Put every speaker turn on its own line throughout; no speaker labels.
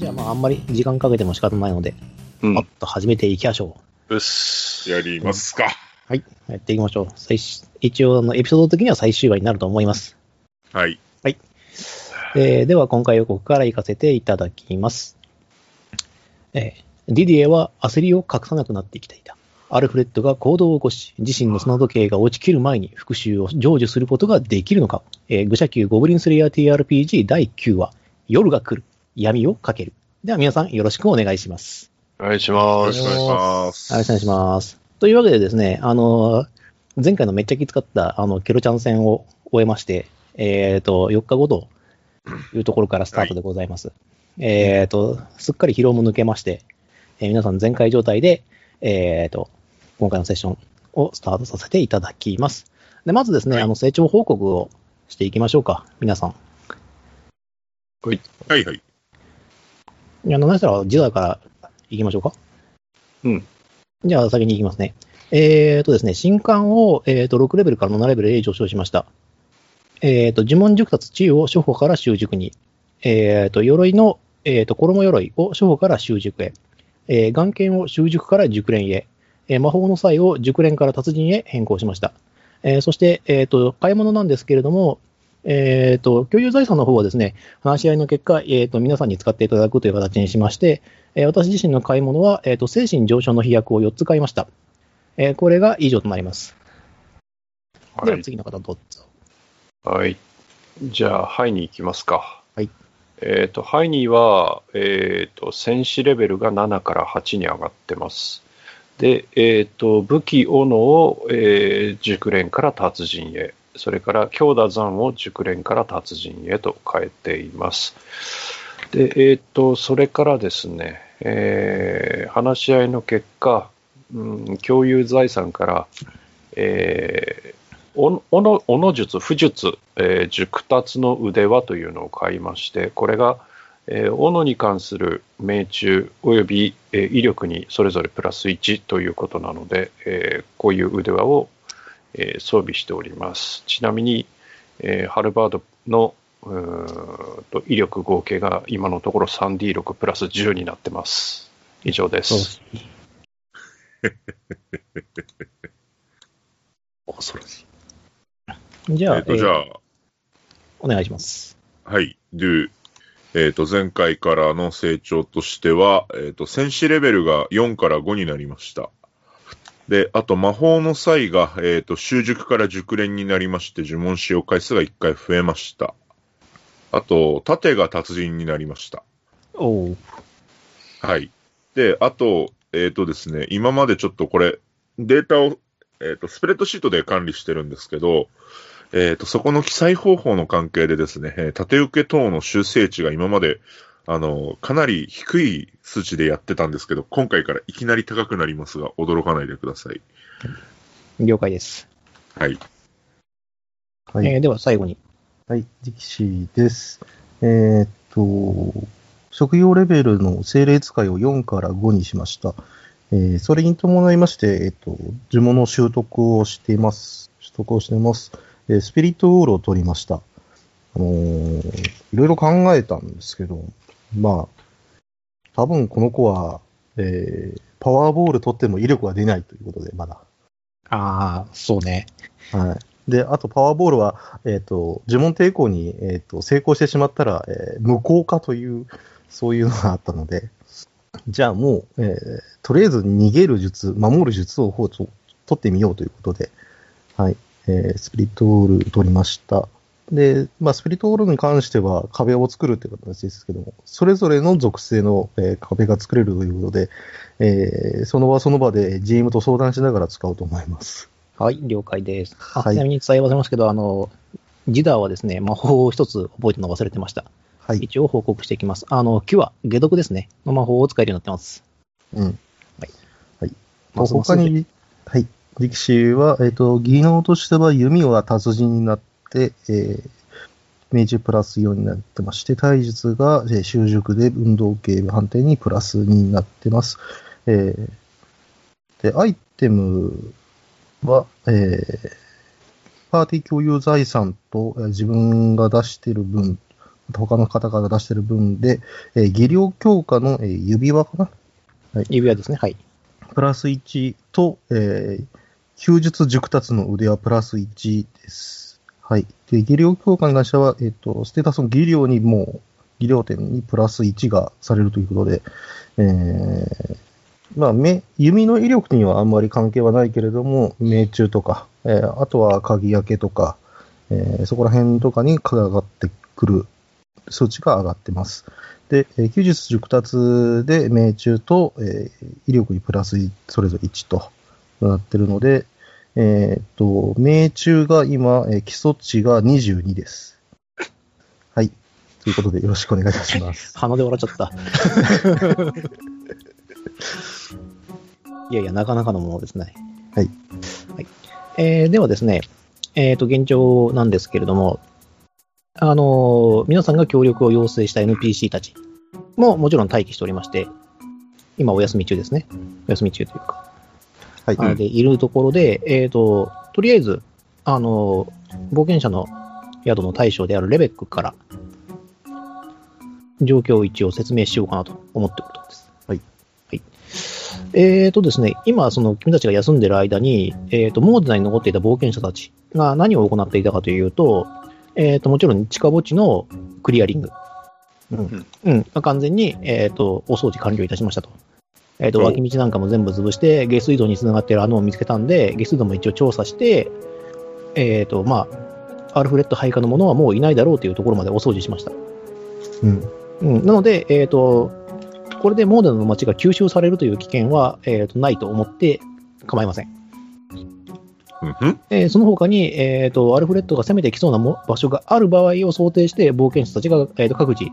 いや、まあ、あんまり時間かけても仕方ないので、
うん
パッと始めていきましょう。
うっす。
やりますか。
はい。やっていきましょう。最終一応、あのエピソード的には最終話になると思います。
はい。
えーでは、今回予告から行かせていただきます。えーディディエは焦りを隠さなくなってきていた。アルフレッドが行動を起こし、自身の砂時計が落ちきる前に復讐を成就することができるのか。えー愚者級ゴブリンスレイヤー TRPG 第9話、夜が来る、闇をかける。では皆さんよろしくお願いします。
お願いしま
よろ
す
しく。お願いします。
はい、お願いします。というわけでですね、あの、前回のめっちゃきつかった、あの、ケロちゃん戦を終えまして、えっ、と、4日後というところからスタートでございます。えっ、と、すっかり疲労も抜けまして、えー皆さん全開状態で、えっ、と、今回のセッションをスタートさせていただきます。で、まずですね、
はい
あの、成長報告をしていきましょうか、皆さん。
はいはい。
いや、何したら、次代から行きましょうか。
うん。
じゃあ、先に行きますね。えーとですね、新刊を、えー、と6レベルから7レベルへ上昇しました。えーと、呪文熟達治癒を初歩から習熟に。えーと、鎧の、えーと、衣鎧を初歩から習熟へ。えー眼剣を習熟から熟練へ。えー魔法の際を熟練から達人へ変更しました。えーそして、えーと、買い物なんですけれども、えーと、共有財産の方はですね、話し合いの結果、えー、と皆さんに使っていただくという形にしまして、えー私自身の買い物は、えー、と精神上昇の飛躍を4つ買いました。えーこれが以上となります。
は。
ではい次の方どうぞ。
はい。じゃあ、ハイに行きますか。
はい。
えっ、と、ハイには、えっ、と、戦士レベルが7から8に上がってます。で、えっ、と、武器斧を、えー熟練から達人へ、それから強打山を熟練から達人へと変えています。で、えっ、と、それからですね、えー話し合いの結果、うん、共有財産から、えーおのおのおの術、不術、えー熟達の腕輪というのを買いまして、これが、えー斧に関する命中および、えー威力にそれぞれプラス1ということなので、えーこういう腕輪を、えー装備しております。ちなみに、えーハルバードのうーんと威力合計が今のところ 3D6 プラス10になってます。以上です。
恐ろしい。じゃあ、
えっ、と、じゃあ、
お願いします。
はい、ドゥ。えっ、と、前回からの成長としては、えっ、と、戦士レベルが4から5になりました。で、あと、魔法の際が、えっ、と、習熟から熟練になりまして、呪文使用回数が1回増えました。あと、盾が達人になりました。
おう
はい。で、あと、えっ、とですね、今までちょっとこれ、データを、えっ、と、スプレッドシートで管理してるんですけど、えっ、と、そこの記載方法の関係でですね、えー縦受け等の修正値が今まで、あの、かなり低い数値でやってたんですけど、今回からいきなり高くなりますが、驚かないでください。
了解です。
はい。
はい。
えーでは、最後に。
はい、力士です。えーっと、職業レベルの精霊使いを4から5にしました。えーそれに伴いまして、えーっと、呪文の習得をしています。習得をしています。えースピリットウォールを取りました。あのーいろいろ考えたんですけど、まあ、多分この子は、えーパワーボール取っても威力は出ないということで、まだ。
ああ、そうね。
はい。で、あと、パワーボールは、えっ、と、呪文抵抗に、えっ、と、成功してしまったら、えー無効化という、そういうのがあったので、じゃあもう、えーとりあえず逃げる術、守る術をほうと取ってみようということで、はい。えースピリットウォール取りました。で、まあ、スピリットウォールに関しては壁を作るという形ですけども、それぞれの属性の、えー壁が作れるということで、えーその場その場で GM と相談しながら使おうと思います。
はい、了解です。あ
はい
ちなみに伝え忘れますけど、あの、ジダーはですね、魔法を一つ覚えてるのを忘れてました。
はい。
一応報告していきます。あの、キュア、解毒ですね。の魔法を使えるようになってます。
うん。
はい。
はい。
まあその
他
数
に、はい。力士は、えっ、と、技能としては弓は達人になって、えー、明治プラス4になってまして、体術が、えー習熟で運動系判定にプラス2になってます。えー、で、アイテムは、えー、パーティー共有財産と、えー自分が出してる分他の方から出してる分で、えー技量強化の、えー指輪かな
指輪ですね。はい。
プラス1と、えー、休術熟達の腕はプラス1です。はい。で、技量強化に関しては、えっ、と、ステータスの技量にもう、技量点にプラス1がされるということで、えー、まあ、目、弓の威力にはあんまり関係はないけれども、命中とか、えーあとは鍵開けとか、えーそこら辺とかに上がってくる数値が上がってます。で、えー、90熟達で命中と、えー威力にプラスいそれぞれ1となってるので、えーっと、命中が今、えー基礎値が22です。はい。ということでよろしくお願いいたします。
鼻で笑っちゃ った。いやいや、なかなかのものですね。
はい。
はい、えーではですね、えっ、と、現状なんですけれども、あのー皆さんが協力を要請した NPC たちももちろん待機しておりまして、今お休み中ですね。お休み中というか。
はい。
あのでいるところで、えっ、と、とりあえず、あの、冒険者の宿の大将であるレベックから、状況を一応説明しようかなと思っておるところです。
はい。
はい。えっ、とですね、今、その、君たちが休んでる間に、えっ、と、モーデナに残っていた冒険者たちが何を行っていたかというと、えっ、と、もちろん近墓地のクリアリング。うん。うん。完全に、えっ、と、お掃除完了いたしましたと。えっ、と、
お
脇道なんかも全部潰して、下水道につながっている穴を見つけたんで、下水道も一応調査して、えっ、と、まあ、アルフレッド配下のものはもういないだろうというところまでお掃除しました。
うん。
うん、なので、えっ、と、これでモーデナの街が吸収されるという危険は、えっ、と、ないと思って構いません。
うんうん
えーその他に、えっ、と、アルフレッドが攻めてきそうなも場所がある場合を想定して、冒険者たちが、えーと各自、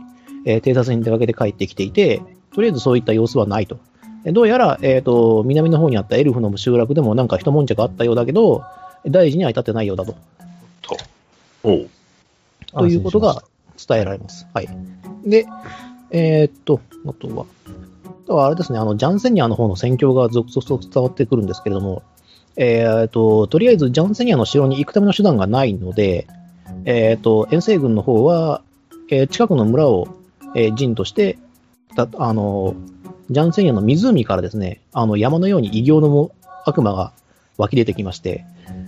えー偵察に出かけて帰ってきていて、とりあえずそういった様子はないと。えどうやら、えっ、と、南の方にあったエルフの集落でもなんか一悶着あったようだけど、大事には至ってないようだと。
おう。
ということが伝えられます。はい。で、えーっと、あとは、あとはあれですね、あの、ジャンセニアの方の戦況が続々と伝わってくるんですけれども、えーっと、とりあえずジャンセニアの城に行くための手段がないので、えーっと、遠征軍の方は、えー近くの村を、えー陣として、たあの、ジャンセニアの湖からですね、あの、山のように異形のも悪魔が湧き出てきまして、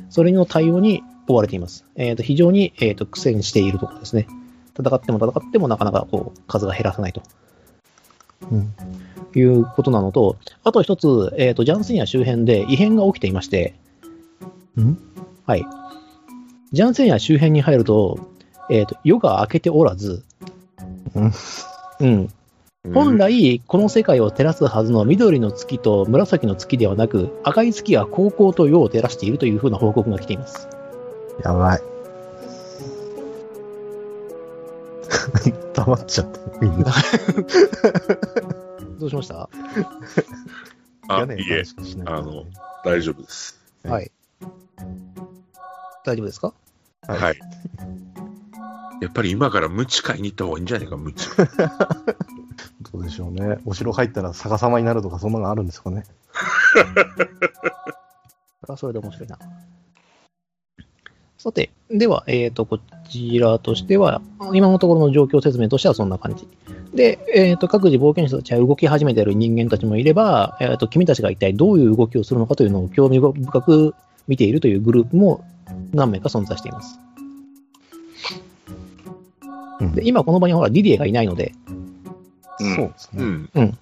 それの対応に追われています。えー、と非常に、えー、と苦戦しているところですね。戦っても戦ってもなかなかこう数が減らせないと
うん。
いうことなのと、あと一つ、えー、とジャンセニア周辺で異変が起きていまして、
うん
はい。ジャンセニア周辺に入ると、えー、と夜が明けておらず、
うん
うん、本来、この世界を照らすはずの緑の月と紫の月ではなく、赤い月が高校と夜を照らしているというふうな報告が来ています。
やばい。 黙っちゃった。みんな。
どうしました
あ
嫌、な予
いえ
感、しかしない
あの大丈夫です。
は
はい。大丈夫ですか
はい
はい。やっぱり今からムチ買いに行った方がいいんじゃないか、ムチ。
どうでしょうね。お城入ったら逆さまになるとか、そんなのあるんですかね。
それはそれで面白いな。さて、では、えっ、と、こちらとしては、今のところの状況説明としてはそんな感じ。で、えっ、と、各自冒険者たちは動き始めている人間たちもいれば、えっ、と、君たちが一体どういう動きをするのかというのを興味深く見ているというグループも何名か存在しています。
うん
で、今この場にほら、ディディエがいないので、
うん
そうです
う
ね。
ん。
うん。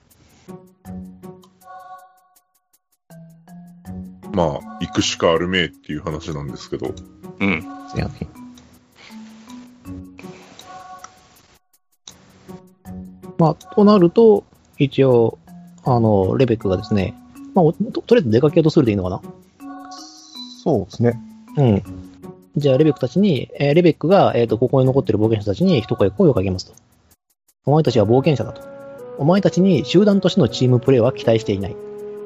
まあ、行くしかあるめえっていう話なんですけど。
うん。
すいませんまあ、となると、一応、あの、レベックがですね、まあ、おととりあえず出かけようとするでいいのかな
そうですね。
うん。じゃあ、レベックたちに、えーレベックが、えっ、と、ここに残ってる冒険者たちに一声声をかけますと。お前たちは冒険者だと。お前たちに集団としてのチームプレーは期待していない。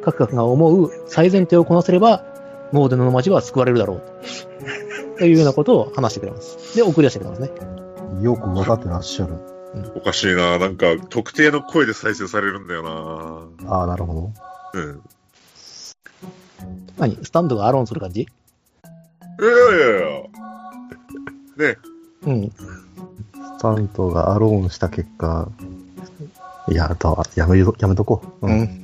各々が思う最善手をこなせれば、モーデナの街は救われるだろう。というようなことを話してくれます。で、送り出してくれますね。
よく分かってらっしゃる。
おかしいな。なんか、特定の声で再生されるんだよ
ああ、なるほど。
な。うん。
何スタンドがアローンする感じ
いやいやいや。
うん。
ス関東がアローンした結果、いや、あとはやめよやめとこう。
う。ん。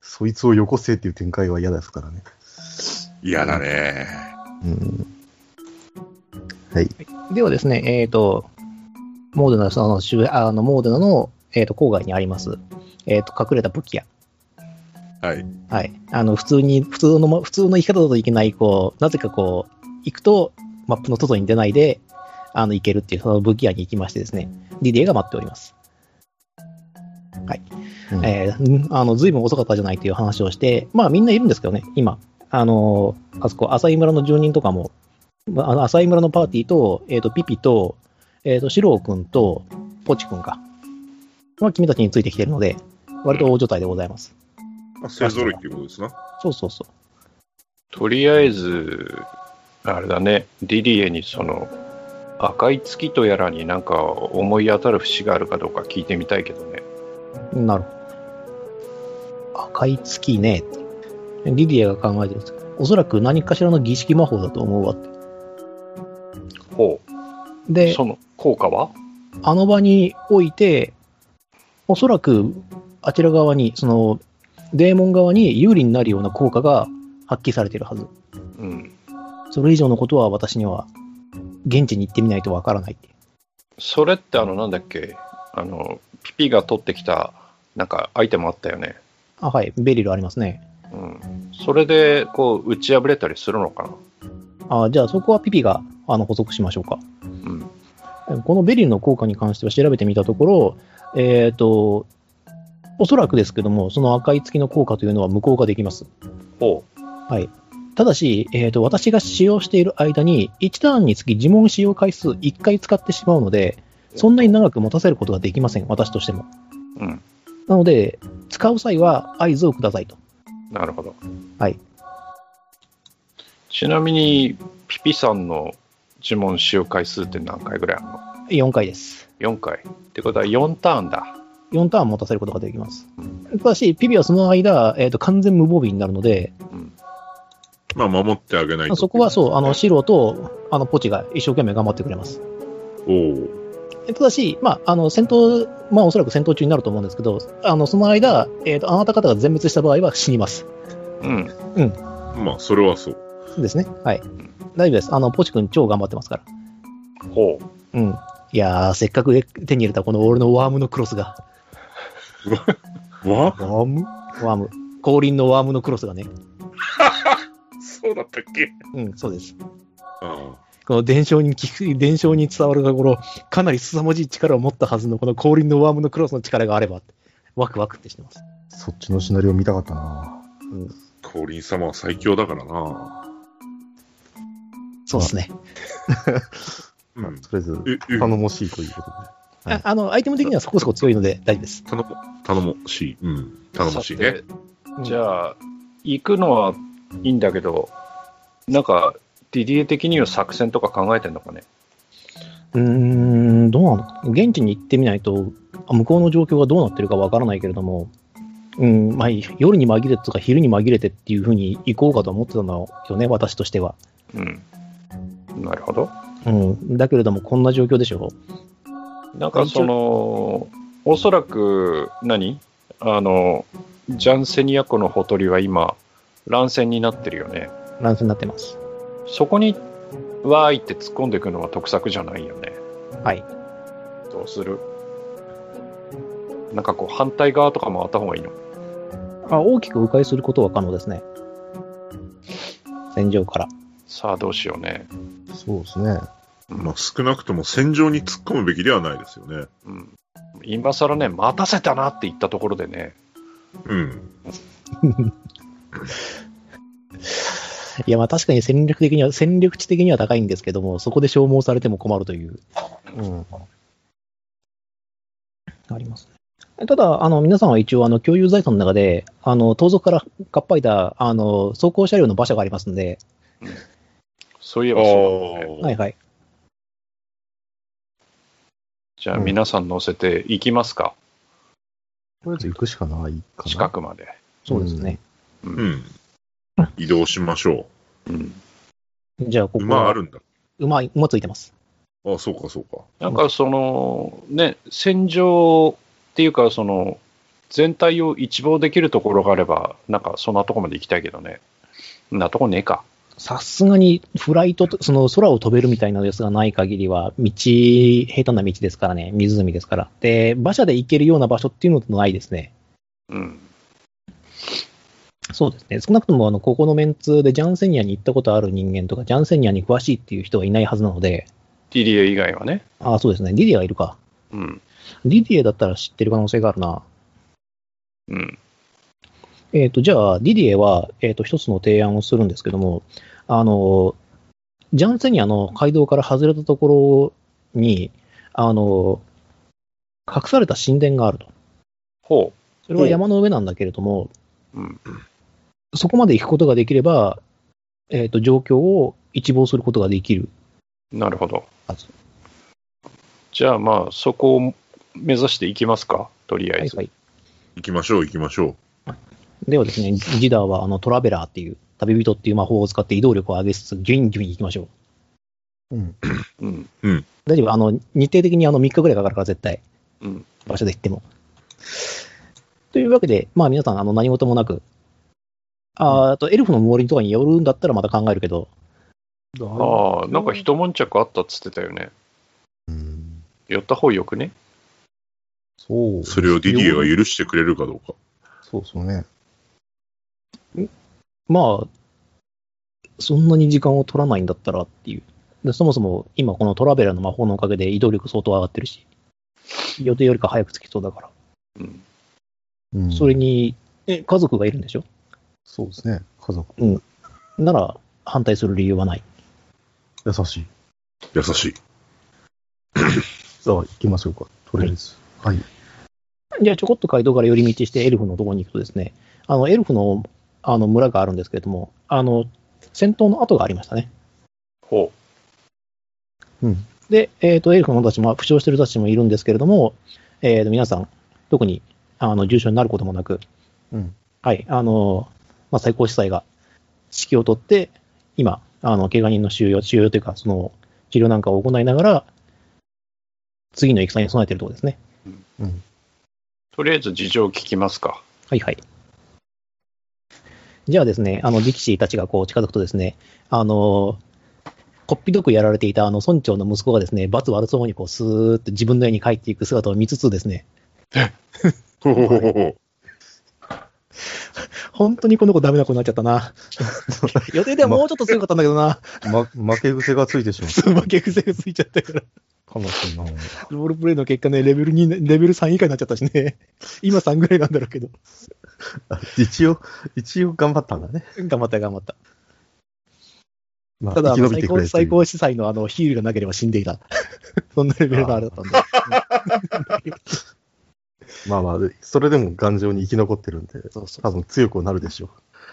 そいつをよこせっていう展開は嫌ですからね。
嫌だね。
うん。
ではですね、えっ、と、モーデナその周辺あのモーデナの、えー、と郊外にあります、えっ、と、隠れた武器屋。
はい。
はい。あの、普通に、普通のま、普通の生き方だといけない、こう、なぜかこう、行くと、マップの外に出ないで、あの、行けるっていう、その武器屋に行きましてですね、リレーが待っております。はい。
うん
えーんあの、随分遅かったじゃないという話をして、まあ、みんないるんですけどね、今。あの、あそこ、浅井村の住人とかも、まああの浅井村のパーティーと、えっ、と、ピピと、えっ、と、シロウ君と、ポチ君か。まあ、君たちについてきてるので、割と大所帯でございます。
まあ、勢ぞろいっていうことですな。
そうそうそう。
とりあえず、あれだね、リリエにその、赤い月とやらになんか思い当たる節があるかどうか聞いてみたいけどね。
なるほど。赤い月ね。リディアが考えてるんですおそらく何かしらの儀式魔法だと思うわって。
ほう。
で、
その効果は
あの場において、おそらくあちら側に、その、デーモン側に有利になるような効果が発揮されてるはず。
うん。
それ以上のことは私には、現地に行ってみないとわからないって。
それってあの、なんだっけ、あの、ピピが取ってきた、なんかアイテムあったよね。
あ、はい。ベリルありますね。
うん。それで、こう、打ち破れたりするのかな
あじゃあそこはピピがあの補足しましょうか。
うん。
このベリルの効果に関しては調べてみたところ、えっ、と、おそらくですけども、その赤い月の効果というのは無効化できます。
ほう。
ただし、えっ、と、私が使用している間に、1ターンにつき呪文使用回数1回使ってしまうので、そんなに長く持たせることができません、私としても。
うん。
なので、使う際は合図をくださいと。
なるほど。
はい。
ちなみに、ピピさんの呪文使用回数って何回ぐらいあるの
4回です。
4回。ってことは4ターンだ。
4ターン持たせることができます。ただし、ピピはその間、えっ、と、完全無防備になるので、
うん。
まあ、守ってあげないと。
そこはそう、あの、シロと、あの、ポチが一生懸命頑張ってくれます。
おう。
えただし、まあ、あの戦闘、まあ、おそらく戦闘中になると思うんですけど、あのその間、えーと、あなた方が全滅した場合は死にます。
うん。
まあ、それはそう。
ですね。はい。大丈夫です。あの、ポチ君、超頑張ってますから。
ほう。
うん。いやー、せっかく手に入れたこの俺のワームのクロスが、
わ
ガム
ワーム、降臨のワームのクロスがね、
そうだったっけ
うん、そうです。
あ
この伝承に聞く、伝承に伝わるところ、かなり凄まじい力を持ったはずのこの降臨のワームのクロスの力があれば、ワクワクってしてます。
そっちのシナリオ見たかったな
あ。降臨様は最強だからな。
そうですね。
うん。
とりあえず、
え、え
頼もしいということで。はい
ああの、アイテム的にはそこそこ強いので大丈夫です。
頼も、頼もしい。うん。頼もしいね。
さて。じゃあ、行くのはいいんだけど、なんか、ディディエ的には作戦とか考えてんのかね。
うーん、どうなの現地に行ってみないと、あ向こうの状況がどうなってるかわからないけれども、うん、まあ、夜に紛れてとか昼に紛れてっていうふうに行こうかと思ってたんだよね、私としては。
うん。なるほど。
うん、だけれども、こんな状況でしょ。
なんかその、おそらく何、あの、ジャンセニア湖のほとりは今、乱戦になってるよね。
乱戦になってます。
そこに、わーいって突っ込んでいくのは得策じゃないよね。
はい。
どうするなんかこう、反対側とか回った方がいいの
あ大きく迂回することは可能ですね。戦場から。
さあどうしようね。
そうですね。
まあ、少なくとも戦場に突っ込むべきではないですよね。
うん、今更ね、待たせたなって言ったところでね、
うん。
いや、まあ確かに戦略的には、戦略値的には高いんですけども、そこで消耗されても困るという。
うん。
ありますね。ただ、あの、皆さんは一応、あの、共有財産の中で、あの、盗賊からかっぱいた、あの、走行車両の馬車がありますんで、
そういえ
あ
ばそうだ
は
ね。
いはい。
じゃあ皆さん乗せて行きますか、
とりあえず行くしかないかな。
近くまで。
そうですね。
うん。移動しましょ
うん
じゃあ、こ
う。
こ
馬あるんだ。
馬、馬ついてます。
あ、そうか、そうか。
なんかその、ね、戦場っていうか、その、全体を一望できるところがあれば、なんかそんなとこまで行きたいけどね。そんなとこねえか。
さすがにフライトと、その空を飛べるみたいなやつがない限りは、道、平坦な道ですからね、湖ですから。で、馬車で行けるような場所っていうのとないですね。
うん。
そうですね。少なくとも、あの、ここのメンツでジャンセニアに行ったことある人間とか、ジャンセニアに詳しいっていう人はいないはずなので、
ディリエ以外はね。
ああ、そうですね。ディディエがいるか。
うん。
ディディエだったら知ってる可能性があるな。
うん。
えっ、と、じゃあ、ディディエは、えっ、と、一つの提案をするんですけども、あの、ジャンセニアの街道から外れたところに、あの、隠された神殿があると。
ほ
それは山の上なんだけれども、
う。うん。
そこまで行くことができれば、えっ、と、状況を一望することができる
なるほど
あそ。
じゃあまあ、そこを目指していきますか。とりあえず。
はい
行きましょう、行きましょ
ではですね、ジダーはあのトラベラーっていう、旅人っていう魔法を使って移動力を上げつつ、ギュインギュイン行きましょう。
うん。
うん。
大丈夫あの、日程的にあの3日ぐらいかかるから、絶対。
うん。
場所で行っても。というわけで、まあ皆さん、あの、何事もなく、あーあと、エルフの森とかによるんだったらまた考えるけど、
ああ、なんか一悶着あったっつってたよね。
うん
寄った方よくね。
そう
う。。それをディディエが許してくれるかどうか。
そうそうね。
まあ、そんなに時間を取らないんだったらっていう。でそもそも、今このトラベラーの魔法のおかげで移動力相当上がってるし、予定よりか早く着きそうだから。
うん。
うん
それに、え家族がいるんでしょ
そうですね。家族。
なら、反対する理由はない。
優しい。
優しい。
さあ、行きましょうか。とりあえず。はい。
じゃあ、ちょこっと街道から寄り道して、エルフのところに行くとですね、あの、エルフの、あの、村があるんですけれども、あの、戦闘の跡がありましたね。
ほ
うん。
で、えっ、と、エルフの人たちも、負傷してる人たちもいるんですけれども、えっ、と、皆さん、特に、あの、重傷になることもなく、
うん。
はい、あの、まあ、最高司祭が指揮を取って、今、あの、怪我人の収容、収容というか、その、治療なんかを行いながら、次の戦に備えてるところですね。
うん。
う。とりあえず事情を聞きますか。
はいはい。じゃあですね、あの、力士たちがこう近づくとですね、あの、こっぴどくやられていたあの村長の息子がですね、罰悪そうにこうスーッと自分の家に帰っていく姿を見つつですね、
ほほほほほ。
本当にこの子ダメな子になっちゃった な。予定ではもうちょっと強かったんだけどな。
ま、負け癖がついてしまっ
負け癖がついちゃったから。
た。悲しいな。
ロールプレイの結果ね、レベル2、レベル3以下になっちゃったしね。今3ぐらいなんだろうけど。
一応、一応頑張ったんだね。
頑張った頑張った。
まあ、
ただ、あ
生き
の最
延びてくれ
高
るとい
最
う
高司祭のあのヒールがなければ死んでいた。 そんなレベルのあれだったんで。
まあまあ、それでも頑丈に生き残ってるんで、
そうそう
多分強くなるでしょ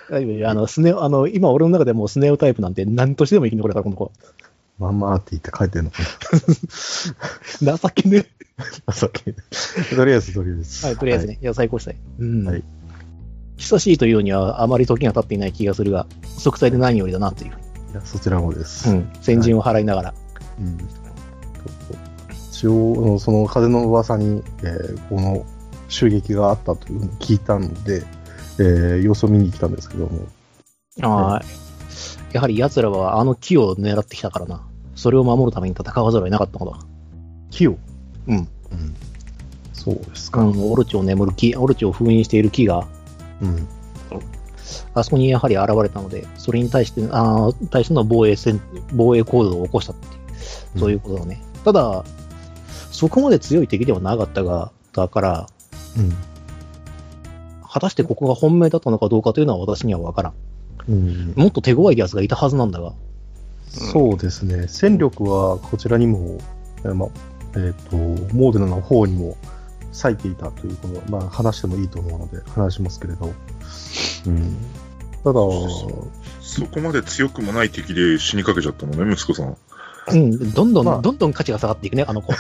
だいぶあの、スネ夫あの、今俺の中でもうスネオタイプなんて何としてでも生き残れたから、この子。
う。まんまーって言って書いてるのか な。
情けね。
あさ っきとりあえず、とりあえず。
はい、とりあえずね。いや、最高したい。うん。
はい
久しいというようには、あまり時が経っていない気がするが、息災で何よりだなという。
はい。いや、そちらもです。
うん。先陣を払いながら。
うん一応、その風の噂に、えーこの襲撃があったというふうに聞いたので、えー様子を見に来たんですけども、
はい。やはり奴らはあの木を狙ってきたからな。それを守るために戦わざるを得なかったのだ。
木を。
うん
うんそうです
あ
か。
の、オロチを眠る木、オロチを封印している木が、
うん。
あそこにやはり現れたので、それに対して、あー対しての防衛戦、防衛行動を起こしたっていう、そういうことだね。ただ、そこまで強い敵ではなかったが、だから、果たしてここが本命だったのかどうかというのは私にはわからん。
うん。うん。
もっと手強い奴がいたはずなんだが、
そうですね。戦力はこちらにも、えーま、えっ、と、モーデナの方にも割いていたということ、まあ話してもいいと思うので話しますけれど。うん。ただ、
そこまで強くもない敵で死にかけちゃったのね、息子さん。
うん、どんどん、
まあ
どんどん価値が下がっていくね、あの子。
い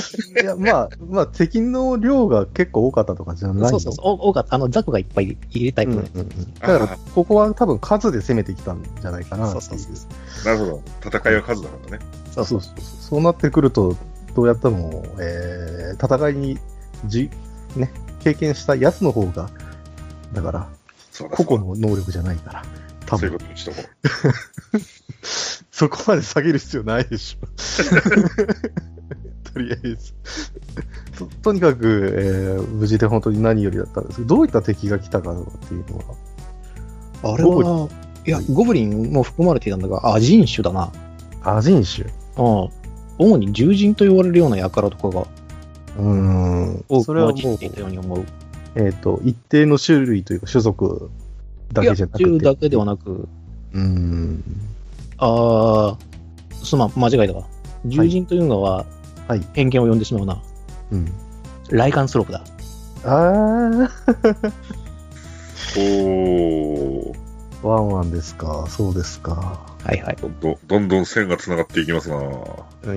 や、まあ、まあ、敵の量が結構多かったとかじゃないの
そうそうそう、お多かった。あの、ザクがいっぱいいるタイプ
うん
の
うん
やつ。
うんだから、ここは多分数で攻めてきたんじゃないかなってい
そうそうそうそ
なるほど。戦いは数だからね。
そう
そうそうそうなってくると、どうやっても、えー戦いにじ、ね、経験したやつの方が、だから、
そうだそ
個
うだ
々の能力じゃないから、多
そういう
分
ことにしとこ
そこまで下げる必要ないでしょ。とりあえずと。とにかく、えー無事で本当に何よりだったんですけど、どういった敵が来たかっていうのは、
あれ
ゴブ
は、いや、ゴブリンも含まれていたんだが、あ、人種だな。
アジン種。
ああ主に獣人と言われるような輩とかが
うーん。
多
そ
く
れは
混じ
もう
っ、ていたように思う。
えっ、と、一定の種類というか種族だ
いや、
けじゃなくて。
銃だけではなく、
うーん。
ああ、すまん、間違いだわ。獣人というのは、
はい
偏見を呼んでしまうな。
うん。
ライカンスロープだ。
あ
う。おー。
ー、ワンワンですか。そうですか。
はいはい。
どどんどん線が繋がっていきますな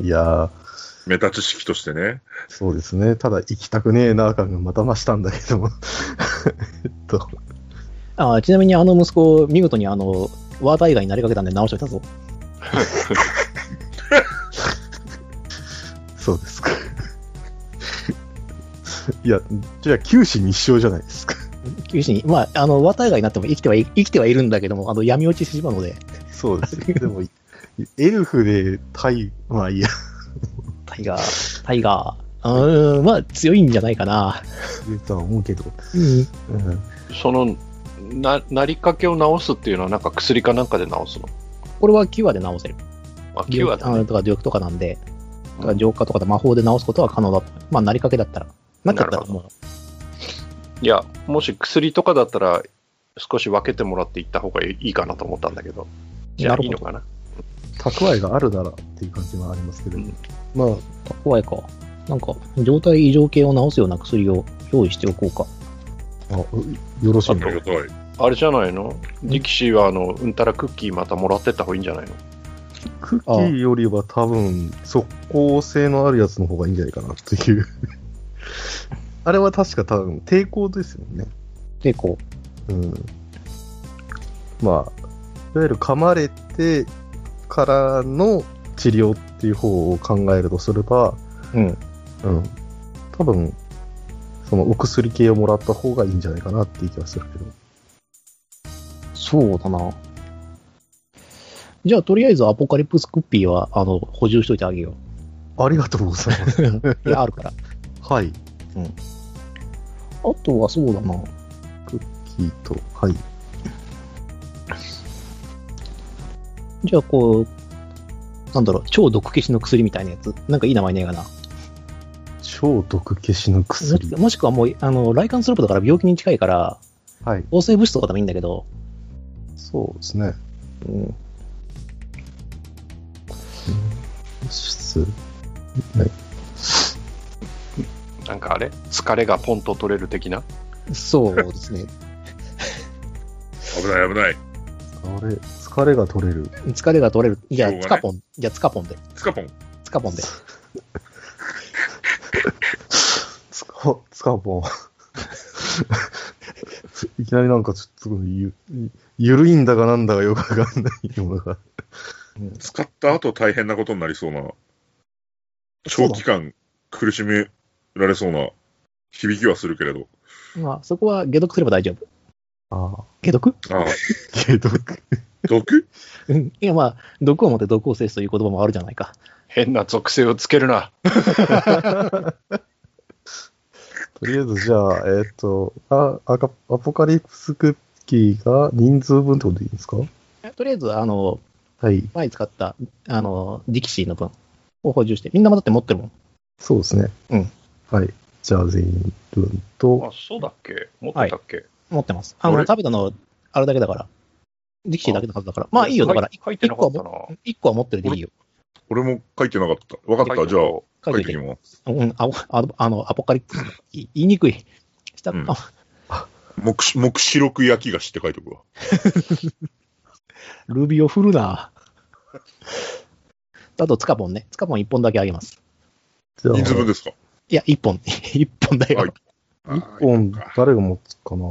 い
やー、
メタ知識としてね。
そうですね。ただ行きたくねえな感がまた増したんだけども。えっと、
ああ、ちなみにあの息子、見事にあの、ワーター以外になりかけたんで直しといたぞ。
そうですか。いや、じゃあ九死に一生じゃないですか。
九死に、まあ、あの、ワーター以外になっても生きてはい、生きてはいるんだけども、あの、闇落ちしてしまうので、
そうです。でも、エルフで対、まあいいや、
タイガー、タイガー、うーん、まあ、強いんじゃないかな。
言うとは思うけど。
うん。
うん
そのな、なりかけを直すっていうのは、なんか薬かなんかで直すの。
これはキュアで直せる。
あ、キュアだね
あのとか、毒とかなんで、
うん
だから浄化とかで魔法で直すことは可能だと。まあ、なりかけだったら。なかった
な
ら
るほ
もう、
いや、もし薬とかだったら、少し分けてもらっていった方がいいかなと思ったんだけど、じゃ
な
あ
る
いい
ほど
のかな。
蓄えがあるならっていう感じはありますけど、
うん
まあ、怖いか。なんか、状態異常系を治すような薬を用意しておこうか。
あよろしい
あ
の
りがたい。
あれじゃないのディキシーは、あの、うんたらクッキーまたもらってった方がいいんじゃないの
クッキーよりは多分、速攻性のあるやつの方がいいんじゃないかなって いう。あれは確か多分、抵抗ですよね。
で、こ
うん。まあ、いわゆる噛まれてからの治療っていう方を考えるとすれば、
う。うん。
うん。多分、そのお薬系をもらった方がいいんじゃないかなっていう気がするけど。
そうだな。じゃあ、とりあえずアポカリプスクッピーは、あの、補充しといてあげよ
ありがとうござい ます。
う。い や、あるから。
はい。
あとはそうだな。
キーと、はい。
じゃあ、こう、なんだろう、超毒消しの薬みたいなやつ。なんかいい名前ねえかな。
超毒消しの
もし
薬
く。もしくはもう、あの、ライカンスロープだから病気に近いから、
はい。
抗生物質とかでもいいんだけど、
そうですね。
うん、
質。
なんかあれ疲れがポンと取れる的な
そうですね。
危ない危ない。
疲れ、疲れが取れる。
疲れが取れる。じゃあ、
しょうがな
ツ
い
カポン。じゃあ、ツカポンで。
スカポン。
ツカポンで。
つか、つかぽん。 いきなりなんかちょっとゆ、ゆるいんだかなんだかよくわかんないものが。
使った後大変なことになりそうな、長期間苦しめられそうな響きはするけれど。
まあ、そこは解毒すれば大丈夫。
ああ。
解毒
ああ、
解毒。
毒
うん。いや、まあ、毒をもって毒を制すという言葉もあるじゃないか。
変な属性をつけるな。
とりあえずじゃあ、えっ、と、あ、アカアポカリプスクッキーが人数分ってことでいいんですか
とりあえず、あの、
はい。
前使った、あの、ディキシーの分を補充して、みんなもだって持ってるもん。
そうですね。
うん。
はい。じゃあ全員分と、
あ、そうだっけ持ってたっけ、
持ってます。あ
あ
の、
れ
食べたの、あれだけだから。ディキシーだけのはずだから。まあ、いいよ、だから。
書いてなかったな。
一個は持ってるでいいよ。
俺も書いてなかった。わかっ
書
た。
いて
じゃあ、
書
書
いと
いて
い
き
て。
ます。
うん、あああの、アポカリプス。い言いにくい。した、
うん
あ
目視、目視録焼き菓子って書いておくわ。
ルビーを振るな。とあと、つかぽんね。つかぽん1本だけあげます。
じゃあ
いつ分ですか
いや、1本。1本 だよ。
はい
一
あー
本
いいか
誰が持つかな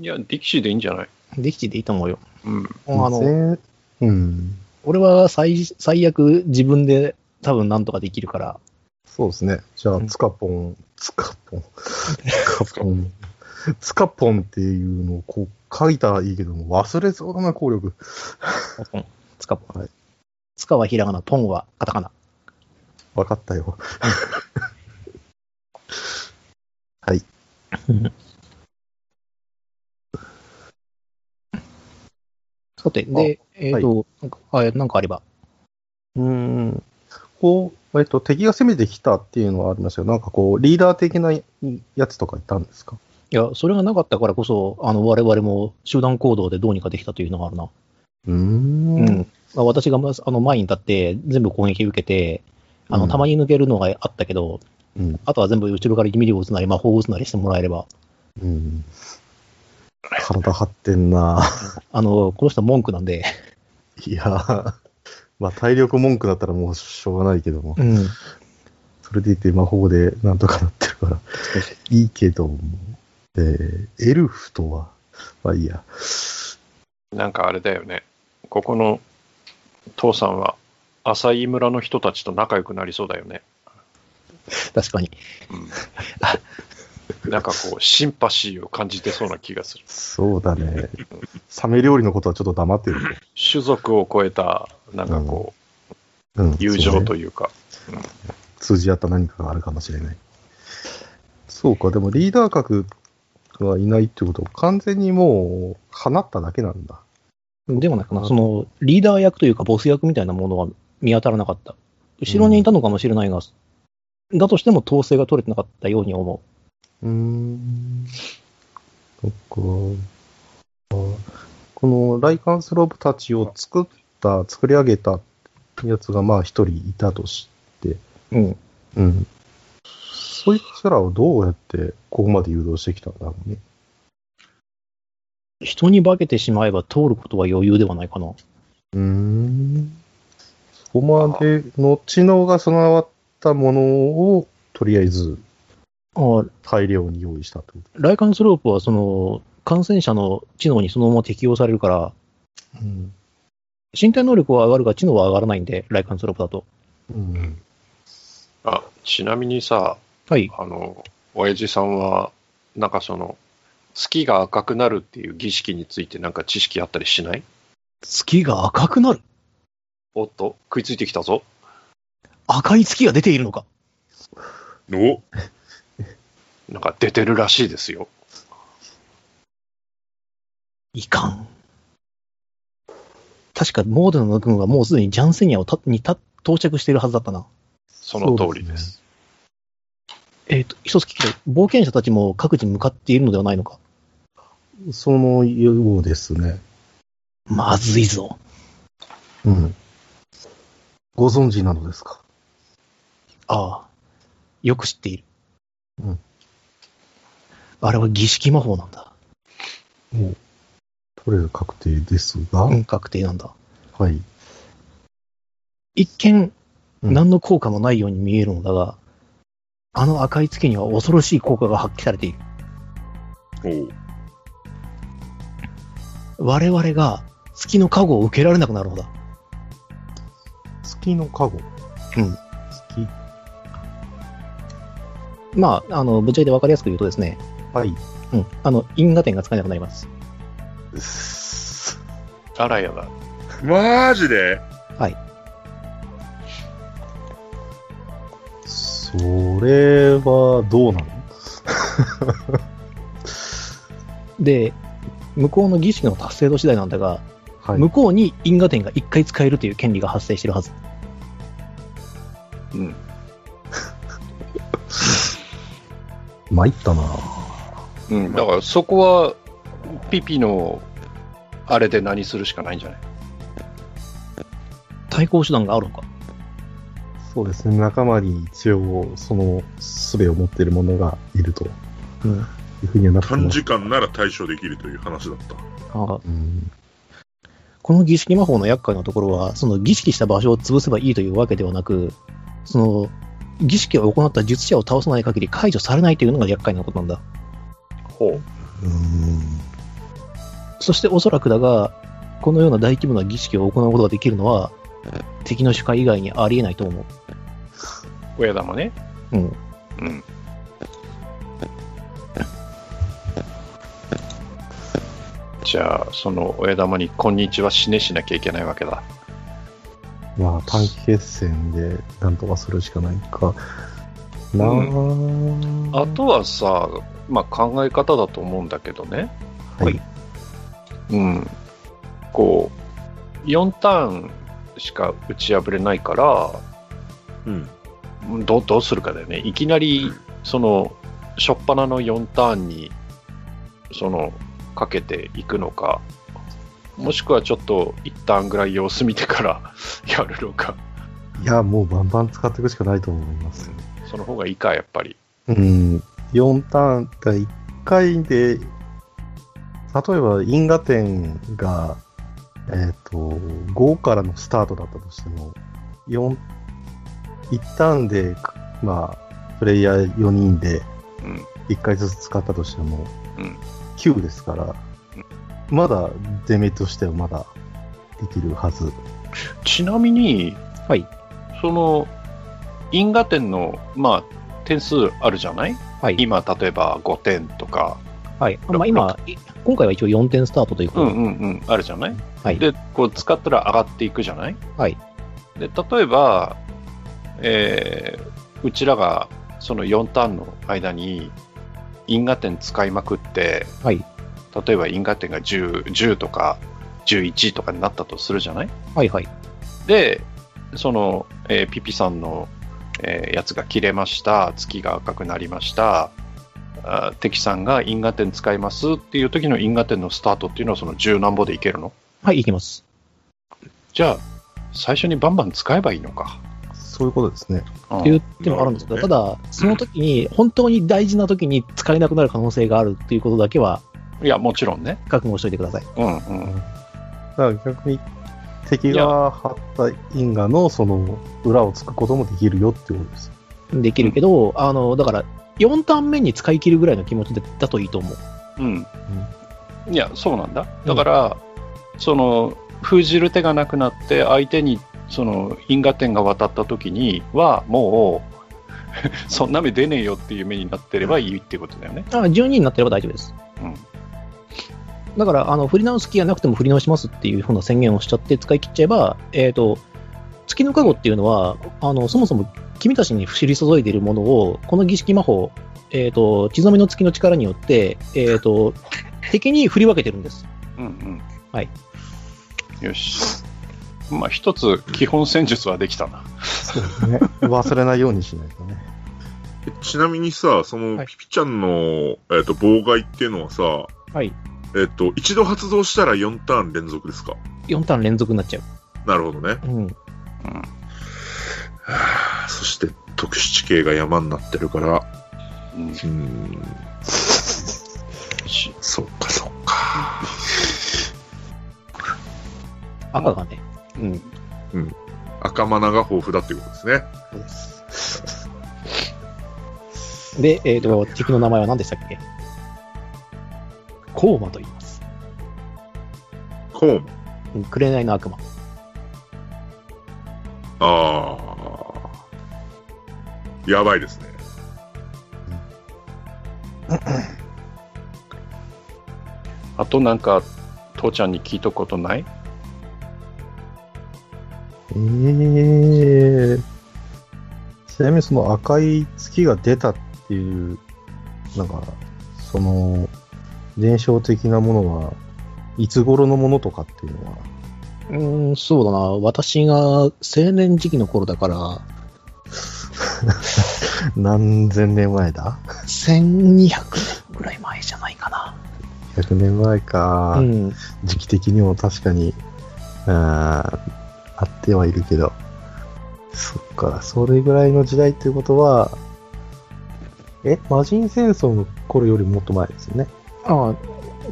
い
や、ディキシーでいいんじゃない
できちでいいと思うよ。
うん。
もうあの、
の、うん。
俺は最最悪自分で多分なんとかできるから、
そうですね。じゃ
う
あ、
ん
つかぽん、つかぽん、つかぽん、つかぽんっていうのをこう書いたらいいけども、忘れそうだな、効力。
ポンつかぽん
はい
つかはひらがな、ポンはカタカナ。
わかったよ。はい。
さて、で、えっ、と、なんかあなんかあれば。
うん。こう、えっと、敵が攻めてきたっていうのはありますよ。なんかこう、リーダー的なやつとかいたんですか
いや、それがなかったからこそ、あの、我々も集団行動でどうにかできたというのがあるな。
うーん
うん。まあ私がまずあの前に立って、全部攻撃受けて、あ
う
の、
ん
たまに抜けるのがあったけど、
うん
あとは全部後ろからミリを打つなり、魔法を打つなりしてもらえれば、
うん。体張ってんな
あの、この人文句なんで、
いやーまあ体力文句だったらもうしょうがないけども、
うん。
それでいて魔法でなんとかなってるから、いいけども、えー、エルフとは、まあいいや。
なんかあれだよね。ここの父さんは、浅井村の人たちと仲良くなりそうだよね。
確かに。
うん。なんかこう、シンパシーを感じてそうな気がする。
そうだね。サメ料理のことはちょっと黙ってるね。
種族を超えた、なんかこう、
うん。
友
そう
情
ね
というか。
通じ合った何かがあるかもしれない。そうか、でもリーダー格がいないってことは完全にもう放っただけなんだ。
でもなんかな、その、リーダー役というかボス役みたいなものは見当たらなかった。後ろにいたのかもしれないが、だとしても統制が取れてなかったように思
うーん。そっか。あこのライカンスロープたちを作った、作り上げたやつがまあ一人いたとし、
う。うん。
うん。そいつらをどうやってここまで誘導してきたんだろうね。
人に化けてしまえば通ることは余裕ではないかな。
うーん。そこまでの知能が備わったものをとりあえず
ああ、
大量に用意したってこと。
ライカンスロープはその、感染者の知能にそのまま適用されるから、
うん。
身体能力は上がるが知能は上がらないんで、ライカンスロープだと。
うん。
あ、ちなみにさ、
はい。
あの、親父さんは、なんかその、月が赤くなるっていう儀式についてなんか知識あったりしない
月が赤くなる
おっと、食いついてきたぞ。
赤い月が出ているのか
お
なんか出てるらしいですよ。
いかん。確か、モーデナの軍はもうすでにジャンセニアをたにた到着しているはずだったな。
その通りです。
えっ、と、一つ聞きたい。冒険者たちも各自向かっているのではないのか
そのようですね。
まずいぞ。
うん。ご存知なのですか
ああ。よく知っている。
うん。
あれは儀式魔法なんだ。
とりあえず確定ですが、
うん、確定なんだ。
はい。
一見、
うん
何の効果もないように見えるのだが、あの赤い月には恐ろしい効果が発揮されている。
お
我々が月の加護を受けられなくなるのだ。
月の加護。
うん。
月。
まあ、あの、ぶっちゃけで分かりやすく言うとですね、
はい。
うん、あの、因果点が使えなくなります。
あらやだ。
マジで
それはどうなの
で、向こうの儀式の達成度次第なんだが、
はい。
向こうに因果点が1回使えるという権利が発生してるはず。
うん。
参ったな
うん、だからそこは、ピピの、あれで何するしかないんじゃない
対抗手段があるのか。
そうですね。仲間に一応、その術を持っている者がいると
うん。
いうふうにはなって
短
ます。
時間なら対処できるという話だった。
あ
うん。
この儀式魔法の厄介なところは、その儀式した場所を潰せばいいというわけではなく、その儀式を行った術者を倒さない限り解除されないというのが厄介なことなんだ。
ほ
う
そしておそらくだが、このような大規模な儀式を行うことができるのは、敵の主会以外にありえないと思う。
う。親玉ね。
うん。
うん。じゃあ、その親玉に、こんにちはしねしなきゃいけないわけだ。
ーん。まあ、短期決戦で、なんとかするしかないか。なあ
あとはさ、まあ、考え方だと思うんだけどね。
はい。
うん。こう、4ターンしか打ち破れないから、
うん。
どうどうするかだよね、いきなりその初っ端の4ターンにそのかけていくのか、もしくはちょっと1ターンぐらい様子見てから やるのか、
いや、もうバンバン使っていくしかないと思います。
その方がいいか、やっぱり。
うん、4ターンが1回で、例えば因果点が、えっ、と、5からのスタートだったとしても、4、1ターンで、まあ、プレイヤー4人で
うん、
1回ずつ使ったとしても、
うん
9ですから、まだデメとしてはまだできるはず。
ちなみに、
はい
その因果点の、まあ、点数あるじゃない
はい。
今、例えば5点とか、
はい。あまあ、今、い今回は一応4点スタートというこ
う
と
ん
で、
うんうん、あるじゃない
はい。
で、こう使ったら上がっていくじゃない
はい。
で、例えば、えーうちらがその4ターンの間に因果点使いまくって、
はい。
例えば因果点が 10, 10とか11とかになったとするじゃない
はいはい。
で、その、えーピピさんの、えーやつが切れました、月が赤くなりました、あー敵さんが因果点使いますっていう時の因果点のスタートっていうのはその10何歩でいけるの
はい、いきます。
じゃあ、最初にバンバン使えばいいのか。
そういうことですね。
うん
っていう手もあるんですけど、た
なる
だ、その時に、本当に大事な時に使えなくなる可能性があるということだけは、
いや、もちろんね。
覚悟しておいてください。
うんうん。
だから逆に敵が張った因果のその裏をつくこともできるよってことです。
できるけど、あの、だから、4ターン目に使い切るぐらいの気持ちでだといいと思う。
うん。いや、そうなんだ。だから、その、封じる手がなくなって、相手に、その、因果点が渡った時には、もう、 そんな目出ねえよっていう目になってればいいってことだよね。
あ12になってれば大丈夫です。
うん。
だから、あの、振り直す気がなくても振り直しますっていうふうな宣言をしちゃって使い切っちゃえば、えっ、と、月の加護っていうのは、あの、そもそも君たちに知り注いでいるものを、この儀式魔法、えっ、と、血染めの月の力によって、えっ、と、 敵に振り分けてるんです。
うんうん。
はい。
よし。まあ、一つ、基本戦術はできたな。
ね、忘れないようにしないとね。
えちなみにさ、その、
はい
ピピちゃんの、えっ、と、妨害っていうのはさ、
はい。
えっ、と、一度発動したら4ターン連続ですか
4ターン連続になっちゃ
なるほどね。
う。うん。
うん。
はあそして、特殊地形が山になってるから、
うん
う、ーん、
し
そうか、そうか。
赤がね。
うん。
赤マナが豊富だっていうことですね。
で、えっ、と、敵の名前は何でしたっけコーマと言います。
コーン。
うん紅の悪魔。
ああ。やばいですね。
あとなんか、父ちゃんに聞いとくことない
ええちなみにその赤い月が出たっていう、なんか、その、伝承的なものは、いつ頃のものとかっていうのは、
うーん、そうだな。私が青年時期の頃だから、
何千年前だ
1200年ぐらい前じゃないかな。
?100 年前か。
うん。
時期的にも確かに、あーあってはいるけど。そっか、それぐらいの時代っていうことは、え、魔人戦争の頃よりもっと前ですよね。
ああ、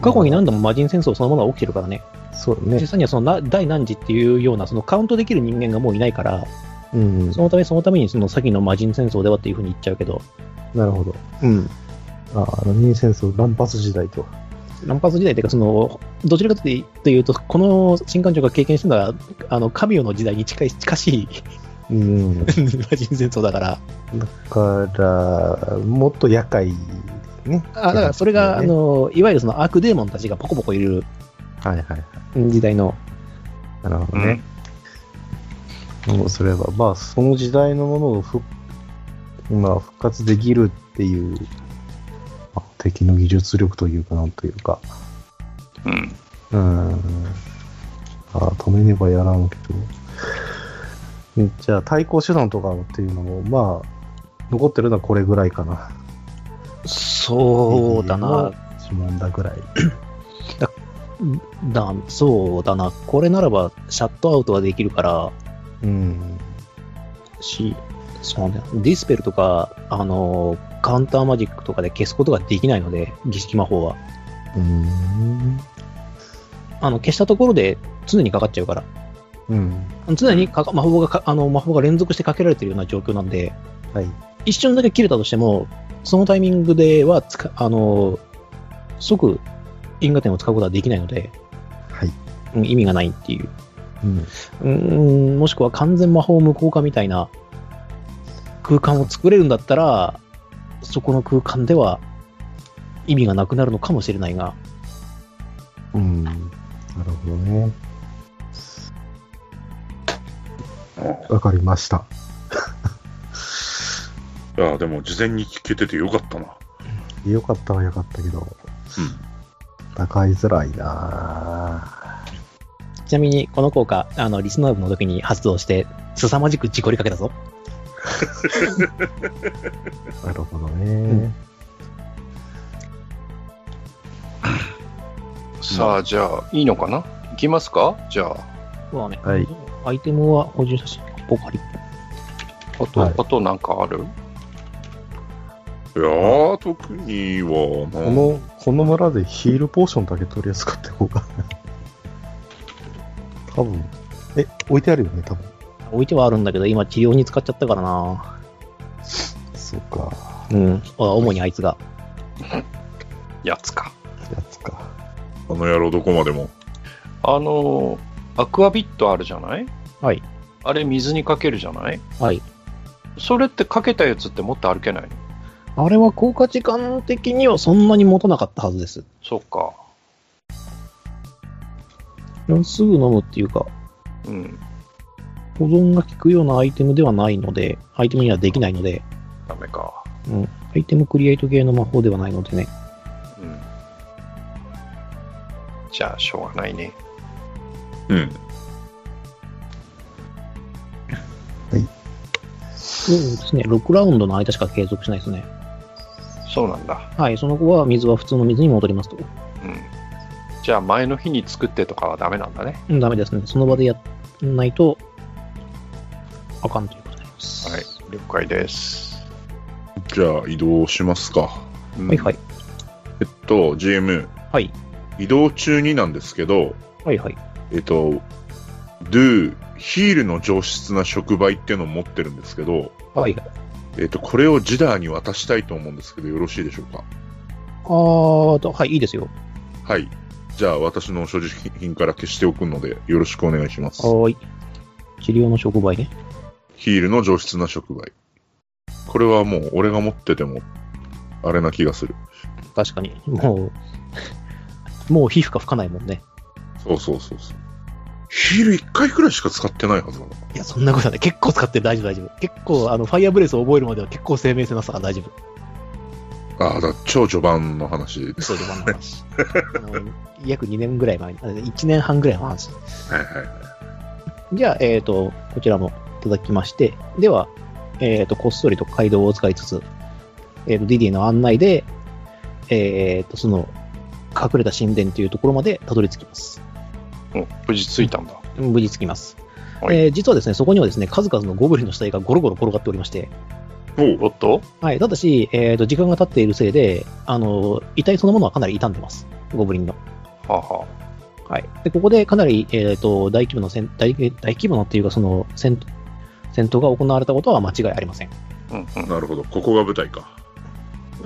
過去に何度も魔人戦争そのものは起きてるからね。
そう
実
ね。
際にはそのな第何次っていうようなそのカウントできる人間がもういないから、
うん。
そのためそのためにその先の魔人戦争ではっていうふうに言っちゃうけど、
なるほど。
うん、
ああの、ニーセンス乱発時代と。
乱発時代というかその、どちらかというと、この新館長が経験したのは、あの神代の時代に近い近しい
うん。だ
魔人戦争だから、
から、もっと厄介ね。
あだからそれが、あ
ね
のいわゆるそのアークデーモンたちがポコポコいる
はいはいはい。
時代の、
なるほどね。もうすれば、まあ、その時代のものをふ、まあ、復活できるっていう、まあ敵の技術力というか、なんというか、
うん。
うーん、あ止めねばやらんけど、じゃあ、対抗手段とかっていうのも、まあ、残ってるのはこれぐらいかな。
そうだな、。
指紋だぐらい。
だそうだな、これならばシャットアウトはできるから、
うん。
し、そうね、ディスペルとか、あの、カウンターマジックとかで消すことができないので、儀式魔法は。
うん。
あの、消したところで常にかかっちゃうから。
うん。
常にかか魔法がかあの、魔法が連続してかけられてるような状況なんで、
はい。
一瞬だけ切れたとしても、そのタイミングではつか、あの、即、因果点を使うことはできないので、
はい。
うん意味がないっていう。
うん。
うーん、もしくは完全魔法無効化みたいな空間を作れるんだったら、そこの空間では意味がなくなるのかもしれないが、
うん。なるほどね。わかりました。
いや、でも事前に聞けててよかったな。
よかったはよかったけど、戦いづらいな
ちなみにこの効果、あの、リスナー部の時に発動して、凄まじく事故りかけたぞ。
ぁなるほどね、
ん
さあ、じゃあ、いいのかないきますかじゃあ。
そうね。
はい。
アイテムは補充写真、ポカリ。
あと、
はい
あとなんかある
いやー、特にはな、
この、この村でヒールポーションだけ取り扱っていこう かな。多分。え、置いてあるよね、多分。
置いてはあるんだけど、今治療に使っちゃったからな
そうか。
うん。あ主にあいつが。
やつか。
やつか。
あの野郎どこまでも。
あのー、アクアビットあるじゃない
はい。
あれ、水にかけるじゃない
はい。
それってかけたやつってもっと歩けないの
あれは効果時間的にはそんなに持たなかったはずです。
そっか。
すぐ飲むっていうか、
うん。
保存が効くようなアイテムではないので、アイテムにはできないので、
ダメか。
アイテムクリエイト系の魔法ではないのでね。
うん。じゃあ、しょうがないね。
うん。
そうですね、6ラウンドの間しか継続しないですね。
そうなんだ。
はい、その後は水は普通の水に戻りますと。
うん。じゃあ、前の日に作ってとかはダメなんだね。
うん、ダメですね。その場でやんないと、あかんということになります。
はい。了解です。
じゃあ、移動しますか。
うん
はいはい。。
えっと、GM、
はい。
移動中になんですけど、
はいはい。
えっと、do、ヒールの上質な触媒っていうのを持ってるんですけど、
はい。
えっと、これをジダーに渡したいと思うんですけど、よろしいでしょうか。
あーと、はい、いいですよ。
はい。じゃあ、私の所持品から消しておくので、よろしくお願いします。
はーい。治療の触媒ね。
ヒールの上質な触媒。これはもう、俺が持ってても、あれな気がする。
確かに。もう、 もう皮膚が吹かないもんね。
そうそうそうそう。ヒール一回くらいしか使ってないはずだな。
いや、そんなことはない。結構使ってる、大丈夫、大丈夫。結構、あの、ファイアブレスを覚えるまでは結構生命性なさが大丈夫。
ああ、だから超序盤の話で
そ
す。
う、序盤の話。あの約2年ぐらい前に、1年半ぐらいの話。
はいはいはい。
じゃあ、えっ、と、こちらもいただきまして、では、えっ、と、こっそりと街道を使いつつ、えっ、と、ディディの案内で、えっ、と、その、隠れた神殿というところまでたどり着きます。
お無事着いたんだ。
無事着きます。
はい
えー実はですね、そこにはですね、数々のゴブリンの死体がゴロゴロ転がっておりまして、
おう
おっと
はい、ただし、えっ、と、時間が経っているせいで、あの、遺体そのものはかなり傷んでます。ゴブリンの。
はあは
はい。で、ここでかなり、えっ、と、大規模な戦、大大規模なっていうか、その、戦、戦闘が行われたことは間違いありません。
うんうん
なるほど。ここが舞台か。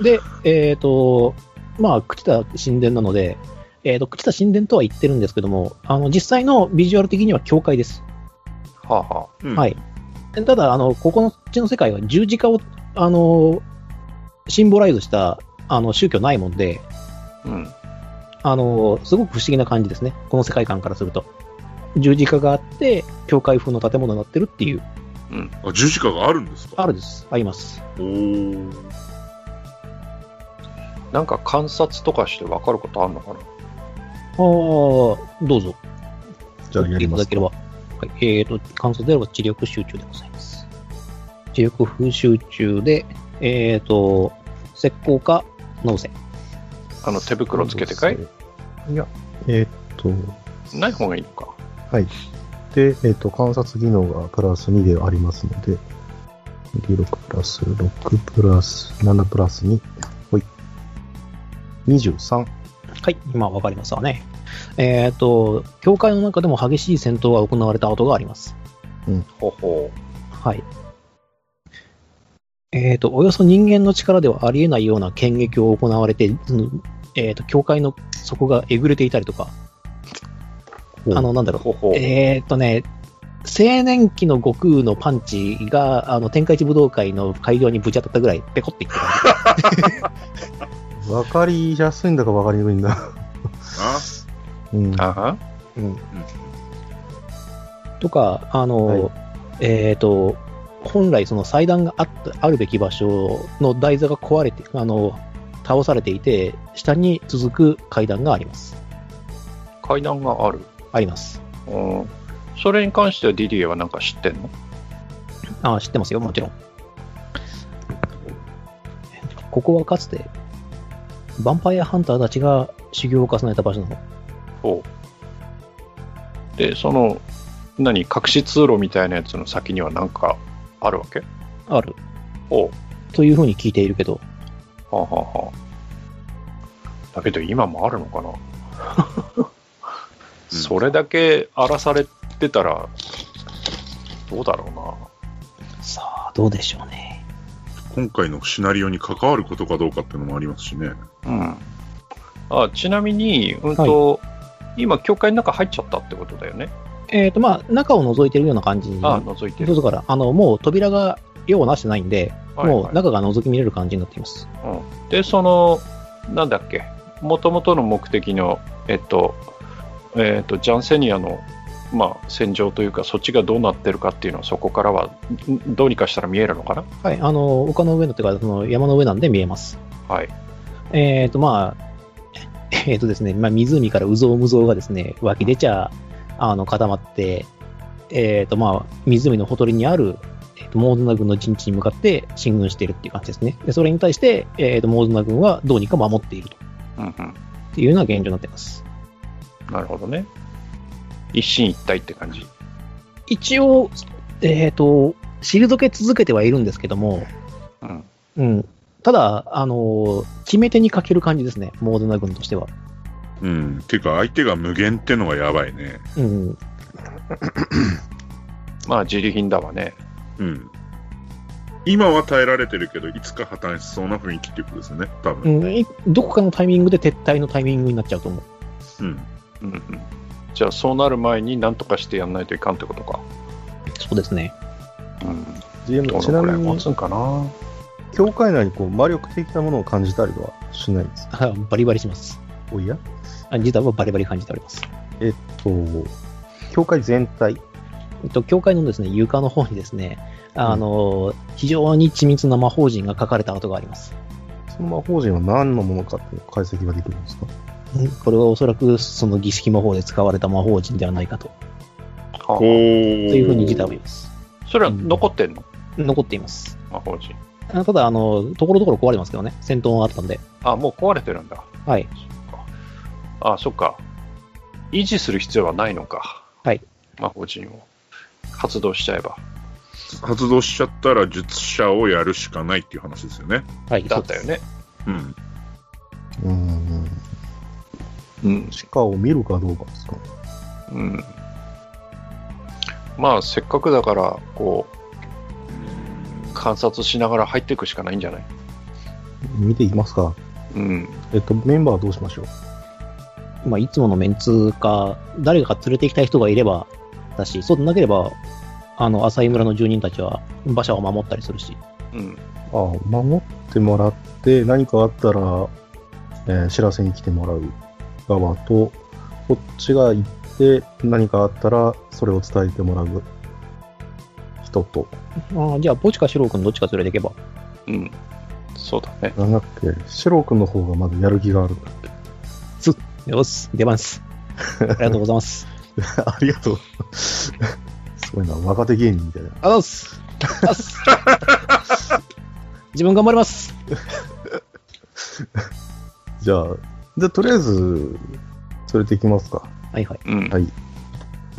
で、えっ、と、まあ、朽ちた神殿なので、えっ、と、朽ちた神殿とは言ってるんですけども、あの、実際のビジュアル的には教会です。
はあは
うん
はい。ただ、あの、ここの地の世界は十字架を、あの、シンボライズした、あの、宗教ないもんで、
あ。うん。
あの、すごく不思議な感じですね。この世界観からすると。十字架があって、教会風の建物になってるっていう。
あ、十字架があるんですか
あるです。あります。
おー
なんか観察とかして分かることあるのかな
ああ、どうぞ。
じゃあやり
い
ま
ただ
す
ければ。はい、えっ、と、感想であれば、知力集中でございます。知力風集中で、えっ、と、石膏か、脳性。
あの手袋つけてかい
いや、えーっと、
ない方がいいのか。
で、えーっと、観察技能がプラス2でありますので、26プラス6プラス7プラス2。ほい。23。
はい、今わかりますわね。えっ、と、教会の中でも激しい戦闘が行われた跡があります。
ほほう。
はい。えっ、と、およそ人間の力ではありえないような剣撃を行われて、そのえっ、と、教会の底がえぐれていたりとか、あの、なんだろう、
ほほう。
えーっとね、青年期の悟空のパンチが、あの、天下一武道会の会場にぶち当たったぐらい、ペコっていってた。
わかりやすいんだかわかりにくいんだ。
あ、
うん。
あは
うん。
うん
とか、あの、
はい
えーっと、本来その祭壇があった、あるべき場所の台座が壊れて、あの、倒されていて、下に続く階段があります。
階段がある。
あります。
うん。それに関してはディディエはなんか知ってんの
ああ、知ってますよ、もちろん。ここはかつて、ヴァンパイアハンターたちが修行を重ねた場所なの。
ほう。で、その、何、隠し通路みたいなやつの先にはなんかあるわけ
ある
ほ
というふうに聞いているけど、
う。はあ、はあはあ、だけど今もあるの かな、それだけ荒らされてたら、どうだろうな。
さあ、どうでしょうね。
今回のシナリオに関わることかどうかっていうのもありますしね。
うん、あちなみに、うんと今、教会の中入っちゃったってことだよね。
えっ、と、まあ、中を覗いてるような感じに、
あ
ど
覗いうてる。
ぞから、あの、もう扉が用をなしてないんで、
はいはい
もう中が覗き見れる感じになっています。
で、その、なんだっけ、もともとの目的の、えっと、えっと、ジャンセニアの、まあ、戦場というか、そっちがどうなってるかっていうのは、そこからは、んどうにかしたら見えるのかな。
はい、あの、丘の上の、というか、その山の上なんで見えます。
はい。
えっ、と、まあ、 えっ、とですね、まあ、湖からうぞうむぞうがですね、湧き出ちゃ、あの、固まって、えっ、と、まあ、湖のほとりにある、えーとモーズナ軍の陣地に向かって進軍しているっていう感じですね。でそれに対して、えっ、と、モーズナ軍はどうにか守っていると。
うんうん。
っていうような現状になってます。
なるほどね。一進一退って感じ。
一応、えっ、と、退け続けてはいるんですけども、
うん。
うん。ただ、あのー決め手に欠ける感じですね、モードナ軍としては。
うん。てか、相手が無限ってのがやばいね。
うん。
まあ、自利品だわね。
うん。今は耐えられてるけど、いつか破綻しそうな雰囲気っていうことですね、多
う
分。
ん、いどこかのタイミングで撤退のタイミングになっちゃうと思う。
うん。
うんうん。じゃあ、そうなる前に、なんとかしてやんないといかんってことか。
そうですね。
うん。
GM
ど
ち
の
な
くらい
み
持
に、
つんかな。
教会内にこう魔力的なものを感じたりはしないんですか
あバリバリします。
おや
あ実はバリバリ感じております。
えっと、教会全体。
えっと、教会のですね、床の方にですね、あのー非常に緻密な魔法陣が書かれた跡があります。
その魔法陣は何のものかっていう解析ができるんですか
これはおそらくその儀式魔法で使われた魔法陣ではないかと、
こう。
は
というふうに自体は言います。
あそれは残ってんの、
残っています。
魔法陣。
あただ、あの、ところどころ壊れますけどね、戦闘があったんで。
あ、もう壊れてるんだ。
はい。
あ、そっか。維持する必要はないのか。
はい。
魔法陣を発動しちゃえば。
発動しちゃったら、術者をやるしかないっていう話ですよね。
はい。
だったよね。
うん。
うーん。
うん。
地下を見るかどうかですかね。
うん。まあ、せっかくだから、こう、観察しながら入っていくしかないんじゃない
見ていきますか。
うん。
えっと、メンバーはどうしましょう
まあ、いつものメンツか、誰かが連れて行きたい人がいればだし、そうでなければ、あの、浅井村の住人たちは馬車を守ったりするし、
うん。
ああ、守ってもらって、何かあったら、えー知らせに来てもらう側と、こっちが行って、何かあったら、それを伝えてもらう人と、
ああじゃあ、ポチかシロー君どっちか連れて行けば。
うん。そうだね。
なんだっけ、シロー君の方がまだやる気があるんだっけ。
よし、出ます。ありがとうございます。
ありがとう。 すごいな、若手芸人みたいな。
あざっす。あざっす。自分頑張ります。
じゃあ、じゃあとりあえず、連れて行きますか。
はいはい。
うん。
はい。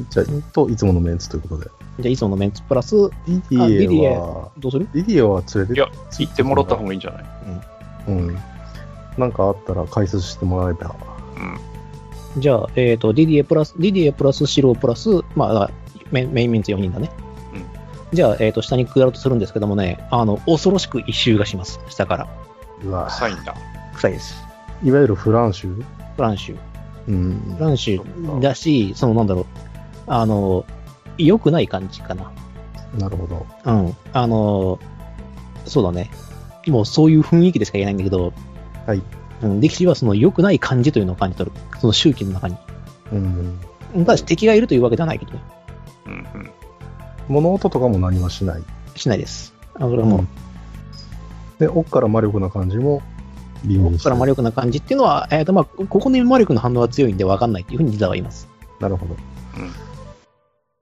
じゃあ、と、いつものメンツということで。
じゃあ、いつものメンツプラス、
ディディエは、
どうする
ディディエは連れて
いや、行ってもらった方がいいんじゃない
うん。なんかあったら解説してもらえば。
じゃあ、えっ、と、ディディエプラス、ディディエプラス、シロープラス、まあだから、メインメインメンツ4人だね。
うん
じゃあ、えっ、と、下に下るとするんですけどもね、あの、恐ろしく一周がします。下から。
うわ
サインだ。
臭いです。
いわゆるフランシュ
フランシュ。
うん
フ。ランシュだし、その、なんだろう。あの、良くない感じかな。
なるほど。
うん。あの、そうだね。もうそういう雰囲気でしか言えないんだけど、
はい。
うん、力士はその良くない感じというのを感じ取る。その周期の中に。
うん。
ただし敵がいるというわけではないけどね。
うんうん。
物音とかも何もしない。
しないです。あそれはもう、
で、奥から魔力な感じも微妙
こ
に
こ
して
から魔力な感じっていうのは、えーとまあ、ここに魔力の反応が強いんで分かんないっていうふうにリザは言います。
なるほど。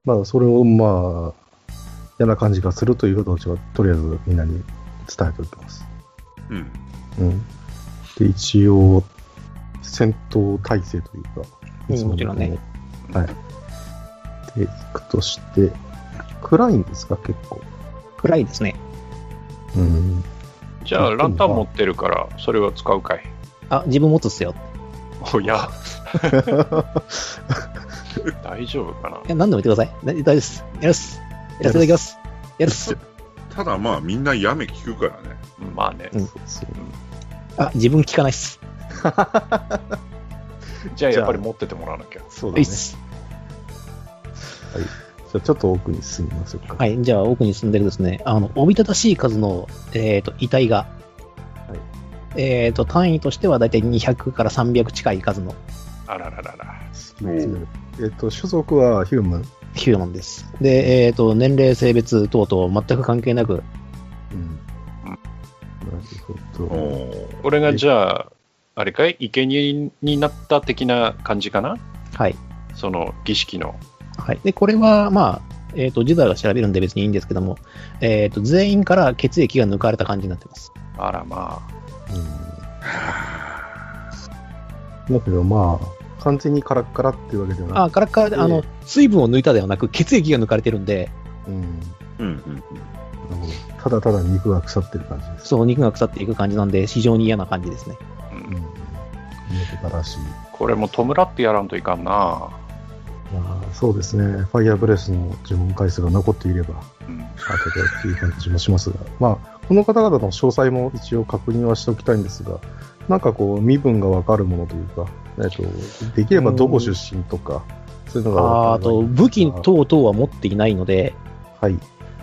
まあ、それをまあ、嫌な感じがするということをうちはとりあえずみんなに伝えておきます。
うん。
うん。で、一応、戦闘態勢というか、
うん
いつもの
もちろんね。
はい。で、行くとして、暗いんですか、結構。
暗いですね。
うん。
じゃあ、ランタン持ってるから、それは使うかい。
あ、自分持つっすよ。。
おや、大丈夫かない
や、何でも言ってください。大大丈夫です。やるっす。やらせていただきます。やるっす。
ただまあ、みんなやめ聞くからね。
まあね。
うん
そう
あ、自分聞かないっす。
じゃあ、やっぱり持っててもらわなきゃ。
そう
いいっす。
じゃあちょっと奥に進みましょうか。
はい。じゃあ、奥に住んでるですね、あの、おびただしい数の、えっ、と、遺体が、えっ、と、単位としては大体200から300近い数の
あらららら。
えっ、と、種族はヒューマン。
ヒューマンです。で、えっ、と、年齢、性別等々全く関係なく、
うん。
うん
なる
お
ほど。
ー
これがじゃあ、あれかい生贄になった的な感じかな
はい。
その儀式の。
はい、でこれは、まあえっとジザーが調べるんで別にいいんですけども、えっと全員から血液が抜かれた感じになってます。
あらまあ。
うん。だけどまあ、完全にカラッカラっていうわけではな
あ
く、
からから、あ
え
の水分を抜いたではなく、血液が抜かれてるんで、
うん。な
うんうん
るほどただただ肉が腐ってる感じです。
そう肉が腐っていく感じなんで、非常に嫌な感じですね。
う
うん。
ん、
肉からしい。
これも弔ってやらんといかんな。
まあ、そうですね。ファイアーブレスの呪文回数が残っていれば、
うん、
あとでっていう感じもしますが、まあ、この方々の詳細も一応確認はしておきたいんですが、なんかこう、身分がわかるものというか、えっと、できればどこ出身とか、そういうのが
ああ
わかる
と武器等々は持っていないので、
はい。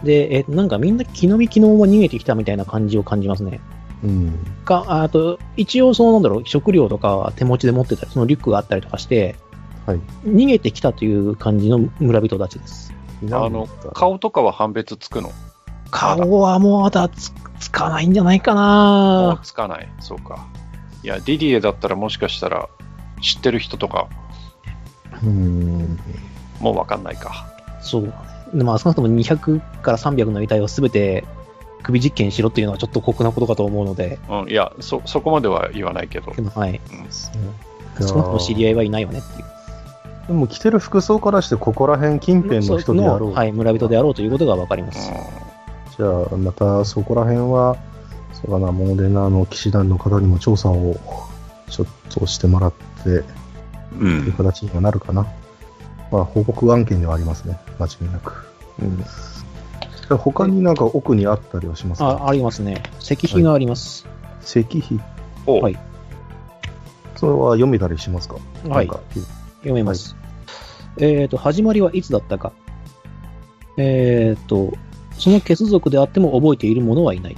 でえーなんかみんな気の身気のも逃げてきたみたいな感じを感じますね。
うん。
かああと一応そのなんだろう、食料とかは手持ちで持ってたり、そのリュックがあったりとかして、
はい。
逃げてきたという感じの村人たちです。
あの顔とかは判別つくの
顔はもうだつつかないんじゃないか
もう
な
つかない。そうか。いや、ディディエだったらもしかしたら知ってる人とか
うん。
もうわかんないか。
そうだね。まあ少なくとも200から300の遺体を全て首実験しろっていうのはちょっと酷なことかと思うので、
うん、いやそ、そこまでは言わないけど
で。もはい。
やー
少なくとも知り合いはいないよねっていう。
でも着てる服装からして、ここら辺近辺の人であろう。
はい、村人であろうということがわかります。
じゃあ、またそこら辺は、そうかな、モデナーの騎士団の方にも調査をちょっとしてもらって、
う。
というん形にはなるかな。まあ、報告案件ではありますね。間違いなく。
うん
他になんか奥にあったりはしますか
あ、ありますね。石碑があります。
石碑。
お
はい
それは読めたりしますか
はい
なん。か
読めます。えっ、と、始まりはいつだったか。えっ、と、その血族であっても覚えている者はいない。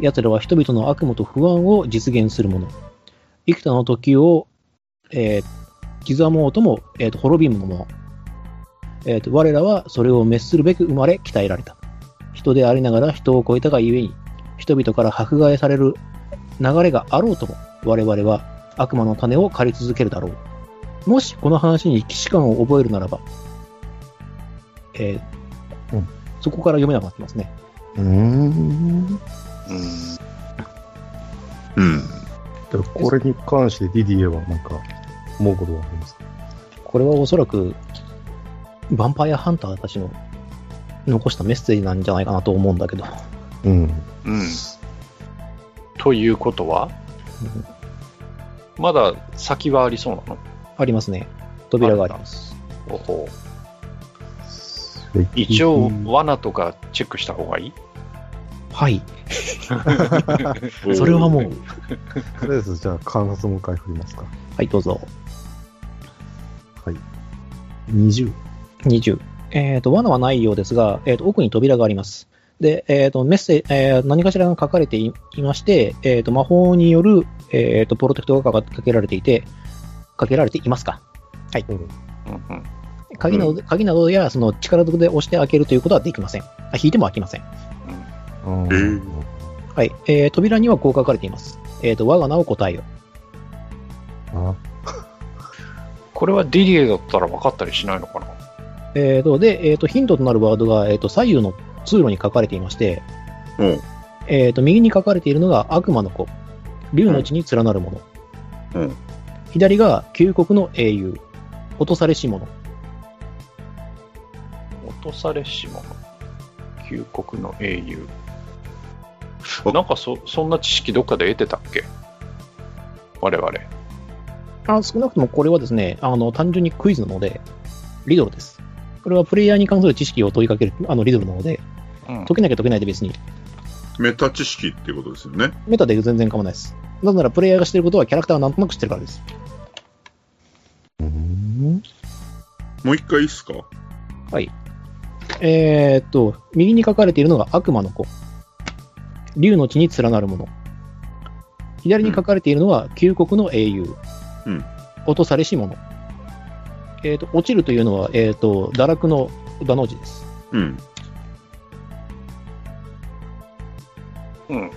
奴らは人々の悪夢と不安を実現する者。幾多の時を、えー、刻もうとも、えー、と滅びむ者。えーと、我らはそれを滅するべく生まれ鍛えられた。人でありながら人を超えたがゆえに、人々から迫害される流れがあろうとも、我々は悪魔の種を借り続けるだろう。もしこの話に既視感を覚えるならば、えー
うん
そこから読めなくなってますね。
うーん。
うん
うん。
でもこれに関してディディエはなんか思うことはありますか
これはおそらく、ヴァンパイアハンターたちの残したメッセージなんじゃないかなと思うんだけど、
うん。
うん、ということはまだ先はありそうなの
ありますね。扉があります。
す。おほう
石碑
一応、罠とかチェックした方がいい
はい。 それはもう。
とりあえずじゃあ観察もう一回振りますか。
はい、どうぞ。
20。
20。えっ、と、罠はないようですが、えっ、と、奥に扉があります。で、えっ、と、メッセージ、えー何かしらが書かれていいまして、えっ、と、魔法による、えっ、と、プロテクトがかかかけられていて、かけられていますか。
うんうん
鍵など,、鍵などやその力ずくで押して開けるということはできません。あ引いても開きません。
うん
え
はい。えー、扉にはこう書かれています。えっ、と、我が名を答えよ。
あ
これはディリエだったら分かったりしないのかな
えっ、と、で、えっ、と、ヒントとなるワードが、えっ、と、左右の通路に書かれていまして、
うん。
えっ、と、右に書かれているのが悪魔の子、竜の血に連なるもの。
うん
左が旧国の英雄、落とされし者。
落とされし者旧国の英雄
あ
なんかそそんな知識どっかで得てたっけ我々
あ少なくともこれはですね、あの、単純にクイズなので、リドルです。これはプレイヤーに関する知識を問いかける、あの、リドルなので、
うん
解けなきゃ解けないで別に、
メタ知識っていうことですよね。
メタで全然構わないです。なぜならプレイヤーがしてることはキャラクターがなんとなく知ってるからです。
うん。
もう一回いいっすか
えーっと、右に書かれているのが悪魔の子。竜の血に連なるもの。左に書かれているのは旧国の英雄。
うん
落とされし者。えーっと、落ちるというのは、えーっと、堕落のダの字です。
うん。
うん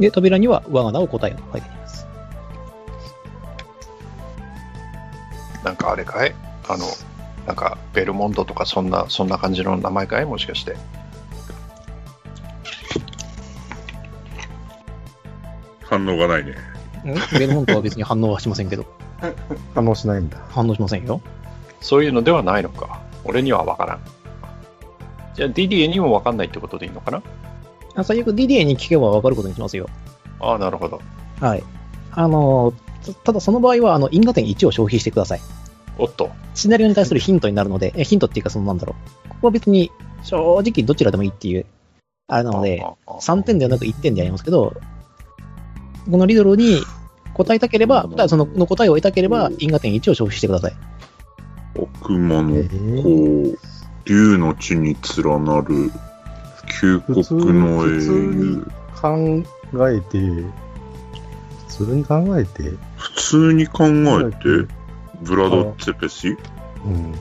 で、扉には我が名を答えよと書いてあります。
なんかあれかいあのなんかベルモンドとかそんなそんな感じの名前かいもしかして
反応がないね。
ベルモントは別に反応はしませんけど、
反応しないんだ。
反応しませんよ。
そういうのではないのか俺には分からんじゃあディディエにも分かんないってことでいいのかな
あ最悪 DDA に聞けばわかることにしますよ。
ああなるほど
はい。あの、たただその場合は、あの、因果点1を消費してください。
おっと
シナリオに対するヒントになるので、えヒントっていうか、そのなんだろう。ここは別に、正直どちらでもいいっていう、あれなので、
あああ
3点ではなく1点でありますけど、このリドルに答えたければ、ただそのの答えを得たければ、因果点1を消費してください。
悪魔
え
の
ー、
子、竜の血に連なる、旧国の英
普通に
雄。
考えて、普通に考えて、
普通に考えて、ブラド・ツェペシ
うん。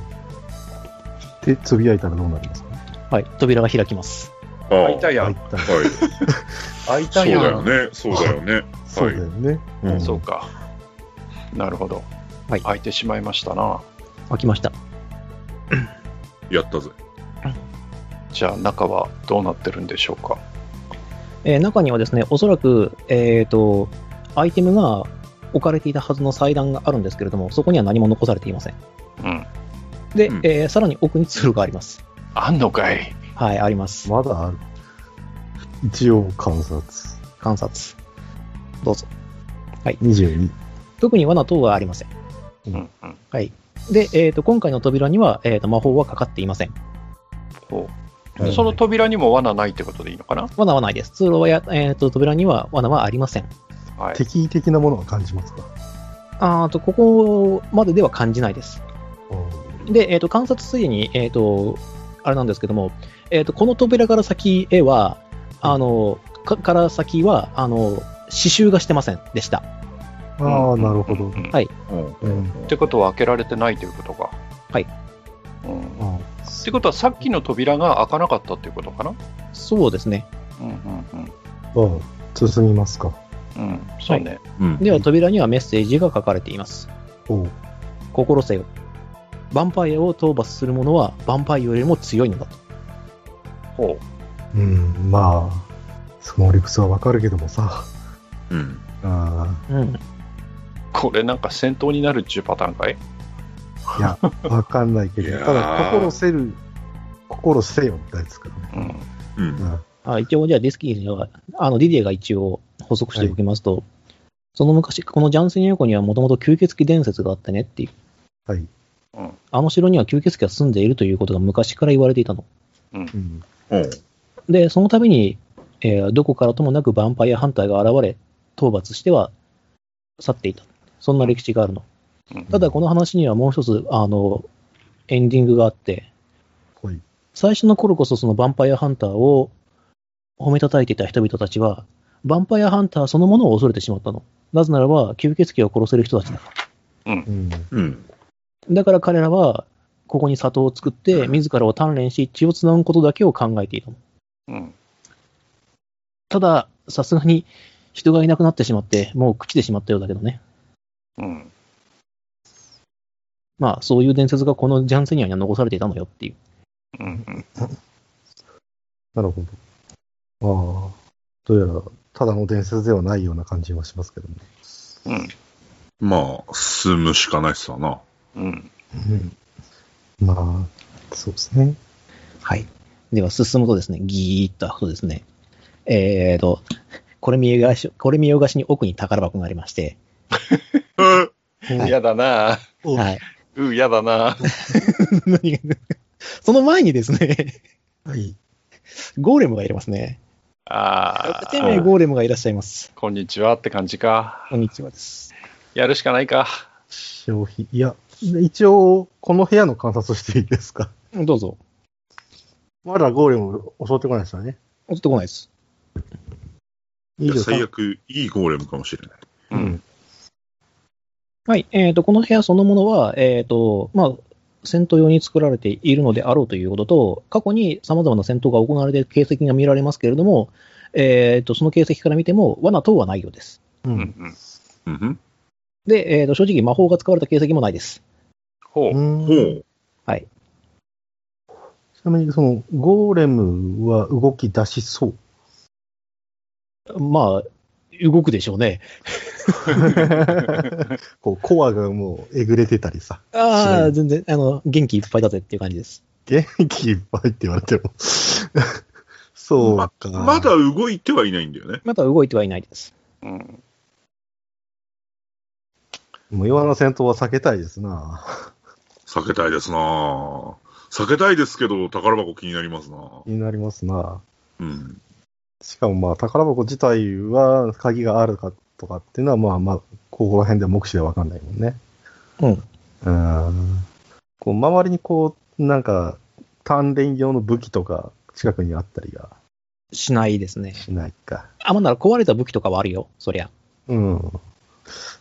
で、つぶやいたらどうなりますか
はい。扉が開きます。
ああ、は
開い
い。
たや
は
ん
い。
開い
そう
た
だ
やん
よね。そうだよね。
そうだよね。ん
そうか。なるほど。
はい
開いてしまいましたな。
開きました。
やったぜ。
じゃあ中はどうなってるんでしょうか。
えー中にはですね、おそらく、えっ、と、アイテムが置かれていたはずの祭壇があるんですけれども、そこには何も残されていません。
うん。
で、
うん
えーさらに奥に通路があります。
あんのかい。
はい、あります。
まだある。一応観察。
観察。どうぞ。
22。
特に罠等はありません。
うんうん。
で、えー、と今回の扉には、えー、と魔法はかかっていません。
ほう
はい
その扉にも罠ないってことでいいのかな
罠はないです。通路はや、えー、と扉には罠はありません。
はい。
敵意的なものは感じますか
あーとここまででは感じないです。で、えー、と観察ついでに、えー、とあれなんですけども、えー、とこの扉から先へは、あのかから先はあの刺繍がしてませんでした。
ああ、なるほ
う
ど
ん。うんうん
はい
うん
うん
ってことは開けられてないということか。
はい。
うん、っ
あ
てことはさっきの扉が開かなかったっていうことかな
そうですね。
うんうん
あ、進みますか。
うん。うん、そうね。
うん
では扉にはメッセージが書かれています。
おう
心せよ。ヴァンパイアを討伐する者はヴァンパイアよりも強いのだと。
ほ
うん、まあ、その理屈はわかるけどもさ。
うん
あ
うん。
う。これなんか戦闘になるっちゅうパターンかい
あ、いや、わかんないけ
い
ど、
やー
ただ、心せる、心せよってやつからね。
うん。
うん
あ一応、じゃあ、ディスキーには、あの、ディディエが一応補足しておきますと、その昔、このジャンセン横にはもともと吸血鬼伝説があってねっていう。
はい。
うん
あの城には吸血鬼が住んでいるということが昔から言われていたの。
うん。
うん
で、その度に、えーどこからともなくヴァンパイアハンターが現れ、討伐しては去っていた。そんな歴史があるの。
うん
ただ、この話にはもう一つ、あの、エンディングがあって、
ほい。
最初の頃こそそのヴァンパイアハンターを褒めたたいていた人々たちは、ヴァンパイアハンターそのものを恐れてしまったの。なぜならば、吸血鬼を殺せる人たちだから。
うん。
うん
だから彼らは、ここに里を作って、自らを鍛錬し、血をつなぐことだけを考えていたの。
うん。
ただ、さすがに人がいなくなってしまって、もう朽ちてしまったようだけどね。
うん。
まあ、そういう伝説がこのジャンセニアには残されていたのよっていう。
うん。うん
なるほど。ああ、どうやら、ただの伝説ではないような感じはしますけどね。
うん。
まあ進むしかないっすわな
うん。
うん。まあ、そうですね。
はい。では、進むとですね、ギーッと開くとですね、えーと、これ見よがし、これ見よがしに奥に宝箱がありまして、
え
はい
嫌だなぁ
はい。
うん、嫌だなぁ
何がその前にですね、
はい。
ゴーレムがいれますね。
あ
1名
あ。
ゴーレムがいらっしゃいます。
こんにちはって感じか。
こんにちはです。
やるしかないか。
消費。いや、一応、この部屋の観察していいですか。
どうぞ。
まだゴーレム襲ってこないですよね。
落ちてこないです。
いや最
23。
悪いいゴーレムかもしれない
うん。
はい。えーと、この部屋そのものは、えーと、まあ、戦闘用に作られているのであろうということと、過去に様々な戦闘が行われている形跡が見られますけれども、えーと、その形跡から見ても、罠等はないようです。
う。
うんん。
うん
で、えーと、正直魔法が使われた形跡もないです。
ほう。
うん
ほう
ちなみに、その、ゴーレムは動き出し そう。
まあ、動くでしょうね。
こう、コアがもう、えぐれてたりさ。
あ
そ
あ、
う
全然、あの、元気いっぱいだぜっていう感じです。
元気いっぱいって言われても。そうか。
まだ動いてはいないんだよね
まだ動いてはいないです。
うん。
無用な戦闘は避けたいですな。
避けたいですなぁ避けたいですけど宝箱気になりますなぁ
気になりますな。
うん
しかもまあ、宝箱自体は鍵があるかとかっていうのは、まあまあ、ここら辺では目視ではわかんないもんね。
うん。
うん。こう、周りにこう、なんか、鍛錬用の武器とか、近くにあったりが
しないですね。
しないか。
あ、まあなら壊れた武器とかはあるよ、そりゃ。
うん。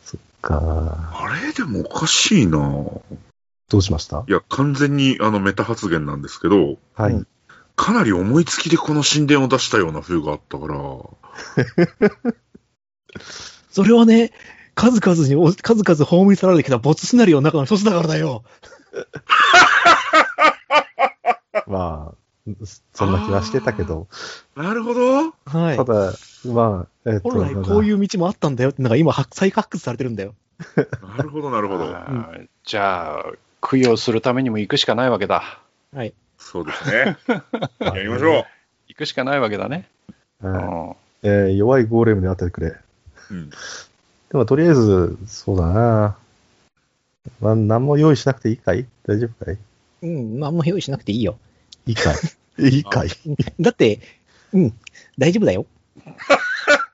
そっか。
あれでもおかしいなぁ
どうしました
いや完全にあのメタ発言なんですけど
はい。
うん
かなり思いつきでこの神殿を出したような風があったから
それはね、数々にお、数々葬り去られてきたボツスナリオの中の一つだからだよ。
まあ、そんな気はしてたけど、
なるほど
は
ただ、まあ、えっと、
本来こういう道もあったんだよってのが今発再発掘されてるんだよ。
なるほど、なるほど。
あーじゃあ、供養するためにも行くしかないわけだ。
そうですね。
ま
や
だ
りましょ
行くしかないわけだね。
はい
うん
えー弱いゴーレムで当ててくれ。
う。うん、
でもとりあえず、そうだな。まあ、何も用意しなくていいかい大丈夫かい
うん、まあ、あんま用意しなくていいよ。
いいか いいいかい
だって、うん、大丈夫だ よ。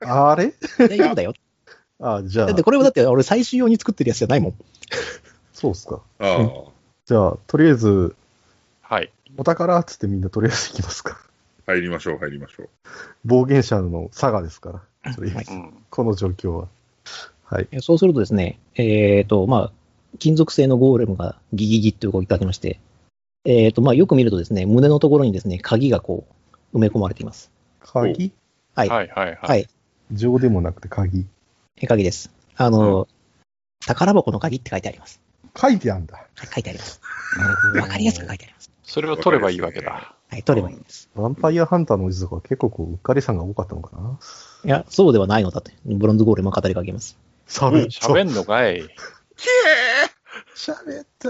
あれ
大丈夫だよ。
あ、じゃあ
だっ、てこれはだって俺最終用に作ってるやつじゃないもん。
そうっすか。
ああ。
じゃあ、とりあえず、
はい。
お宝っつってみんなとりあえず行きますか。
入りましょう、入りましょう。
暴言者の佐賀ですから。それ
はい
うん。
この状況は。はい。
えそうするとですね、えっ、と、まあ、金属製のゴーレムがギギギッと動き出しまして、えっ、と、まあ、よく見るとですね、胸のところにですね、鍵がこう、埋め込まれています。
鍵
はい。
はいはいは。
はいい。
情でもなくて鍵。
え鍵です。あの、宝箱の鍵って書いてあります。
書いてあんだ。
はい、書いてあります。
なるほど
わかりやすく書いてあります。
それを取ればいいわけだ。
はい、取ればいいんです。
ヴァンパイアハンターのおじとかは結構こう、うっかりさんが多かったのかない
や、そうではないのだって、ブロンズゴーレムは語りかけます。
サ
うん
喋んのかい。
ひえ
喋った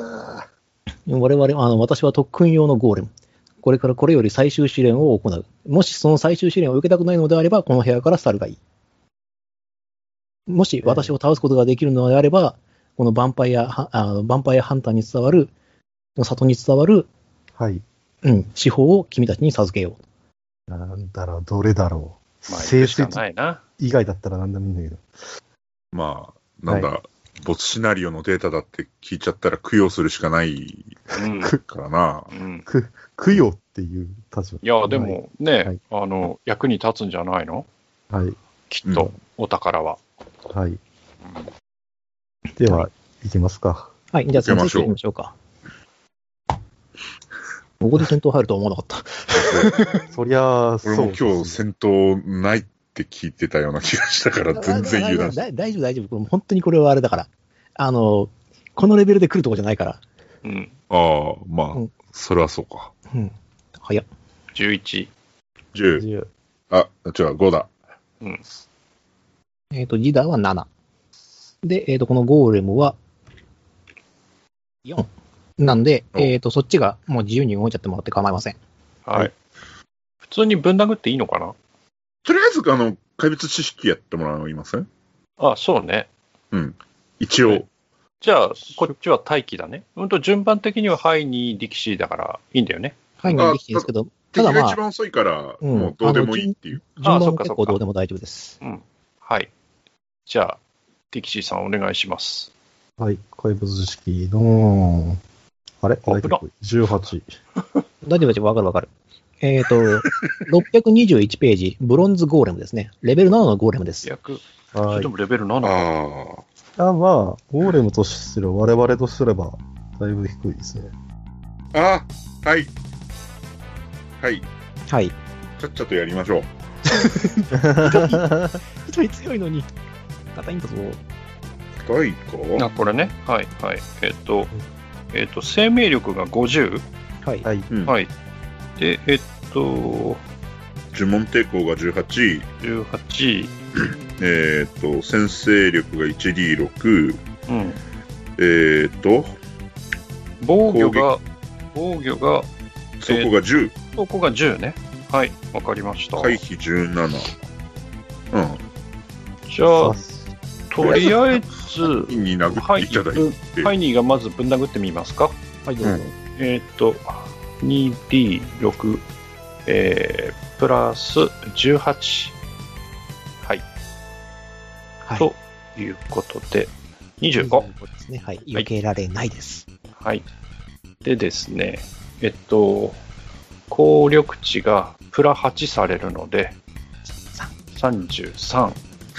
我々、あの、私は特訓用のゴーレム。これからこれより最終試練を行う。もしその最終試練を受けたくないのであれば、この部屋から去るがいい。もし私を倒すことができるのであれば、このヴァンパイアは、あの、ヴァンパイアハンターに伝わる、この里に伝わる、
はい。
うん、司法を君たちに授けよう。
なんだろう、どれだろう。
まあ、
成
行くしか
績
ないな。
以外だったら何でもいいんだけど。
まあ、なんだ、没シナリオのデータだって聞いちゃったら供養するしかない
うん。
からな。
うん。
供養っていう立場。
いや、で。もね、
はい
あの、役に立つんじゃないの
はい。
きっと、お宝は。
はい。では、行きますか。
はい、じゃあ先生行きましょうか。ここで戦闘入るとは思わなかった。
そりゃあ、
俺
そう
も
ですね。
今日戦闘ないって聞いてたような気がしたから、全然油断して。
だ大丈夫、大丈夫。これ本当にこれはあれだから。あの、このレベルで来るとこじゃないから。
うん。
ああ、まあ、
うん
それはそうか。
うん。早っ。
11。
10。
10
あ、違う、5だ。
えっ、と、ジダは7。で、えっ、と、このゴーレムは4。なんで、
お
えっ、と、そっちがもう自由に動いちゃってもらって構いません。
はい。普通にぶん殴っていいのかな
とりあえず、あの、怪物知識やってもらいません
あ、そうね。
一
は
応
い。じゃあ、こっちは待機だね。うんと、順番的にはハイにディキシーだからいいんだよね。
はい、
あ
できていいんですけど、た
敵
だ
が
ま
一
あ、
番遅いから、
うん
もうどうでもいいっていう。
順番
あそ
は
っか
結
そっか
構どうでも大丈夫です。
はい。じゃあ、ディキシーさんお願いします。
はい。怪物式の、あれ大
危な
丈夫 ?18。
大丈夫、大丈夫、わかるわかる。えっ、と、621ページ、ブロンズゴーレムですね。レベル7のゴーレムです。
役、そ
は
れ
い
と。もレベル7。
ああ。
あまあ、ゴーレムとすれば、我々とすれば、だいぶ低いですね。
ああ、はい。はい。
はい。
ちゃっちゃとやりましょう。
一人強いのに、叩いんだぞ。
深いか
あ、これね。はい、はい。えっと、えっと、生命力が50。
はい。
はい。
うん
はい。で、えっと、
呪文抵抗が18、
18。
えっ、と、先制力が 1D6、
うん。
えっ、と、
防御が、防御が、
そこが10、
ここが10ね。はい、わかりました。
回避17。うん。
じゃあ、
さ
とりあえ
一
ず、
に殴
は
っ
い、
ていただいて、
ハイニーがまずぶん殴ってみますか。
はい、どうぞ。
えーっと、2D6、えー、プラス18。はい。
はい。
ということで、25。
25ですね。はい。避けられないです。
はい。でですね、えっと、効力値がプラ8されるので、
3。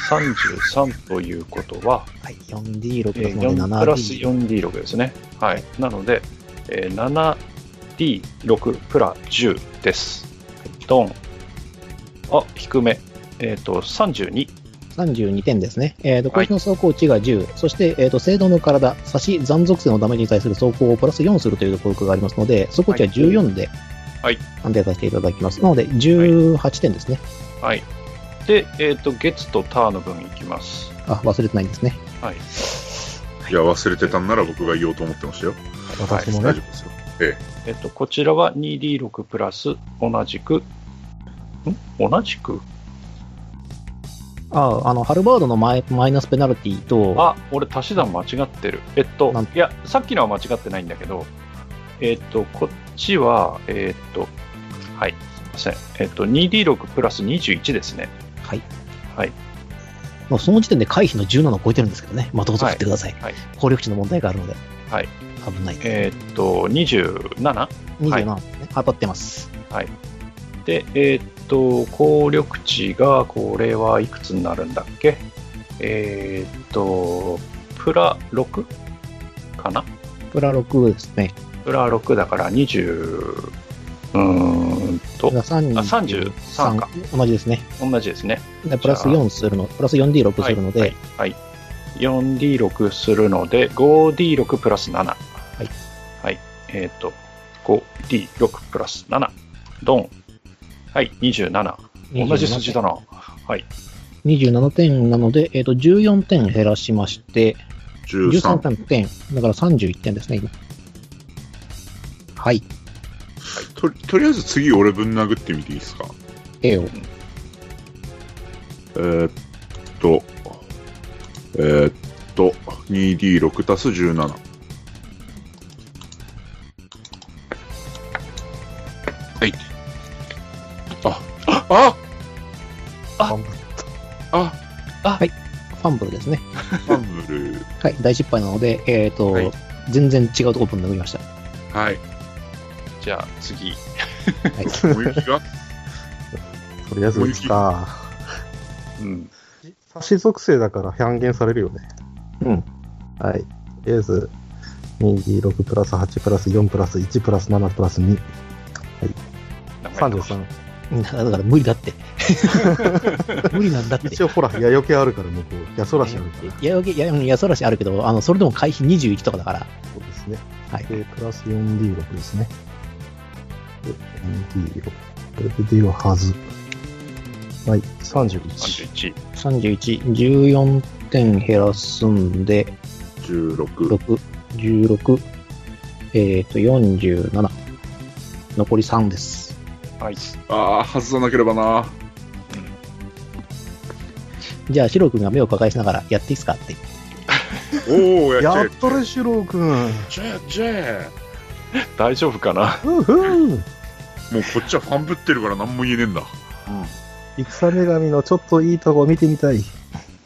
33。33ということは、
はい。4D6
え
プラス
ー
なので
4プラス
7D。
4D6 ですね。はい。なので、えー 7D6 プラ10です。ドン。あ、低め。えっ、と、32。
32点ですね。えっ、と、
は
今
い
週の走行値が10。そして、えっ、と、精度の体、差し、残属性のダメージに対する走行をプラス4するという効果がありますので、走行値は14で、
はい
判定させていただきます。なので、18点ですね。
はい。で、えっ、と、月とターの分いきます。
あ、忘れてないんですね。
はい。
いや、忘れてたんなら僕が言おうと思ってましたよ。
あ私も
大丈、
ね
夫ですよ。
えっ、と、こちらは 2D6 プラス同じく、ん同じく
ああ、あの、ハルバードのマイマイナスペナルティと、
あ、俺足し算間違ってる。えっと
なん、
いや、さっきのは間違ってないんだけど、えっと、こっちは、えっと、はい、すいません。えっと、2D6 プラス21ですね。
はい。
はい。
もうその時点で回避の17を超えてるんですけどね。まあ、どうぞ振ってください。
はい
効力値の問題があるので。
はい。
危ない。
えっと、27?
27ですね、当たってます。
で、えーっと、効力値が、これはいくつになるんだっけえーっと、プラ 6? かな
プラ6ですね。
プラ6だから20、うーんと、あ33か。
同じですね。
同じですね。
で、プラス4するの、プラス 4D6 するので、、
はいはいはい、4D6 するので 5D6 プラス7はいはい、えっ、と 5D6 プラス7ドンはい27同じ数字だなはい
27点なので、えっ、と、14点減らしまして、13
13。
点。だから31点ですね、今。はい、
ととりあえず次俺ぶん殴ってみていいですか
A を。
えーっと、えーっと、2D6 足す17。はい。あ、あ、あ、
ファンブルですね。
ファンブル。
はい、大失敗なので、えっ、と、
はい
全然違うとこぶん殴りました。
はい。
じゃあ次
はい。
思い切りは
とりあえず打つか。
うん
差し属性だから半減されるよね。
うん。
はい。とりあえず、2D6 プラス8プラス4プラス1プラス7プラス2。33。
うんだから無理だ って。無理なんだって。
一応 ほら、矢よけあるから、向こう。矢そらしあるから。
いや、いや、いや、そらしあるけど、あの、それでも回避21とかだから。
そうですね。
はい。
で、プラス 4D6 ですね。で、4D6。これで D ははず。はい、31。
31
31、14点減らすんで、
16。
6、16、えっ、と、47。残り3です。
はい
ああ、外さなければな。
じゃあ、シロ君が目を抱えしながらやっていいですかって。
おお、やっちゃ
や
え
っ。とる、シローくん。
じゃあ、じゃあ。
大丈夫かな
ふうふう。
もうこっちはファンぶってるから何も言えねえんだ。
戦女神のちょっといいとこ見てみたい。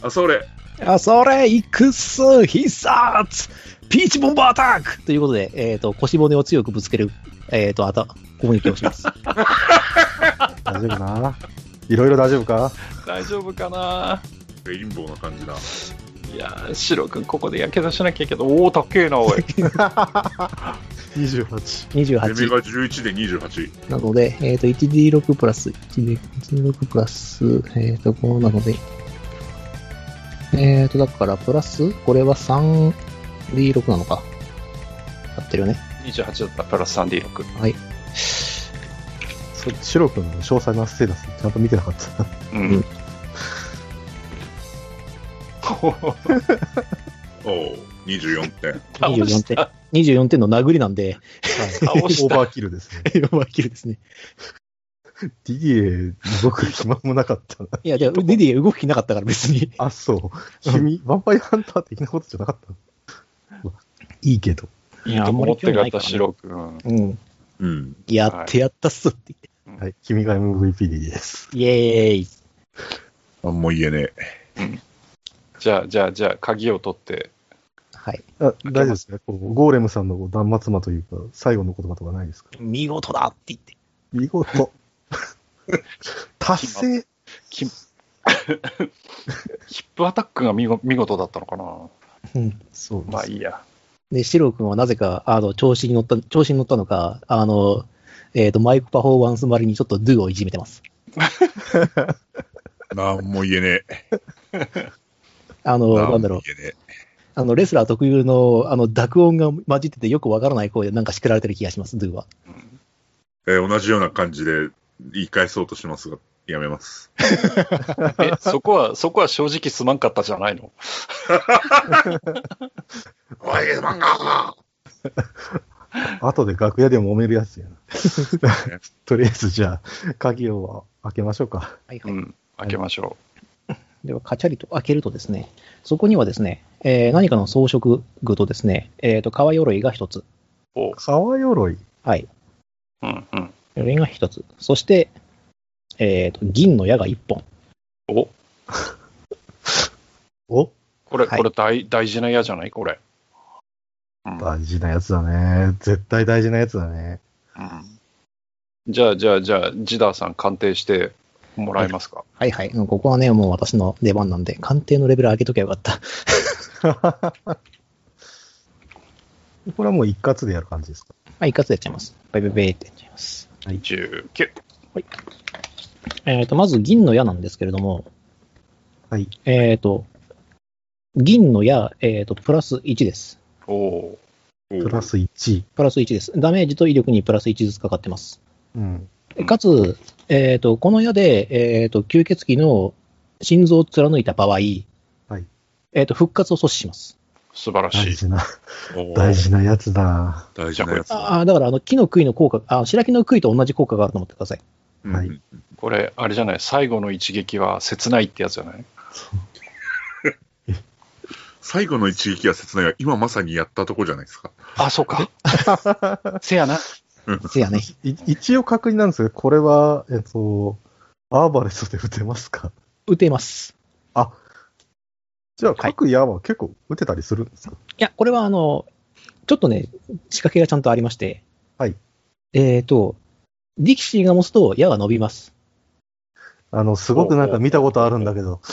あ、それ。
あ、それ、いくっす必殺ピーチボンバーアタックということで、えっ、と、腰骨を強くぶつける、えっ、と、あた、攻撃をします。
大丈夫な いろいろ大丈夫か
大丈夫かな
レインボーな感じだ。
いやーシロ君ここでやけどしなきゃいけどおお高えなお い
?28。
レメ
28。
が11で28。
なので、えっ、と、1D6 プラス、1D6 プラス、えっ、と、5なので、えっ、と、だから、プラス、これは 3D6 なのか。合ってるよね。
28だったらプラス 3D6
はい。
そシロ君の詳細なステータスちゃんと見てなかった。
う
うん
ん
おお、24点。
倒
24
し
点
た。
24点の殴りなん で、
倒し
オー
た
バーキルですね。
オーバーキルですね。
ディディエ動く暇もなかったな。
いや、じゃあ、ディエ動きなかったから別に。
あ、そう。 君、ヴァンパイハンター的なことじゃなかったのいいけど。
いや、持ってかった、シロ君。
うん。
うん。
やってやったっすって。
はい、君が MVP です。
イエーイ。
何も言えねえ。
じゃあ、じゃあ、じゃあ、鍵を取って。
はい。
あ大丈夫ですね。こうゴーレムさんのこう断末魔というか、最後の言葉とかないですか
見事だって言って。
見 事。達成
きヒップアタックが見ご見事だったのかな
うん。
そうです
まあいいや。
で、シロー君はなぜか、あの、調子に乗った、調子に乗ったのか、あの、えっ、と、マイクパフォーマンスまりにちょっとドゥをいじめてます。
何も言えねえ。
あの、
何
なんだろ
も
う、
言えねえ。
あの、レスラー特有の、あの、濁音が混じっててよくわからない声でなんか叱られてる気がします、ドゥは。
えー同じような感じで言い返そうとしますが、やめます。
え、そこは、そこは正直すまんかったじゃないの
おい、漫画
後で楽屋で揉めるやつやな。 とりあえずじゃあ、鍵を開けましょうか。
はいは
う
い。
ん。開けましょ
では、カチャリと開けるとですね、そこにはですね、えー何かの装飾具とですね、えっ、と、革鎧が一つ。
おう
革鎧。
はい。
うんうん。
鎧が一つ。そして、えっ、と、銀の矢が一本。
お
お
これ、
はい
これ大大事な矢じゃないこれ。うん
大事なやつだね。絶対大事なやつだね。
じゃあ、じゃあ、じゃあ、ジダーさん鑑定してもらえますか。
はいはい。うんここはね、もう私の出番なんで、鑑定のレベル上げときゃよかった。
これはもう一括でやる感じですか。
まあ、一括やっちゃいます。ベベベーってやっちゃいます。
19。
えっ、と、まず銀の矢なんですけれども、
はい。
えっ、と、銀の矢、えっ、と、プラス1です。
おお
プラス1。
プラス1です。ダメージと威力にプラス1ずつかかってます。
うん。
でかつ、えっ、と、この矢で、えっ、と、吸血鬼の心臓を貫いた場合、はい。えっ、と、復活を阻止します。
素晴ら
大
しい。
事な、
おー
大事なやつだ。
大事なやつだ。
ああ、だから、あの、木の杭の効果、あ、白木の杭と同じ効果があると思ってくださ い。
うん
はい
これ、あれじゃない最後の一撃は切ないってやつじゃない
最後の一撃は切ないが、今まさにやったとこじゃないですか。
あ、そうか。せやな。
せやね。
い一応確認なんですけど、これは、えっと、アーバレストで打てますか
打てます。
じゃあ、
はい
各矢は結構打てたりするんですか、
いや、これはあの、ちょっとね、仕掛けがちゃんとありまして。
はい。
えっ、と、ディキシーが持つと矢が伸びます。
あの、すごくなんか見たことあるんだけど。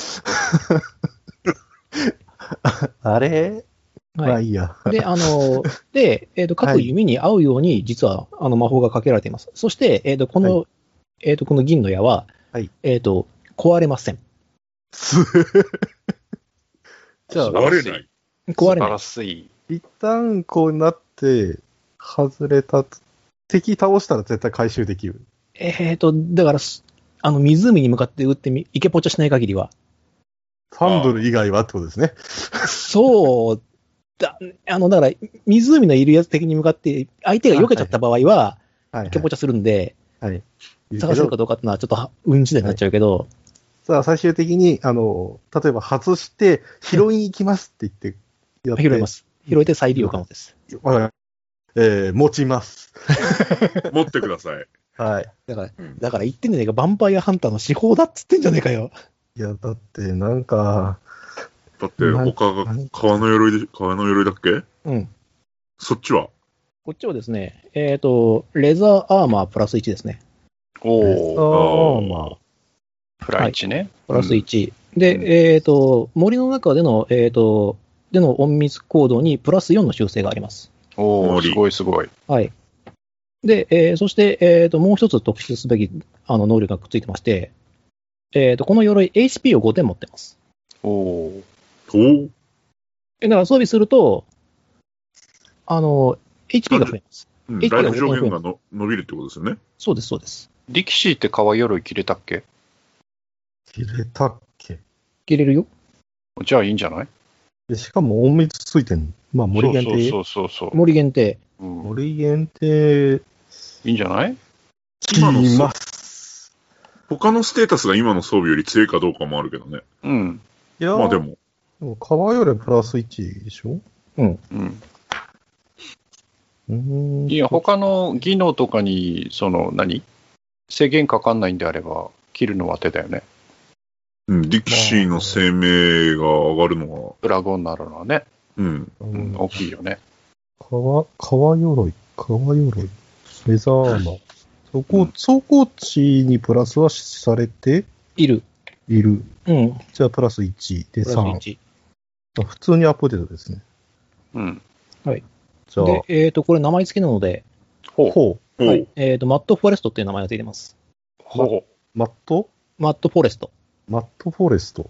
あれまあ
はい。
いいや。
で、あの、で、えっ、と、各弓に合うように、実は、あの、魔法がかけられています。そして、えっ、と、この、えっ、と、この銀の矢は、
はい
えっ、と、壊れません。
すじ
素
ゃ
晴、
あ
ら
割
しい
れない。
壊れ
素晴
ない
ら。しい。
一旦こうなって、外れた、敵倒したら絶対回収できる。
えっ、と、だから、すあの、湖に向かって打ってみ、池ポチャしない限りは、
ファンドル以外はってことですね。
そうだ、あの、だから、湖のいるやつ的に向かって、相手が避けちゃった場合は、
はい、はい。
ケポチャするんで、
いいけど
探せるかどうかってのはちょっとは運次第になっちゃうけど、
さあ、最終的に、あの、例えば外して、拾いに行きますって言って、やって。
拾います。拾えて再利用可能です。
わかりました。えー、持ちます。
持ってください。
はい。
だから
うん、
だから言ってんじゃねえか、ヴァンパイアハンターの司法だっつってんじゃねえかよ。
いや、だって、なんか、
だって、他が
なんか
川の鎧で、川の鎧だっけ
うん。
そっちは
こっちはですね、えっ、と、レザーアーマープラス1ですね。
おお
あ
お
あ、
ー
ま
プライチね。
プラス1。
うん
で、えっ、と、森の中での、えっ、と、での隠密行動にプラス4の修正があります。
おお
森
すごいすごい。
はい。で、えーそして、えー、ともう一つ特筆すべきあの能力がくっついてまして、えー、とこの鎧、HP を5点持ってます。
おお
おー
えだから装備すると、あの、HP が増えます。
うん
え
だいぶ上限がの伸びるってことですよね。
そうです、そうです。
力士って革鎧切れたっけ
あ、切れたっけ
切れるよ。
じゃあいいんじゃない
でしかも、隠密ついてんのまあ、森限定。
そうそうそうそう
森限定。
そう、うん
森限定、
いいんじゃない
切ります。
他のステータスが今の装備より強いかどうかもあるけどね。
うん。
いや、
まあでも、
でも、川よりプラス1でしょ
うん、
うーん。
いや、他の技能とかに、その、何制限かかんないんであれば、切るのは手だよね。
うん、ディキシーの生命が上がるの
ドラゴンになるのはね、
が、うん。
う
うんん、大きいよね。
川、川鎧、川鎧、レザーアーマー。走行、走行値にプラスはされて
いる。
いる。
うん。プ
じゃあ、プラス1で
ラス
3。
1。
あ普通にアップデートですね。
うん。
じゃあ、
で、えっ、と、これ名前付けなので、
ほう。
ほう、
お
はいえっ、と、マットフォレストっていう名前が付いてます。
ほ
マット
マットフォレスト。
マットフォレスト。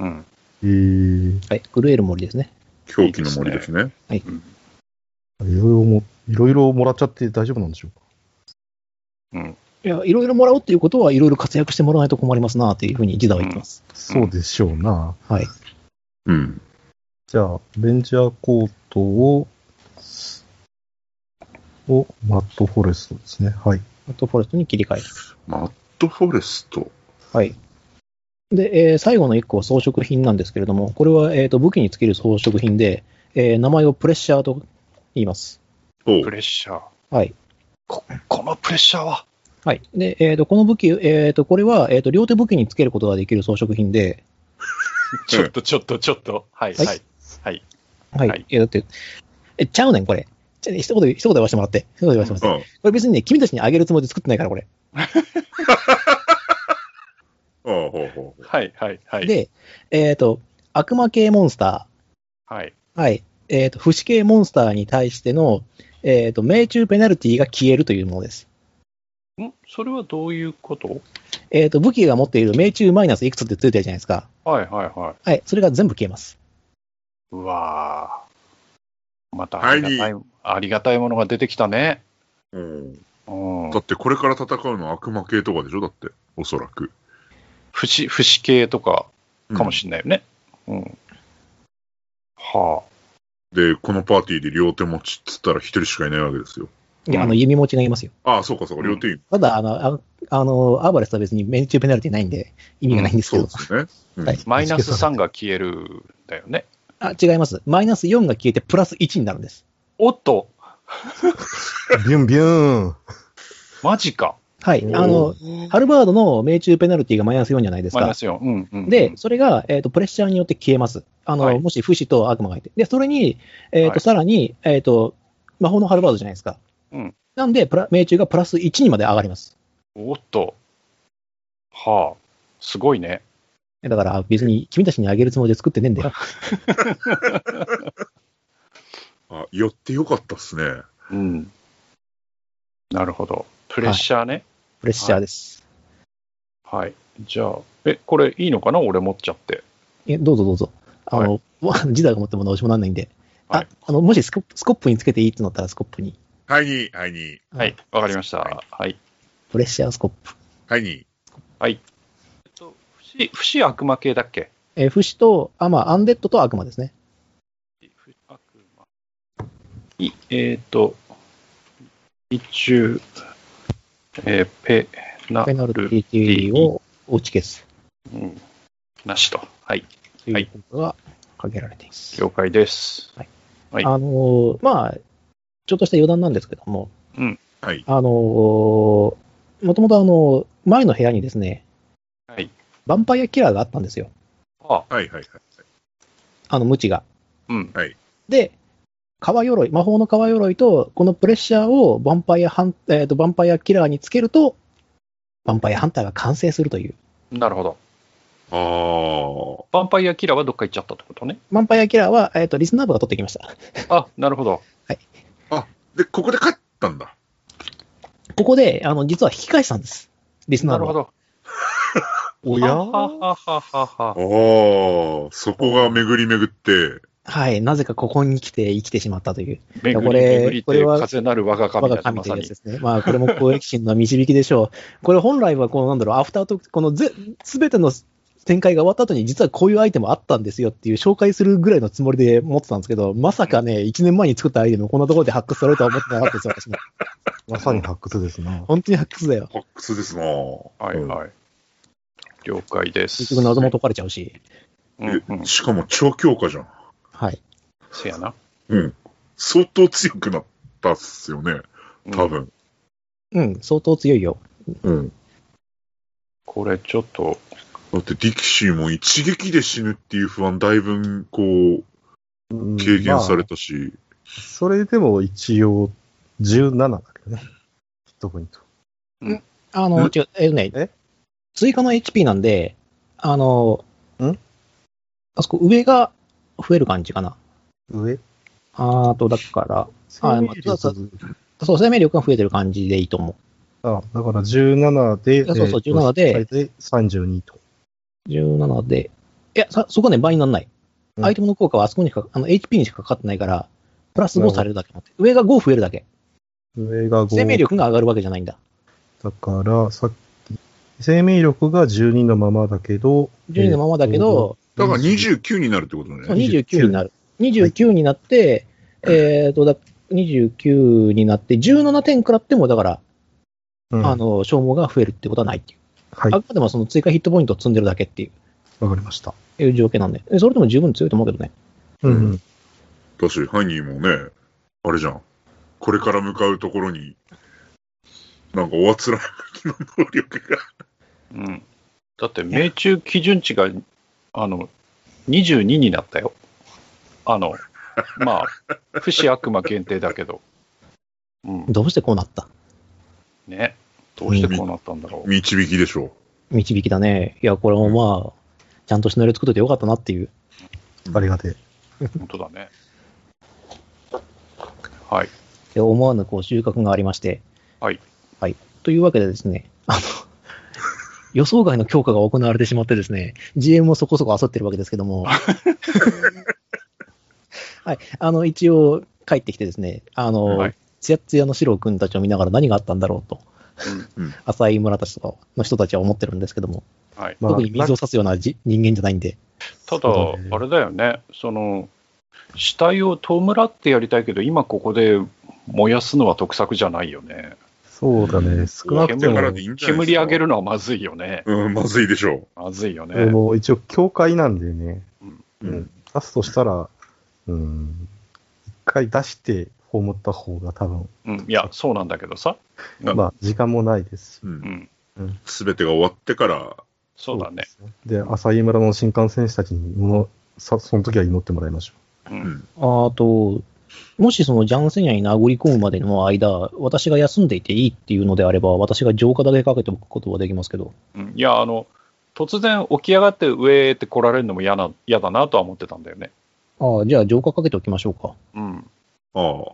う。うん。
えー、
はい。グルエル森ですね。
狂気の森ですね。
うん
いろいろも、いろいろもらっちゃって大丈夫なんでしょうか
いや、いろいろもらおうっていうことは、いろいろ活躍してもらわないと困りますな、というふうに、ジダは言ってます。
そうでしょうな。
はい。
うん。
じゃあ、レンジャーコートを、を、マットフォレストですね。はい。
マットフォレストに切り替える。
マットフォレスト。
はい。で、えー最後の1個は装飾品なんですけれども、これは、えー、と武器につける装飾品で、えー名前をプレッシャーと言います。
お
プレッシャー。
はい。
こ、このプレッシャーは
はい。で、えー、とこの武器、えー、とこれは、えー、と両手武器につけることができる装飾品で、
ちょっとちょっとちょっと。はい、
はい
はい。はい。
はい。
はい
えーだって、え、ちゃうねん、これ。ちょ一言、一言言わせてもらって。一言言わせてもらって。
う
これ
ん。
別にね、君たちにあげるつもりで作ってないから、これ。
ああ、ほうほう。
はい、はい、はい。
で、えっ、と、悪魔系モンスタ
はい。
ー、はい。えっ、と、不死系モンスターに対しての、えっ、と、命中ペナルティが消えるというものです。
んそれはどういうこと
えっ、と、武器が持っている命中マイナスいくつってついてるじゃないですか。はい
はい、はい、はい。
はい。それが全部消えます。
うわぁ。また
はい
ありがたい、ありがたいものが出てきたね。
うん、
うん
だ。ってこれから戦うのは悪魔系とかでしょだって、おそらく。
不死、不死系とかかも
れ
しれないよね。うん。は
で、このパーティーで両手持ちっつったら一人しかいないわけですよ。
いや、
う
あ
ん
の、弓持ちがいますよ。
ああ、そうかそうか、
うん
両手に。
ただ、あの、ああの、アーバレスとは別に命中ペナルティないんで、意味がないんですけ
そう
ど
で。すね。うん
はい
あ。マイナス3が消えるんだよね。
あ、違います。マイナス4が消えて、プラス1になるんです。
おっと
ビュンビューン。
マジか
はい。あ
お
の、ハルバードの命中ペナルティがマイナス4じゃないです
マイ
か
ナ。ス4。うんうん、うん。
で、それが、えっ、と、プレッシャーによって消えます。あの、
はい
もし不死と悪魔がいて。で、それに、えっ、と、
はい
さらに、えっ、と、魔法のハルバードじゃないですか。
うん
なんで、プラ命中がプラス1にまで上がります。
おっと。はあ。すごいね。
だから、別に君たちにあげるつもりで作ってねえんだよ。
あ、寄ってよかったっすね。
うん。なるほど。プレッシャーね。
プレッシャーです。
はい。じゃあ、え、これいいのかな俺持っちゃって。
えどうぞどうぞ。あの、自体が持ってもどうしようもなんないんで。
はい
ああの、もしスコスコップにつけていいってなったら、スコップに。
はいに、はいに、
はい。わかりました。はい。
プレッシャースコップ。
はいに。
えっと、不死、不死悪魔系だっけ
えー不死と、あ、まあ、アンデッドと悪魔ですね。
不死悪魔。い、えっ、と、一応、えーペナ
ペナルティーを打ち消す
うんなしと。はい。
ということがかけられています。
了解です。はい
あのーまあ、ちょっとした余談なんですけども、
はい。
あのーもともとあの、前の部屋にですね、
はい。
ヴァンパイアキラーがあったんですよ。
あ、
はいはいはい。
あの、無知が。
うん。
で、革鎧、魔法の革鎧と、このプレッシャーをヴァンパイアハン、えーと、ヴァンパイアキラーにつけると、ヴァンパイアハンターが完成するという。
なるほど。
ああ。
ヴァンパイアキラーはどっか行っちゃったってことね。
ヴァンパイアキラーは、えっ、と、リスナー部が取ってきました。
あ、なるほど。
で、ここで勝ったんだ。
ここで、あの、実は引き返したんです。リスナ
な
ー
る
部
ほ
は。
ど。
お
は
や
はははは
ああ。そこが巡り巡って。
はい。なぜかここに来て生きてしまったという。
めぐ
こ
り
れ
めぐり
これ
て
は
風なる我が
我
神
が
だね
神
ま
とい
さ
うやつ
に
で。すね。まあ、これも公益心の導きでしょう。 これ本来は、この、なんだろう、アフタートーク、このぜ、すべての展開が終わった後に、実はこういうアイテムあったんですよっていう紹介するぐらいのつもりで持ってたんですけど、まさかね、1年前に作ったアイテム、こんなところで発掘されるとは思ってなかったです、私も。
まさに発掘ですな。
本当に発掘だよ。
ファックスですなぁ
はいはい。了解です。
結局謎も解かれちゃうし。
うんうん
え。しかも超強化じゃん。
はい。
せやな。
うん。相当強くなったっすよね。
うん
多分。
うん、相当強いよ。
うん。
これちょっと、
だって、ディキシーも一撃で死ぬっていう不安、だいぶ、こ
うん
う、軽減され
ま
たし。
あそれでも一応17だけどね。ヒットポイント。
あの、
ん
違う、えっとね
え、
追加の HP なんで、あの、
ん
あそこ上が増える感じかな。
上
あーと、だから、
生
ま
命
あ
力続く
そう、生命力が増えてる感じでいいと思
あ、だから17で、
そうそう
えーと
17で
引っ張りで32と。
う。17で。いや、さそこはね、倍にならない。
うん
アイテムの効果はあそこにしか、あの、HP にしかかかってないから、プラス
な
5
るほど
されるだけ持って。上が5増えるだけ。
上が5。
生命力が上がるわけじゃないんだ。
だから、さっき、生命力が12のままだけど、
12のままだけど、
だから29になるってこと
そう
ね。
29になる。29になって、えっと、だ29になって、17点食らっても、だから、
えー、うん
あの、消耗が増えるってことはないっていう。
はい。
あくまでもその追加ヒットポイントを積んでるだけってい
わかりました。
ういう条件なんで、えそれでも十分強いと思うけどね。
うん、うん。
だし、ハイニーもね、あれじゃん。これから向かうところに、なんかおあつらなきの能力が。
うん、だって命中基準値があの22になったよ。あの、まあ、不死悪魔限定だけど。うん、
どうしてこうなった
ね。どうしてこうなったんだろう。
導きでしょ
導きだね。いや、これもまあ、ちゃんとシナリオ作っといてよかったなっていう。
ありがてえ。
本当だね。はい。
で思わぬこう収穫がありまして。
はい。
はい。というわけでですね、あの、予想外の強化が行われてしまってですね、GM もそこそこ焦ってるわけですけども。はい。あの、一応帰ってきてですね、あの、
はい
ツヤツヤのシロ君たちを見ながら何があったんだろうと、
うんうん
浅井村たちとかの人たちは思ってるんですけども、
はい、
まあ
特に水を差すようなじ人間じゃないんで、
ただ、
そうだね
あれだよね、その、死体を弔ってやりたいけど、今ここで燃やすのは得策じゃないよね。
そうだね。少なく
煙
て
上
も
げ、
でいいんじゃない
煙
ですか
上げるのはまずいよね。
うん、まずいでしょ
まずいよね。
でも一応、教会なんでね、
う。
うん。出すとしたら、うん、一回出して葬った方が多分、
うん、いや、そうなんだけどさ。うん
まあ、時間もないですし。
う
す
ん、
べ、てが終わってから、
そうだね。
で、浅井村の新幹線士たちにもさ、その時は祈ってもらいましょ
う、
うんん。
あと、もしそのジャンセニアに殴り込むまでの間、私が休んでいていいっていうのであれば、私が浄化だけかけておくことはできますけど、
うんいや、あの、突然起き上がって上って来られるのも嫌な、嫌だなとは思ってたんだよね。
ああ、じゃあ浄化かけておきましょうか。
うん。
ああ。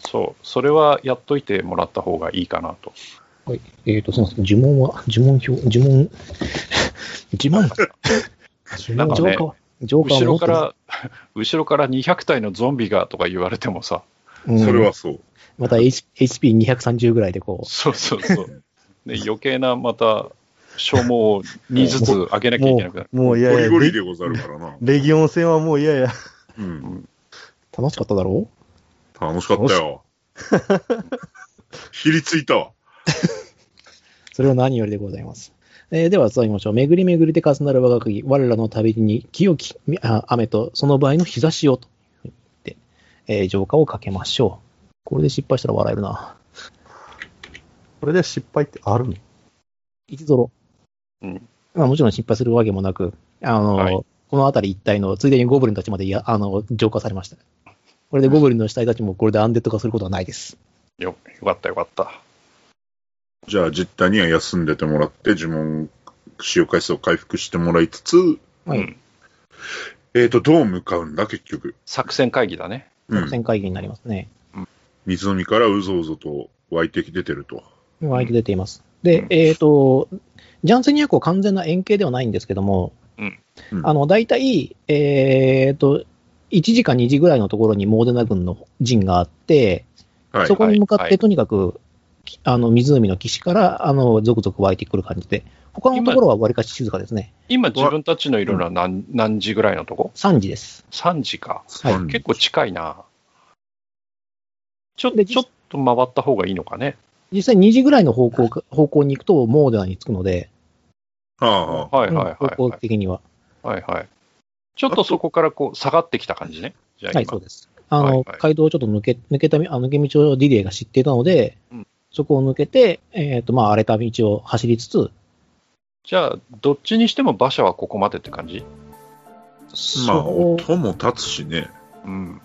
そう。それはやっといてもらった方がいいかなと。
はい。えっ、と、すみません。呪文は、呪文表、呪文、 呪文、
う。
なんかね
浄化は、浄化は持
後ろ
って
か
ない
ら、 後ろから200体のゾンビがとか言われてもさ、
うん
それはそう。
また H- HP230 ぐらいでこ
そうそうそう。で、余計なまた消耗を2ずつ上げなきゃいけなくなる。
もう、もうい
ゴ
やい
リ
や
ゴリでござるからな。
レギオン戦はもういやいや、
うん。
う、楽しかっただろ
楽しかったよ。ひりついたわ。
うそれは何よりでございます。えーでは、続きましょう。巡り巡りで重なる我が国、我らの旅に清きみあ雨とその場合の日差しをと言って、えー浄化をかけましょう。これで失敗したら笑えるな。
これで失敗ってあるの
一ゾロ。
うん
まあ、もちろん失敗するわけもなく、あの、
はい
この辺り一帯の、ついでにゴブリンたちまでいやあの浄化されました。これでゴブリンの死体たちもこれでアンデッド化することはないです。
よよかったよかった。
じゃあ、実態には休んでてもらって、呪文使用回数を回復してもらいつつ、
はい
うん
えーと、どう向かうんだ、結局。
作戦会議だね。
う
作
ん。
戦会議になりますね。
水飲みからうぞうぞと湧いてきててると。
今、相手出ています。で、えっ、と、ジャンセニア湖完全な円形ではないんですけども、
うん
うん
あの、大体、えっ、と、1時か2時ぐらいのところにモーデナ軍の陣があって、
はい
そ。こに向かっ
はいは
て
い
とにかく、きあの、湖の岸から、あの、続々湧いてくる感じで、他のところはわりかし静かですね。
今自分たちのいるのは何,、何時ぐらいのとこ
3時です。
?3 時か。
はい
うん
結構近いな。ちょ
で
ちょっと回った方がいいのかね。
実際2時ぐらいの方向か、方向に行くと、モーデナに着くので、
ああ、
はいはい
うん
はい、
方向
はい。
的には。
はいはい。ちょっとそこからこう下がってきた感じね。じゃあ今。
はい、そうです。あの、
はいはい
街道をちょっと抜け、抜けたみ、あ抜け道をディディエが知っていたので、
うん
そこを抜けて、えっ、と、まあ、荒れた道を走りつつ、
じゃあ、どっちにしても馬車はここまでって感じ
まあ、
そう
音も立つしね。
うん。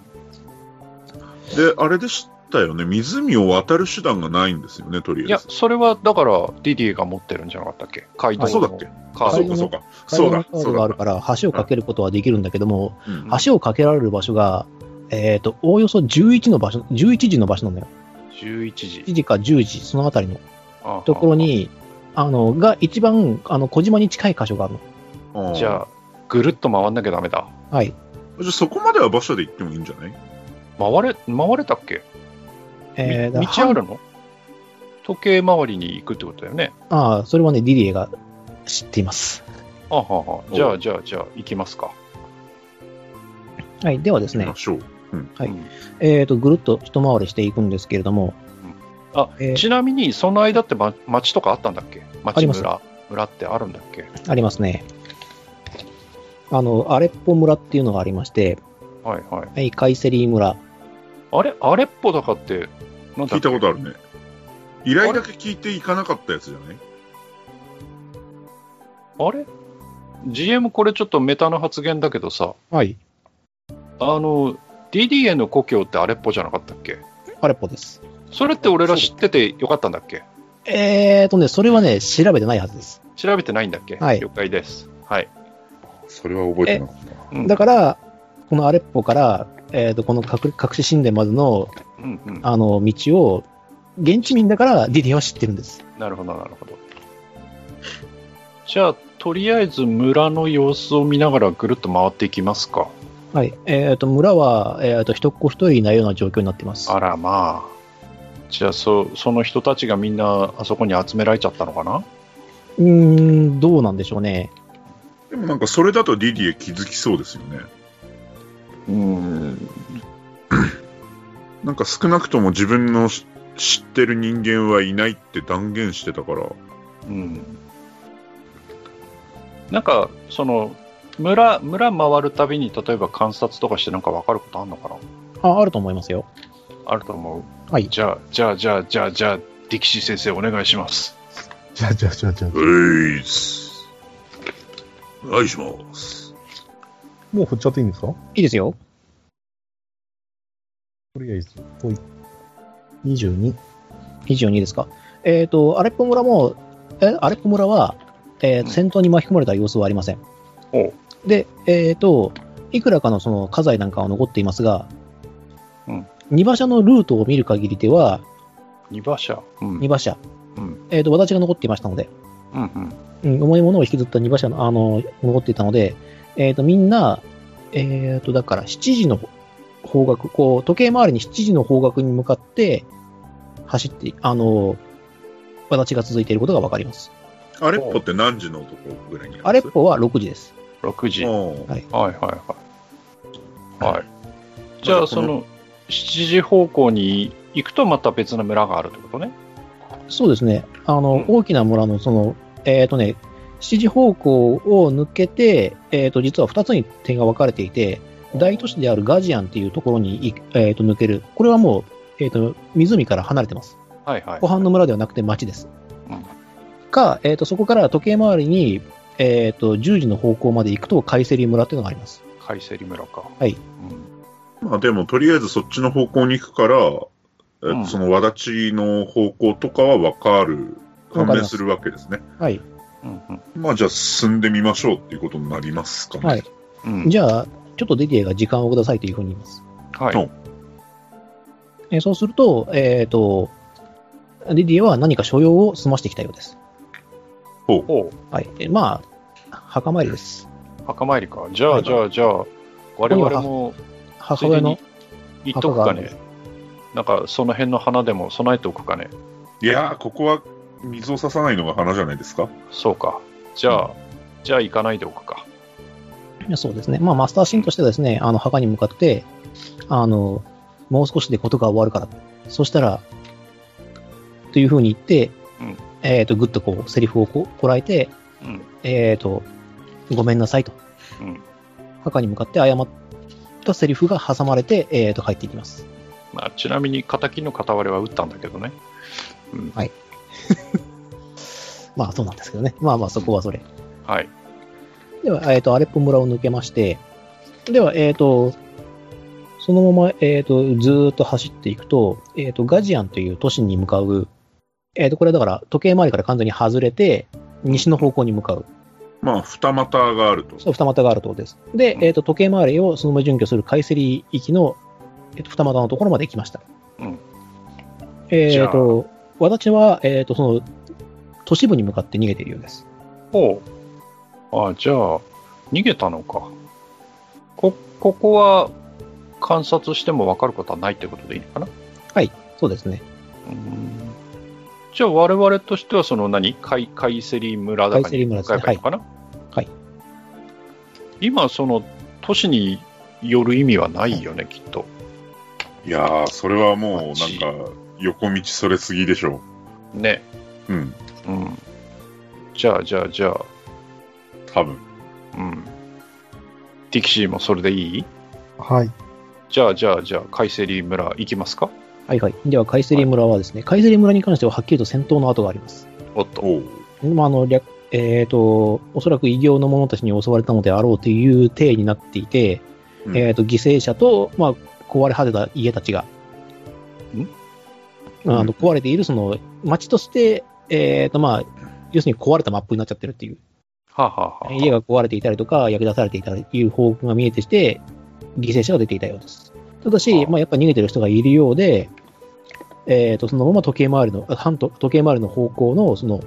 で、あれでしたよね。湖を渡る手段がないんですよね、とり
い
あえ
や、
ず。
それはだから、ディディが持ってるんじゃなかったっけ街道
あ、
の
そうだっけ
カ
あ、
ー
そ
ド
うか、そうか。
街道
そう
の
だ
カ、ー
そ
ド
う
が
だ
ある。から、橋を架けることはできるんだけども、
うん
橋を架けられる場所が、えっ、と、おおよそ11の場所、11時の場所なんだよ。1
11時。
時か10時、そのあたりのと
と
ころ。に、あの、が一番、あの、小島に近い箇所があるの。
ああ
じゃあ、ぐるっと回んなきゃダメだ。
はい。
じゃあそこまでは馬車で行ってもいいんじゃない
回れ、回れたっけ
えーだ
み道あるの時計回りに行くってことだよね。
ああ、それはね、ディディエが知っています。
あははじゃあ、じゃあ、じゃあ、行きますか。
はい。ではです
行
ね
きま、しょう。
はい
うん
えっ、と、ぐるっと一回りしていくんですけれども、
あ
えー
ちなみに、その間って、ま、町とかあったんだっけ町村。
あります
村ってあるんだっけ
ありますね。あの、アレッポ村っていうのがありまして、
はいはい。
はい、カイセリ村。
あれ、アレッポだかって、なん
聞
だっ
いた
け
ことあるね。依頼だけ聞いていかなかったやつじゃない
あれ ?GM これちょっとメタの発言だけどさ、
はい。
あの、DDA の故郷ってアレッポじゃなかったっけ
アレッポです。
それって俺ら知っててよかったんだっけ
えーとね、それはね、調べてないはずです。
調べてないんだっけ、
はい
了解です。はい。
それは覚えてなかっ
うん
だから、このアレッポから、えーと、この隠隠し神殿までの、
うんうん。
あの、道を、現地民だからディディは知ってるんです。
なるほど、なるほど。じゃあ、とりあえず村の様子を見ながらぐるっと回っていきますか。
はい。えーと、村は、えーと、一っ子一人いないような状況になってます。
あらまあ。じゃあそ、その人たちがみんなあそこに集められちゃったのかな
うーん、どうなんでしょうね。
た。でもなんかそれだとディディエ気づきそうですよね。
うん。
なんか少なくとも自分のし知ってる人間はいないって断言してたから。
うん。なんか、その、村、村回るたびに、例えば観察とかしてなんかわかることあんのかな
あ、あると思いますよ。
あると思う。
はい
じゃあ、じゃあ、じゃあ、じゃあ、じゃあ、ディキシー先生お願いします。
じゃあじゃあじゃあじゃあ
う。いっす。お願いします。
もう振っちゃっていいんですか
いいですよ。
とりあえず、ほい。22。
22ですか。えっ、と、アレッポ村も、えアレッポ村は、えー
うん
戦闘に巻き込まれた様子はありません。
おう
で、えっ、と、いくらかのその家財なんかは残っていますが、
うん
荷馬車のルートを見る限りでは、
二馬車。うん。
荷馬車、
うん
えっ、と、私が残っていましたので、
うんうん。
うん、重いものを引きずった荷馬車の、あの、残っていたので、えっ、と、みんな、えっ、と、だから7時の方角、こう、時計回りに7時の方角に向かって、走って、あの、私が続いていることがわかります。
アレッポって何時のとこぐらいにあ
アレッポは6時です。
6時。はい
ポ
はいはい。はい。じゃ
まだ
あ、
こ
そ
の
の、7時方向に行くとまた別の村があるってことね。
そうですね。あの、
うん
大きな村の、その、えっ、とね、7時方向を抜けて、えっ、と、実は2つに点が分かれていて、大都市であるガジアンっていうところにい、えー、と抜ける。これはもう、えっ、と、湖から離れてます。
はいはい。
湖畔の村ではなくて町です
うん。
か、えっ、と、そこから時計回りに、えっ、と、10時の方向まで行くと、カイセリ村っていうのがあります。
カイセリ村か。
はい
うん。
まあでも、とりあえずそっちの方向に行くから、え
うん
その和立ちの方向とかは分かる、
わ
判
かり
明
ます
するわけですね。
はい。
うん
まあじゃあ進んでみましょうっていうことになりますかね。
はい。
うん。うん
じゃあ、ちょっとデディエが時間をくださいというふうに言います。
はい。
えーそうすると、えっ、と、リディエは何か所用を済ましてきたようです。
おう
はい。えーまあ、墓参りです。
墓参りか。じゃあ、
はい
じゃあ、じゃあ、我々も、つ
母
いで
親の
に、行っとくか
墓があ
ね
る。
なんか、その辺の花でも備えておくかね。
いやー、ここは水を差さないのが花じゃないですか。
そうか。じゃあ、じゃあ行かないでおくか。
そうですね。まあ、マスターシーンとしてはですね、あの、墓に向かって、あの、もう少しでことが終わるから。そしたら、というふうに言って、
うん
えっ、と、ぐっとこう、セリフをこうこらえて、
うん。
えっ、と、ごめんなさいと。
うん
墓に向かって謝ったセリフが挟まれて、えっ、と、帰っていきます。
まあ、ちなみに、敵の片割れは打ったんだけどね。
まあ、そうなんですけどね。まあまあ、そこはそれ。
はい。
では、えっ、と、アレッポ村を抜けまして、では、えっ、と、そのまま、えっ、と、ずーっと走っていくと、えっ、と、ガジアンという都市に向かう、えっ、と、これはだから、時計回りから完全に外れて、西の方向に向かう。
まあ、二股があると。
そう、二股があるところです。で、えっ、と、時計回りをそのまま準拠するカイセリ行きの、えっ、と、二股のところまで来ました。
うん
え
じゃ
っ、
あ
と、私は、えっ、と、その、都市部に向かって逃げているようです。
ほう。あじゃあ、逃げたのか。こ、ここは、観察しても分かることはないってことでいいのかな
そうですね。
うんじゃあ、我々としては、その何カイ、カイセリ村だか
カイセ
に
リ村で
向
す
かえ
ね
ばいいのかな、
はいはい
今、その、都市による意味はないよね、きっと。
いやー、それはもうなん
あっち
か、横道それすぎでしょ
ね。
う。うん。
うん。じゃあ、じゃあ、じゃあ、
多分。
うん。ディキシーもそれでいい
はい。
じゃあ、じゃあ、じゃあ、カイセリ村行きますか
はいはい。では、カイセリ村はですね、カイセリ村に関してははっきりと戦闘の跡があります。
おっと。
おう
まあ、あの、略えっ、と、おそらく異形の者たちに襲われたのであろうという体になっていて、
うん
えっ、と、犠牲者と、まあ、壊れ果てた家たちが、あ
うん
の壊れている、その、町として、えっ、と、まあ、要するに壊れたマップになっちゃってるっていう。
はあ、はあはあ、
家が壊れていたりとか、焼け出されていたりという報告が見えてして、犠牲者が出ていたようです。ただし、
はあ
まあ、やっぱ逃げてる人がいるようで、えー、とそのまま時計回りの、あ反時時計回りの方向の、その、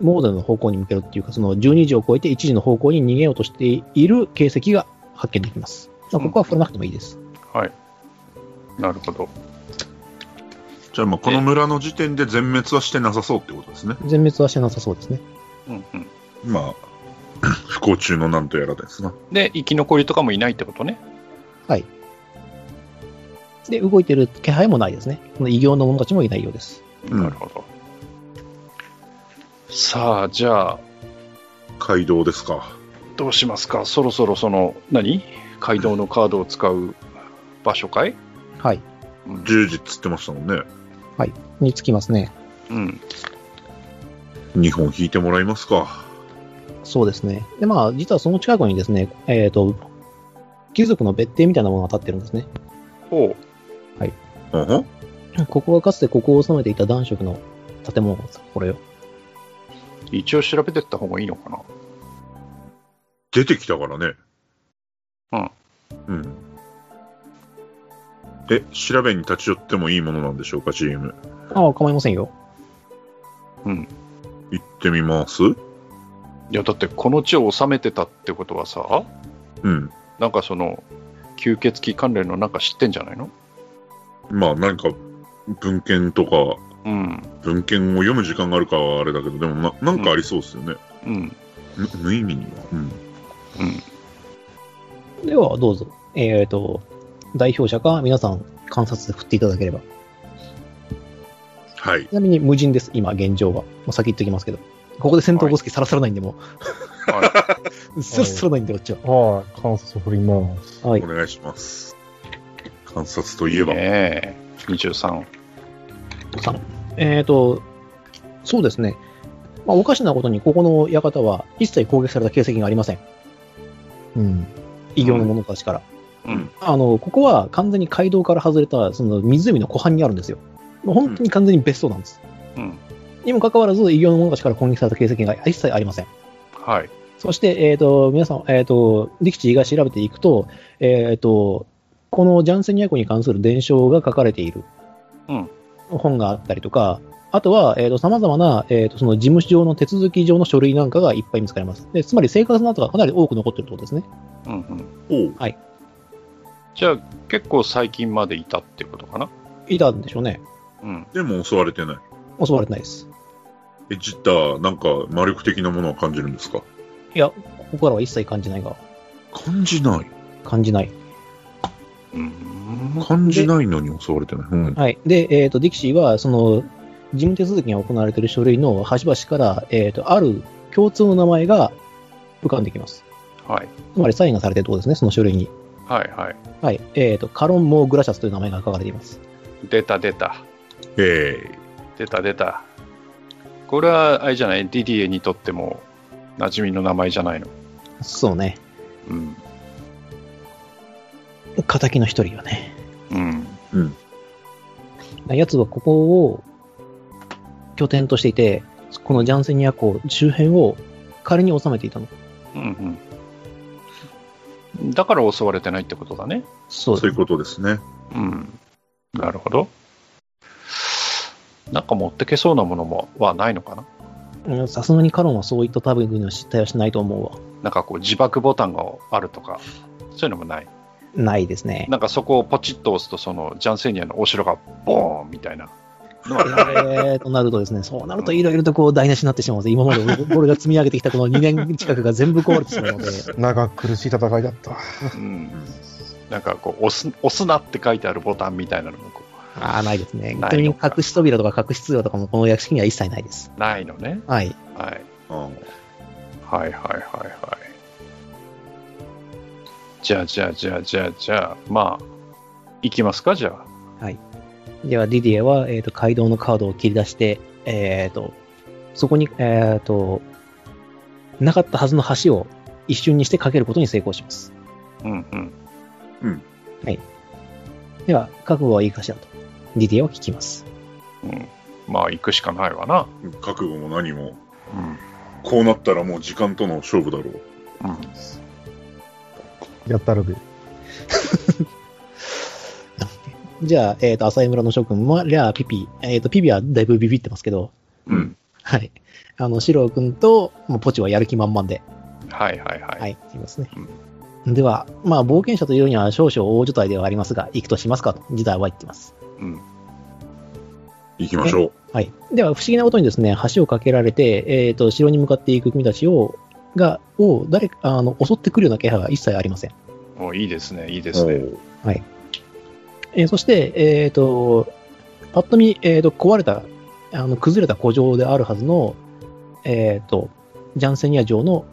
モードの方向に向けるっていうか、その12時を超えて1時の方向に逃げようとしている形跡が発見できます。まあ、ここは振らなくてもいいです。
はい。なるほど。
じゃあ、まあ、この村の時点で全滅はしてなさそうってことですね。
全滅はしてなさそうですね。
うんうん。
まあ、 不幸中のなんとやらですな。
で、生き残りとかもいないってことね。
で、動いてる気配もないですね。その異形の者たちもいないようです。
うん
なるほど。さあ、じゃあ、
街道ですか。
どうしますかそろそろその、何街道のカードを使う場所かい
はい。
うん
10時っつってましたもんね。
につきますね。
うん。
2本引いてもらいますか。
そうですね。で、まあ、実はその近くにですね、えっ、と、貴族の別邸みたいなものが建ってるんですね。
おう。
うんうん
ここはかつてここを治めていた男色の建物です、これを。
一応調べてった方がいいのかな
出てきたからね。
うん。
うん。え、調べに立ち寄ってもいいものなんでしょうか、チーム。
ああ、構いませんよ。
行ってみます
いや、だってこの地を治めてたってことはさ、
うん。
なんかその、吸血鬼関連のなんか知ってんじゃないの
まあ、何か、文献とか、
うん。
文献を読む時間があるかはあれだけど、でもな、なんかありそうですよね。
うん。
む無意味には。うん。
うん。
では、どうぞ。えっ、と、代表者か皆さん観察で振っていただければ。
はい。
ちなみに無人です、今、現状は。もう先言っておきますけど。ここで戦闘ボスキさらさらないんで、も
は
う。 さらさらないんで、こっちは。
はい、観察振ります。
はい
お。願いします。観察とい
い。
えば。
ねえ。23。
さえっ、と、そうですね。まあ、おかしなことに、ここの館は一切攻撃された形跡がありません。
うん。
異形の者たちから。
うん。
あの、ここは完全に街道から外れた、その湖の湖畔にあるんですよ。もう本当に完全に別荘なんです。
うん。
にもかかわらず、異形の者たちから攻撃された形跡が一切ありません。
はい。
そして、えっ、と、皆さん、えっ、と、力士が調べていくと、えっ、と、このジャンセニア湖に関する伝承が書かれている
うん
本があったりとか、あとは、えっ、と、様々な、えっ、と、その事務上の手続き上の書類なんかがいっぱい見つかります。でつまり生活の跡がかなり多く残ってるってことですね。
うんうん。
おう
じゃあ、結構最近までいたってことかない
たんでしょうね。
うん。
でも襲われてない。
襲われてないです。
え、ジッター、なんか魔力的なものは感じるんですか
いや、ここからは一切感じないが、
感じない。
感じない。
うん。
感じないのに襲われてない。うん。
はい。で、えっ、と、ディキシーは、その、事務手続きが行われている書類の端々から、えっ、と、ある共通の名前が浮かんできます。
はい。
つまりサインがされてるところですね、その書類に。
はいはい。
はい。えっ、と、カロン・モー・グラシャスという名前が書かれています。
出た出た。
え
出た出た。これは、あれじゃないディディエにとっても、馴染みの名前じゃないの。
そうね。
うん。
敵の一人よね。
うん。
奴はここを拠点としていて、このジャンセニア港周辺を仮に収めていたの。
うんうん。だから襲われてないってことだね。
そ
ー、
う
そ
で
ういう
す。
ことですね。
うん。なるほど。なんか持ってけそうなものもはないのかな
うんさすがにカロンはそういった類の失態はしないと思うわ。
なんかこう自爆ボタンがあるとか、そういうのもない。
ないですね。
なんかそこをポチッと押すと、そのジャンセニアのお城がボーンみたいな。
えーとなるとですね、 そうなるといろいろとこう台無しになってしまうので、今まで俺俺が積み上げてきたこの2年近くが全部壊れてしまうので、
長く苦しい戦いだった。
うん。なんかこう押す、押すなって書いてあるボタンみたいなのもこ
ああ、ないですね。
ないのか
逆に隠し扉とか隠し通路とかもこの役式には一切ないです。
うないのね。
はい。
はい。
あうん
はいはいはいはい。じゃあじゃあじゃあじゃあじゃあ、まあ、いきますか、じゃあ。
では、ディディエは、えっ、と、街道のカードを切り出して、えっ、と、そこに、えっ、と、なかったはずの橋を一瞬にしてかけることに成功します。
うんうん。
では、覚悟はいいかしらと、ディディエは聞きます。
うん、まあ、行くしかないわな。
覚悟も何も。
うん。
こうなったらもう時間との勝負だろう。
うん、
やったらで。
じゃあ、えっ、と、浅井村の諸君も、リャーピピ、えっ、と、ピピはだいぶビビってますけど、
うん。
はい。あの、シロー君と、もうポチはやる気満々で、
はいはいはい。
はい、いますね。では、まあ、冒険者というには少々大所帯ではありますが、行くとしますかと、時代は言ってます。
うん。
行きましょう。
はい。では、不思議なことにですね、橋を架けられて、えっ、と、城に向かっていく君たちを、が、を、誰か、あの、襲ってくるような気配は一切ありません。
おいいですね、いいですね。
おう
えーそして、えっ、と、パッと見、えっ、と、壊れた、あの、崩れた古城であるはずの、えっ、と、ジャンセニア城の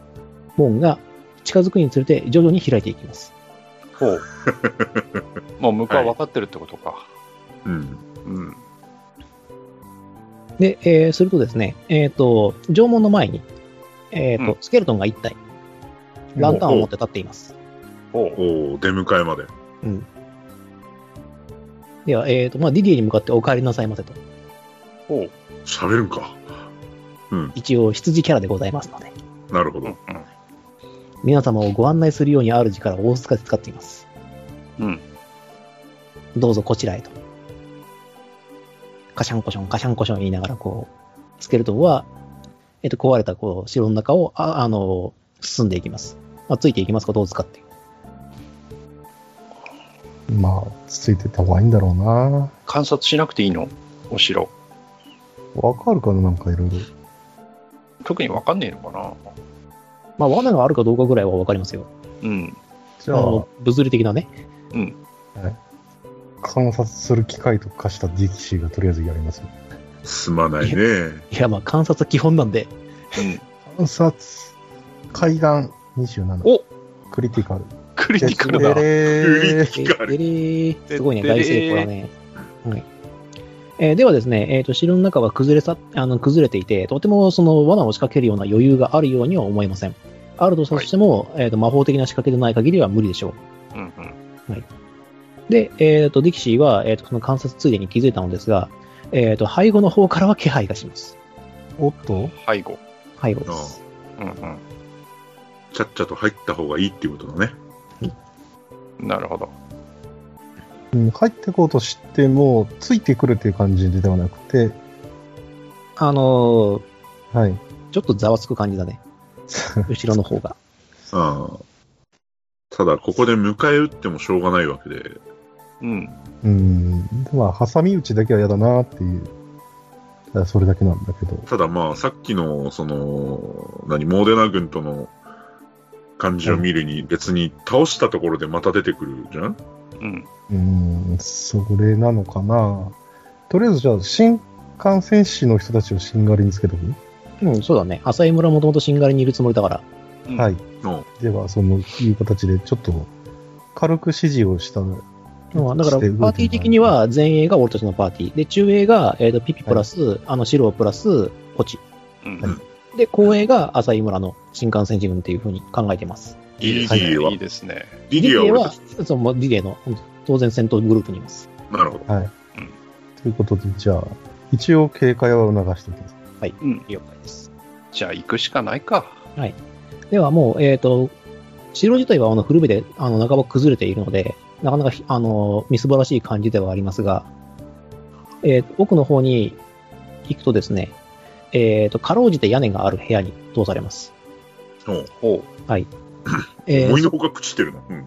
門が近づくにつれて徐々に開いていきます。
ほ う。もう向こうは分かってるってことか。
うん。
うん。
で、えーするとですね、えっ、と、城門の前に、えっ、と、
うん
スケルトンが1体、ランタンを持って立っています。
ほう。
おう出迎えまで。
うん。では、えっ、と、まあ、ディディに向かってお帰りなさいませと。
ほう。
喋るんか。
一応、羊キャラでございますので、
なるほ
うんうん
ど。。
皆様をご案内するように主から大塚で使っています。
うん。
どうぞこちらへと。カシャンコション、カシャンコション言いながら、こう、スケルトンは、えっ、と、壊れた、こう、城の中を、ああの、進んでいきます。まあ、ついていきますか、どう使っていう。
まあ、ついてった方がいいんだろうな。
観察しなくていいのお城。
わかるかななんかいろいろ。
特に分かんねえのか
まあ、罠があるかどうかぐらいはわかりますよ。
なうん。
じ
あ
ゃあ
の、、物理的なね。
観察する機械と化したディキシーがとりあえずやりますよ。
すまないね。
いや、まあ、観察は基本なんで、
うん。
観察、海岸27。
お
クリティカル。
クリティカル
だ。
だ。
え
えーえーすごいね、大成功だね。はいえーではですね、えーと、城の中は崩れさあの崩れていて、とてもその罠を仕掛けるような余裕があるようには思えません。あるとしたとしても、えーと魔法的な仕掛けでない限りは無理でしょ
うんうん。
う。で、えー、とディキシーは、えー、とその観察ついでに気づいたのですが、えー、と背後の方からは気配がします。
おっと
背後。
背後です。
うんうん。
ちゃっちゃと入った方がいいっていうことだね。
なるほど。
うん入ってこうとしても、ついてくるっていう感じではなくて、
あのー
はい。
ちょっとざわつく感じだね。後ろの方が。
ああ。ただ、ここで迎え撃ってもしょうがないわけで。
うん。
うん。まあ、挟み撃ちだけは嫌だなっていう。ただそれだけなんだけど。
ただまあ、さっきの、その、何、モーデナ軍との感じを見るに、別に倒したところでまた出てくるじゃん
うん。
うん、それなのかな。とりあえずじゃあ、新幹線士の人たちをしんがりにつけとく、
うん、そうだね。浅井村もともとシンガルにいるつもりだから。
うん
はい。。
の、
では、その、いう形で、ちょっと、軽く指示をした。
うんだから、
して動いてもらう
パーティー的には、前衛が俺たちのパーティー。で、中衛が、えー、とピピプラス、あの、シロープラス、ポチ。
うん。
で、後衛が浅井村の新幹線自分っていうふうに考えてます。
ディデ
です
ィエ
ね
は、
いい
デ
ですね。
ィディエは俺た
は
ち。、
そう、もうリレーの、当然戦闘グループにいます。
なるほど。
はい。ということで、じゃあ、一応警戒は促しておきます。
うん。
了解です。
じゃあ行くしかないか。
では、もう、えっ、と、城自体は、あの、古部で、あの、半ば崩れているので、なかなかひ、あの、みすぼらしい感じではありますが、えー奥の方に行くとですね、えっ、と、かろうじて屋根がある部屋に通されます。
おう
ほ
えー
思いのほか朽ちてるな。うん。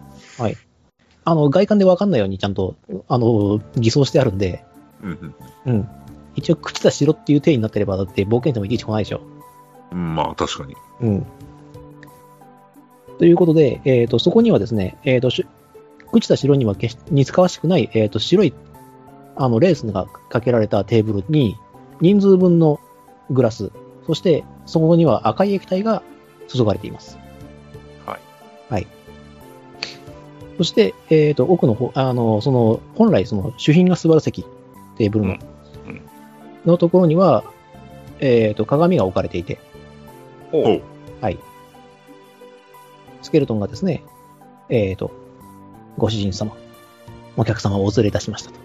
あの、外観でわかんないようにちゃんと、あの、偽装してあるんで、
うん
うん。一応、朽ちた城っていう体になってれば、だって冒険者もいちいち来ないでしょ。
うん。まあ、確かに。
うん。ということで、えっ、と、そこにはですね、えっ、と、し朽ちた城には決し似つかわしくない、えっ、と、白い、あの、レースがかけられたテーブルに、人数分のグラス、そして、そこには赤い液体が注がれています。
はい。
はい。そして、えっ、と、奥の方、あの、その、本来、その、主品が座る席、テーブルの、
うんうん
のところには、えっ、と、鏡が置かれていて、
お
お
う
スケルトンがですね、えっ、と、ご主人様、お客様をお連れいたしましたと。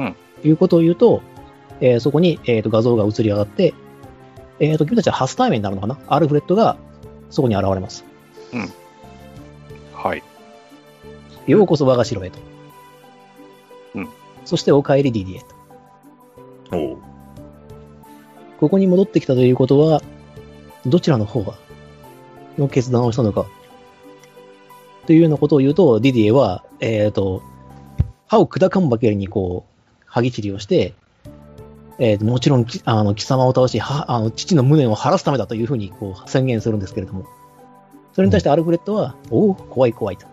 うん
いうことを言うと、えーそこに、えー、と画像が映り上がって、えっ、と、君たちは初対面になるのかなアルフレッドがそこに現れます。
はい。
ようこそ我が城へと。
うん
そしてお帰り DD へと。
おう
ここに戻ってきたということは、どちらの方が、の決断をしたのか、というようなことを言うと、ディディエは、えっ、と、歯を砕かんばけりにこう、歯ぎちりをして、えーもちろんき、あの、貴様を倒し、はあの父の無念を晴らすためだというふうにこう宣言するんですけれども、それに対してアルフレッドは、おお、怖い怖いと。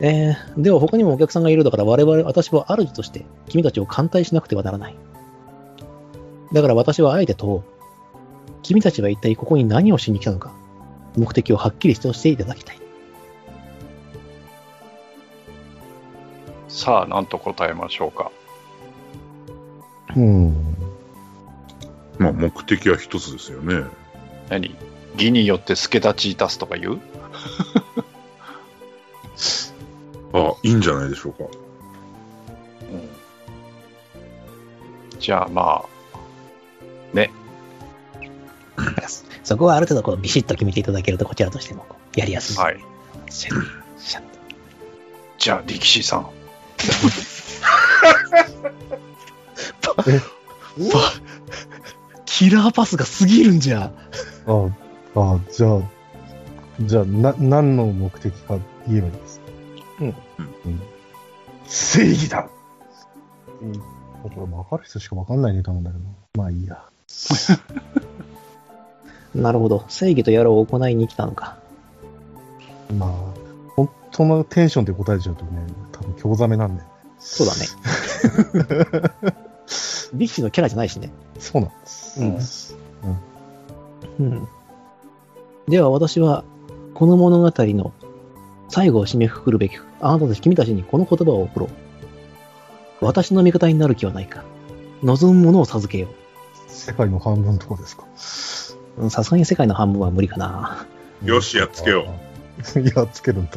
えーでは他にもお客さんがいるだから我々、私は主として君たちを歓待しなくてはならない。だから私はあえて問おう。君たちは一体ここに何をしに来たのか。目的をはっきりしていただきたい。
さあ、なんと答えましょうか。
うん。
まあ、目的は一つですよね。
何義によって助太刀いたすとか言う
あいいんじゃないでしょうか。
じゃあま
そこはある程度こうビシッと決めていただけるとこちらとしてもこうやりやすい。
あ、はい。
シャッシャッ
じゃあ、力士さん。
キラーパスが過ぎるんじゃ。
ああ、じゃあ、じゃあ、な、何の目的か言えばいいです。
うん
うん。正義だこれ分かる人しか分かんないネタなんだけどな。まあいいや。
なるほど。正義と野郎を行いに来たのか。
まあ、本当のテンションで答えちゃうとね、多分興ざめなんで。
そうだね。力士のキャラじゃないしね。
そうなんです。
うんうん。では私は、この物語の最後を締めくくるべく、あなたたち君たちにこの言葉を送ろう。私の味方になる気はないか。望むものを授けよ
世界の半分とかですか。
ううん。さすがに世界の半分は無理かな。
よしやっつけよ
う。 やっつけるんだ。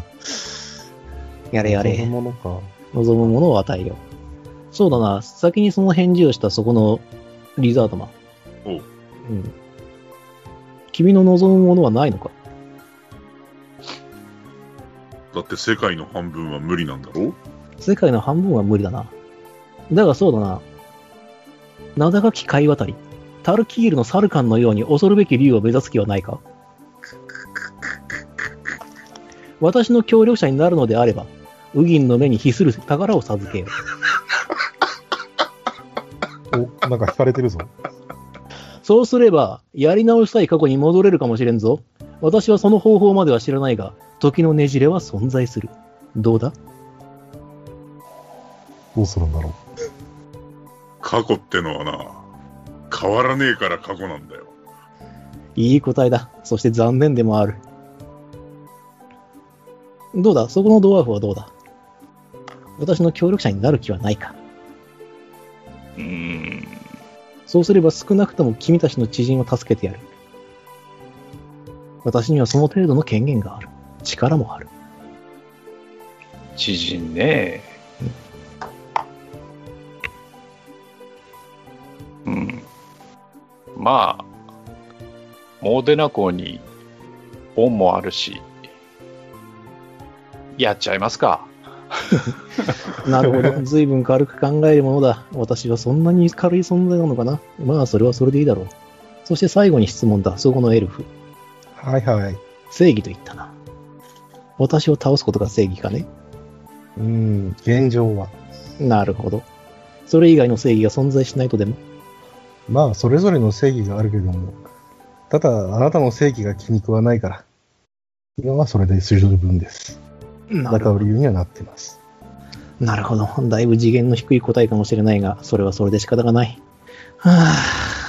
やれや
そ
れ
ん。なものか。
望むものを与えよう。そうだな、先にその返事をしたそこのリザードマン。
おう
うん。君の望むものはないのか
だって世界の半分は無理なんだろ
世界の半分は無理だな。だがそうだな。名高き貝渡り。タルキールのサルカンのように恐るべき竜を目指す気はないか私の協力者になるのであれば、ウギンの目に比する宝を授けよう。
お、なんか惹かれてるぞ。
そうすれば、やり直したい過去に戻れるかもしれんぞ。私はその方法までは知らないが、時のねじれは存在する。どうだ
どうするんだろう。
過去ってのはな、変わらねえから過去なんだよ。
いい答えだ。そして残念でもある。どうだそこのドワーフはどうだ私の協力者になる気はないか
うーん。
そうすれば少なくとも君たちの知人を助けてやる。私にはその程度の権限がある。力もある。
知人ね。うん。まあ、モーデナ校に恩もあるし、やっちゃいますか。
なるほど。随分軽く考えるものだ。私はそんなに軽い存在なのかなまあ、それはそれでいいだろう。そして最後に質問だ。そこのエルフ。
はいはい。
正義と言ったな。私を倒すことが正義かね
うん、現状は。
なるほど。それ以外の正義が存在しないとでも。
まあ、それぞれの正義があるけれども、ただ、あなたの正義が気に食わないから、今はそれで十分です。
な
だから理由にはなってます。
なるほど。だいぶ次元の低い答えかもしれないが、それはそれで仕方がない。は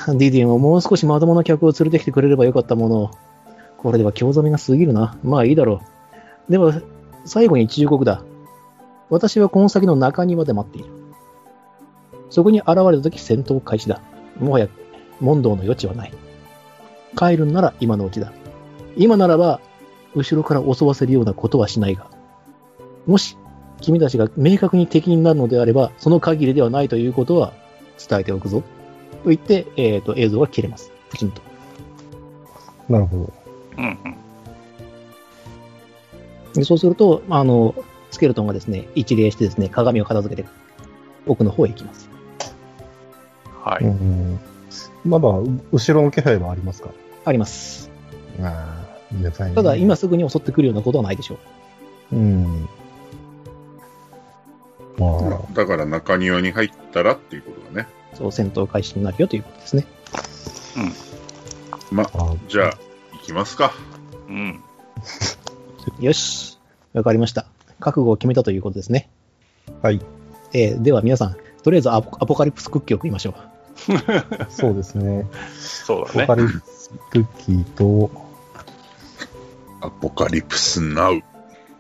ぁ、ディディンをもう少しまともな客を連れてきてくれればよかったものを。これでは興ざめが過ぎるな。まあいいだろう。では、最後に忠告だ。私はこの先の中庭で待っている。そこに現れた時戦闘開始だ。もはや問答の余地はない。帰るんなら今のうちだ。今ならば、後ろから襲わせるようなことはしないが。もし、君たちが明確に敵になるのであれば、その限りではないということは伝えておくぞ。と言って、えっ、と、映像が切れます。プチンと。
なるほど。
うんうん
でそうすると、あの、スケルトンがですね、一礼してですね、鏡を片付けて、奥の方へ行きます。
は
う
い。
ん。まだ、う後ろの気配はありますか
あります。
ああ、めたいね
ただ、今、すぐに襲ってくるようなことはないでしょう。
うん。まあ、
だから中庭に入ったらっていうことだね。
そう、戦闘開始になるよということですね。
あ
じゃあ、行きますか。
うん。
よし。わかりました。覚悟を決めたということですね。
はい。
えーでは皆さん、とりあえずアポアポカリプスクッキーを食いましょう。
そうですね。
そうだ
ボ
ね
カ。リスクッキーと、
アポカリプスナウ。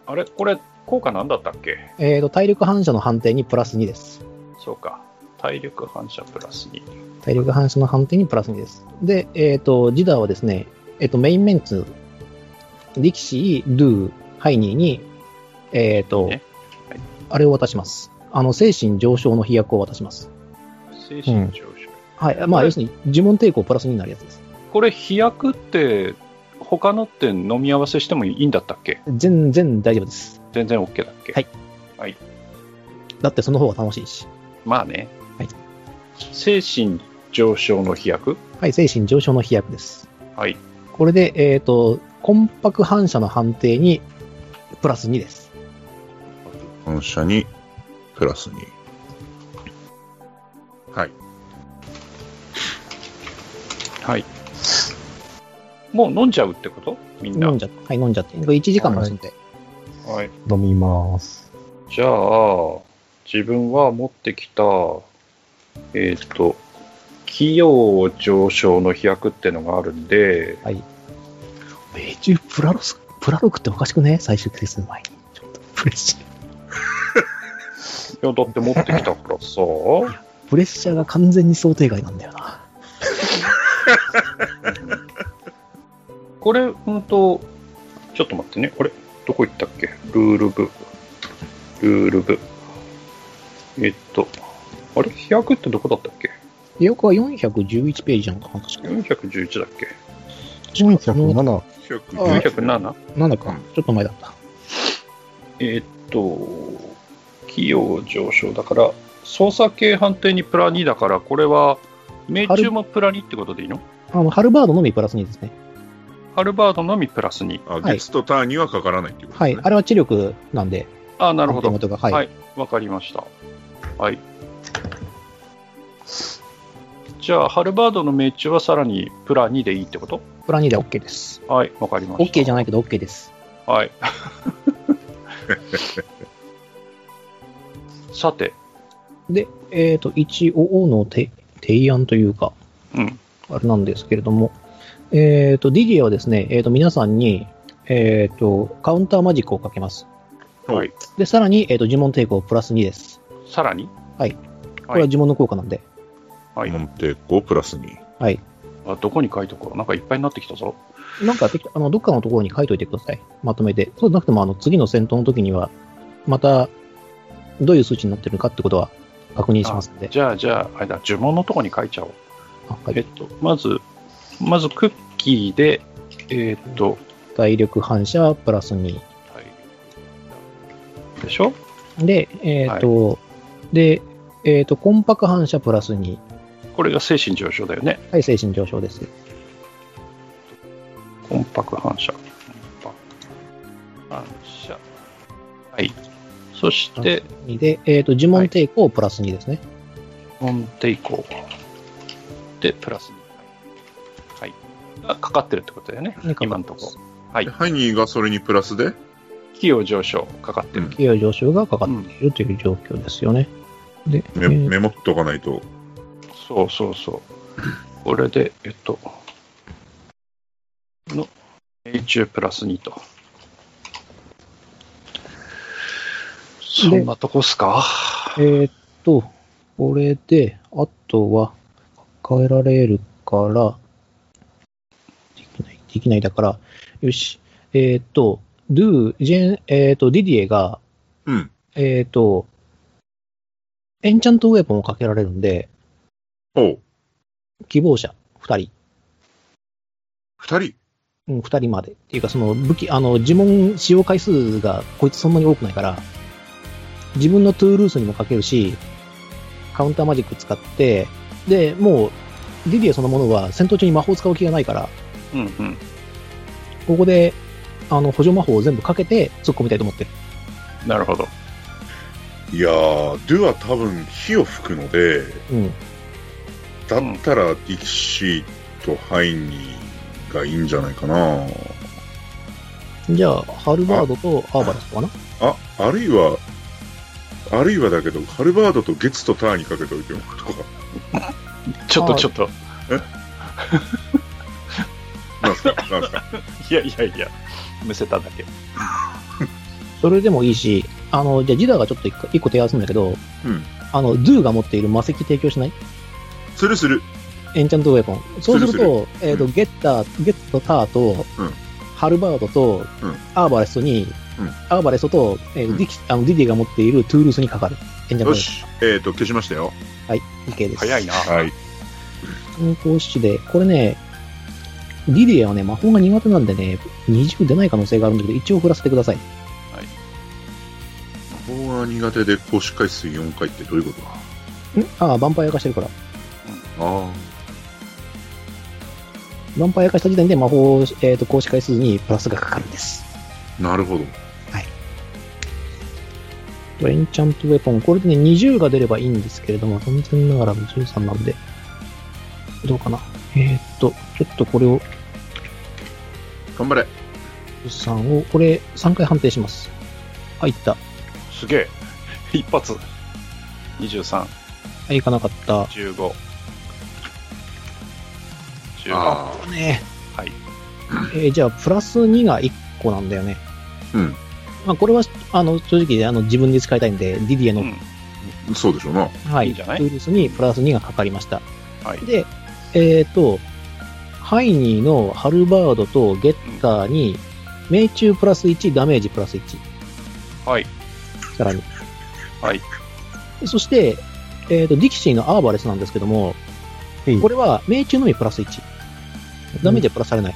あれこれ、効果なんだったっけ
えっ、と、体力反射の判定にプラス2です。
そうか。体力反射プラス2。
体力反射の判定にプラス2です。で、えっ、と、ジダーはですね、えっ、と、メインメンツ、力士、ドゥ、ハイニーに、えっ、と、
ねはい
あれを渡します。あの、精神上昇の飛躍を渡します。
精神上昇。
はい。ま
は
あ、
い
要するに、呪文抵抗プラス2になるやつです。
これ、飛躍って、他のって飲み合わせしてもいいんだったっけ
全然大丈夫です。
全然 OK だっけ
はいだってその方が楽しいし。
まあね。
はい
精神上昇の飛躍
はい、精神上昇の飛躍です。
はい。
これで、えっ、と、魂魄反射の判定に、プラス2です。
本社に、プラス2。はい。
はい。もう飲んじゃうってことみんな。
飲んじゃって、はい、飲んじゃって。1時間もすんで。
はい。
飲みます。
じゃあ、自分は持ってきた、えっ、と、企業上昇の飛躍ってのがあるんで、
命中プラロス、プラロクっておかしくね最終決戦前に。ちょっとプレッシャー。
いやだって持ってきたから さ、
プレッシャーが完全に想定外なんだよな。
これ、うんと、ちょっと待ってね、これ、どこ行ったっけルール部。ルール部。えっと、あれ飛躍ってどこだったっけ
記憶は411ページなんかな、確かに。
?411 だっけ
407。
あ
?407?
なんだか、ちょっと前だった。
えっと、企業上昇だから、操作系判定にプラ2だから、これは、命中もプラ2ってことでいいの
あの、ハルバードのみプラス2ですね。
ハルバードのみプラス2。
あ、
はい
ゲストターンにはかからないっていうこと
は
です
い、
ね。
あれは知力なんで。
ああ、なるほど。
判定元がはい。
はいわかりました。はい。じゃあ、ハルバードの命中はさらにプラ2でいいってこと
プラ2で OK です。
はい、わかりました。
OK じゃ
ん。
ないけど OK です。
はい。 さて、
で、えっ、と、一応のて提案というか、
うん。
あれなんですけれども、えっ、と、DDA はですね、えっ、と、皆さんに、えっ、と、カウンターマジックをかけます。
はい。
で、さらに、えっ、と、呪文抵抗プラス2です。
さらに
これは呪文の効果なんで。
はい。
モンテコプラス2。
はい。
あどこに書いとこうなんかいっぱいになってきたぞ。
なんか適当、あの、どっかのところに書いといてください。まとめて。そうでなくても、あの、次の戦闘の時には、また、どういう数値になってるかってことは確認しますので。
じゃあ、じゃあ、あれだ、呪文のとこに書いちゃおう。
あはい
えっと、まず、まずクッキーで、えーっと、
体力反射プラス2。
でしょ
で、えっ、と、で、えっ、と、コンパク反射プラス2。
これが精神上昇だよね。
はい、精神上昇です。
コンパク反射。コンパク反射。はい。そして、
2で、えっ、と、呪文抵抗プラス2ですね。
オンテイクオーバーで、プラス2。はい。がかかってるってことだよね
かかっ。てます
今のとこ。はい
でハイニーがそれにプラスで、
企業上昇かかってる。
企業上昇がかかっ
うん
ているという状況ですよね。で、え
メ
ー
メモっとかないと。
そうそうそう。これで、えっと、の、命中プラス2と。そんなとこっすか
えーっと、これで、あとは、変えられるから、できない、できないだから、よし。えーっと、ドゥ、ジェン、えーっと、ディディエが、
うん。
えーっと、エンチャントウェポンをかけられるんで、
おう。
希望者2人、
二人
うん、2人まで。っていうか、その武器、あの、呪文使用回数がこいつそんなに多くないから、自分のトゥールースにもかけるし、カウンターマジック使って、で、もう、ディディエそのものは戦闘中に魔法を使う気がないから、
うんうん。
ここで、あの、補助魔法を全部かけて突っ込みたいと思ってる。
なるほど。
いやー、ドゥは多分火を吹くので、
うん。
だったらディキシーとハイニーがいいんじゃないかな。
じゃあ、ハルバードとアーバレストかな
あ、あるいは、あるいはだけど、ハルバードとゲツとターにかけておいてもとか。
ちょっ
あ
と
ー
ちょっと。
なんすかなんすか
いやいやいや、むせただけ。
それでもいいし、あの、じゃあジダがちょっと一個一個提案するんだけど、
うん。
あの、ドゥが持っている魔石提供しない
するする。
エンチャントウェポン。そうすると、えっ、と、
う
ゲッター、ゲットターと、
うん
ハルバードと、
うん
アーバレストに、
うん
アーバレストと、えー
うん
ディキあのディディが持っているトゥールースにかかる。エンチャントウ
よ
ェポ
し。えっ、と、消しましたよ。
ン。OK です。
早いな。
はい。
人工視で、これね、ディディアはね、魔法が苦手なんでね、20出ない可能性があるんだけど、一応振らせてください。
魔法が苦手で公式回数4回ってどういうことだ
んああ、ヴァンパイア化してるから。
あ
ヴァンパイア化した時点で魔法を、えー、と公式回数にプラスがかかるんです。
あ、なるほど。
とエンチャントウェポン、これでね、20が出ればいいんですけれども、当然ながら13なんで、どうかな。えー、っと、ちょっとこれを、
頑張れ。
13を、これ3回判定します。入った。
すげえ。一発。23、
あ、いかなかった。
15。18
あ
ね
はい。
えーじゃあ、プラス2が1個なんだよね。
うん。
まあ、これは、あの、正直、あの、自分で使いたいんで、ディディエの、
うん
あ、そうでしょうな。
はい
い
い、
んじゃない
ウイルスにプラス2がかかりました。
はい
で、えっ、と、ハイニーのハルバードとゲッターに、命中プラス1、ダメージプラス1、
はい。
さらに。
はい。
そして、えっ、と、ディキシーのアーバレスなんですけども、
はい
これは命中のみプラス1。ダメージはプラスされない。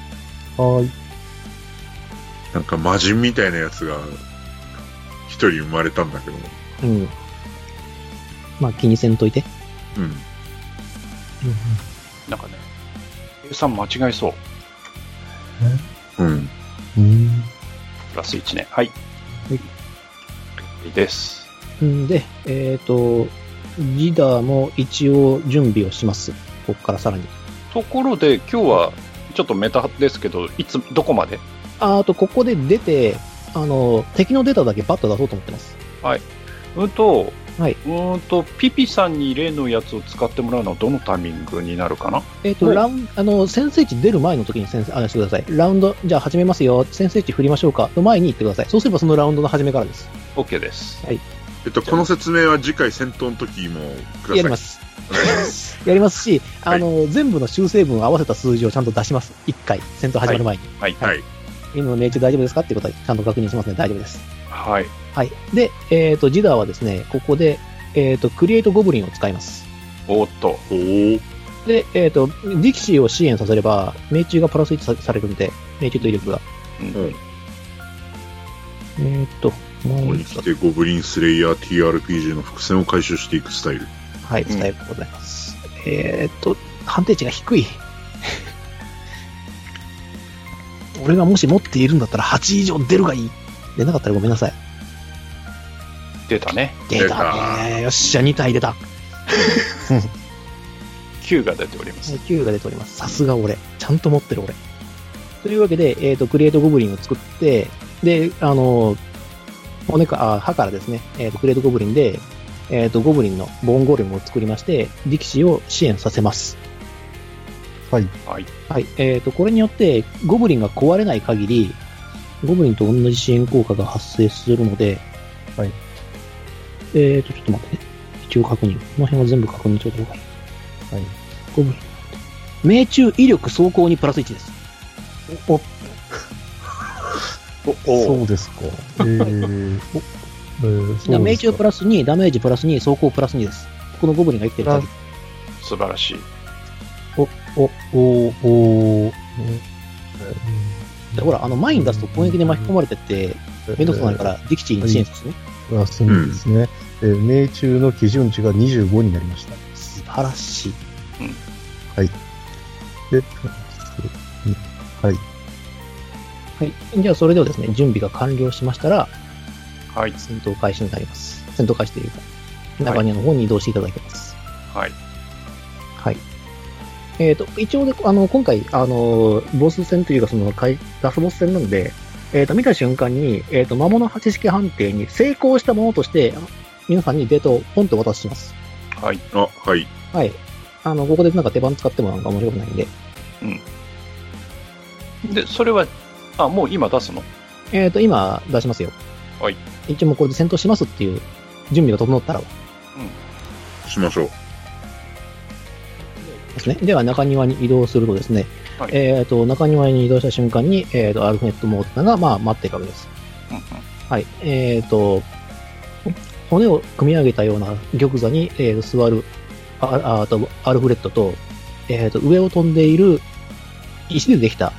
はーい。
なんか魔人みたいなやつが、一人生まれたんだけども。
うん。まあ、気にせんといて。
うん。
なんかね、計算間違えそう。
うん。
うん。
プラス1ね。はい。
はい
いいです。
んで、えっ、と、ギダーも一応準備をします。ここからさらに。
ところで、今日は、ちょっとメタですけど、いつ、どこまで
ああと、ここで出て、あの、敵のデータだけパッと出そうと思ってます。
うんと、
はいう
ーんと、ピピさんに例のやつを使ってもらうのはどのタイミングになるかな
えっ、と、
はい
ラウンあの、先制値出る前の時に先生、あれしてください。ラウンド、じゃあ始めますよ。先制値振りましょうか。の前に言ってください。そうすればそのラウンドの始めからです。
?OK です。
えっと、この説明は次回戦闘の時もください。
やります。やりますし、あの、全部の修正分を合わせた数字をちゃんと出します。1回、戦闘始まる前に。
はい。
はい。
今の命中大丈夫ですかっていうことはちゃんと確認しますね。大丈夫です。
はい。
はい。で、えっ、と、ジダーはですね、ここで、えっ、と、クリエイトゴブリンを使います。
おーっと。
おー
で、えっ、と、ディキシーを支援させれば、命中がプラス1さされるんで、命中と威力が。
うん
うん
えーっ、と、も
ここ
う
に来てゴブリンスレイヤー TRPG の伏線を回収していくスタイル。
はい、
うん
伝えでございます。えーっ、と、判定値が低い。 俺がもし持っているんだったら8以上出るがいい。出なかったらごめんなさい。
出たね。
出
出
た
た
ね。よっしゃ、2体出た。
9が出ております。
9が出ております。さすが俺。ちゃんと持ってる俺。というわけで、えっ、と、クリエイトゴブリンを作って、で、あの、骨か、あ、歯からですね、えっ、と、クリエイトゴブリンで、えっ、と、ゴブリンのボーンゴーレムを作りまして、力士を支援させます。
はい。
はい。
はい。えっ、と、これによって、ゴブリンが壊れない限り、ゴブリンと同じ支援効果が発生するので、
はい。
えっ、と、ちょっと待ってね。一応確認。この辺は全部確認しといた方がいい。
はい。
ゴブリン。命中威力走行にプラス1です。
お、
お
そ
お
うですか。えー、お、えー、
だから命中
そ
プ
うですか。
ラス2、ダメージプラス2、走行プラス2です。このゴブリンが生きてる限り。
素晴らしい。
お、お、お、
でほら、あの、前に出すと攻撃で巻き込まれてって、めんどくさくなるから、ディキチに支援するんですね。
プラス2ですね。えー命中の基準値が25になりました。
素晴らしい。
で、はい。
はい。じゃあ、それではですね、準備が完了しましたら、
はい。
戦闘開始になります。戦闘開始というか、中庭の方に移動していただきます。
はい。
はい。えっ、と、一応で、あの、今回、あの、ボス戦というか、その、かいラスボス戦なので、えっ、と、見た瞬間に、えっ、と、魔物八式判定に成功したものとして、皆さんにデータをポンとお渡しします。
はい。
あ、はい。
はい。あの、ここでなんか手番使ってもなんか面白くないんで、
で、それは、あ、もう今出すの
えっ、と、今、出しますよ。
はい。
一応もうこれで戦闘しますっていう準備が整ったら
しましょう。
ですね。では、中庭に移動するとですね、
はい
えっ、と、中庭に移動した瞬間に、えっ、と、アルフネットモーターが、まあ、待ってるわけです。
うんうん。
はい、えー、と、骨を組み上げたような玉座に、えー座るあああとアルフレッドと、えー、と上を飛んでいる石でできた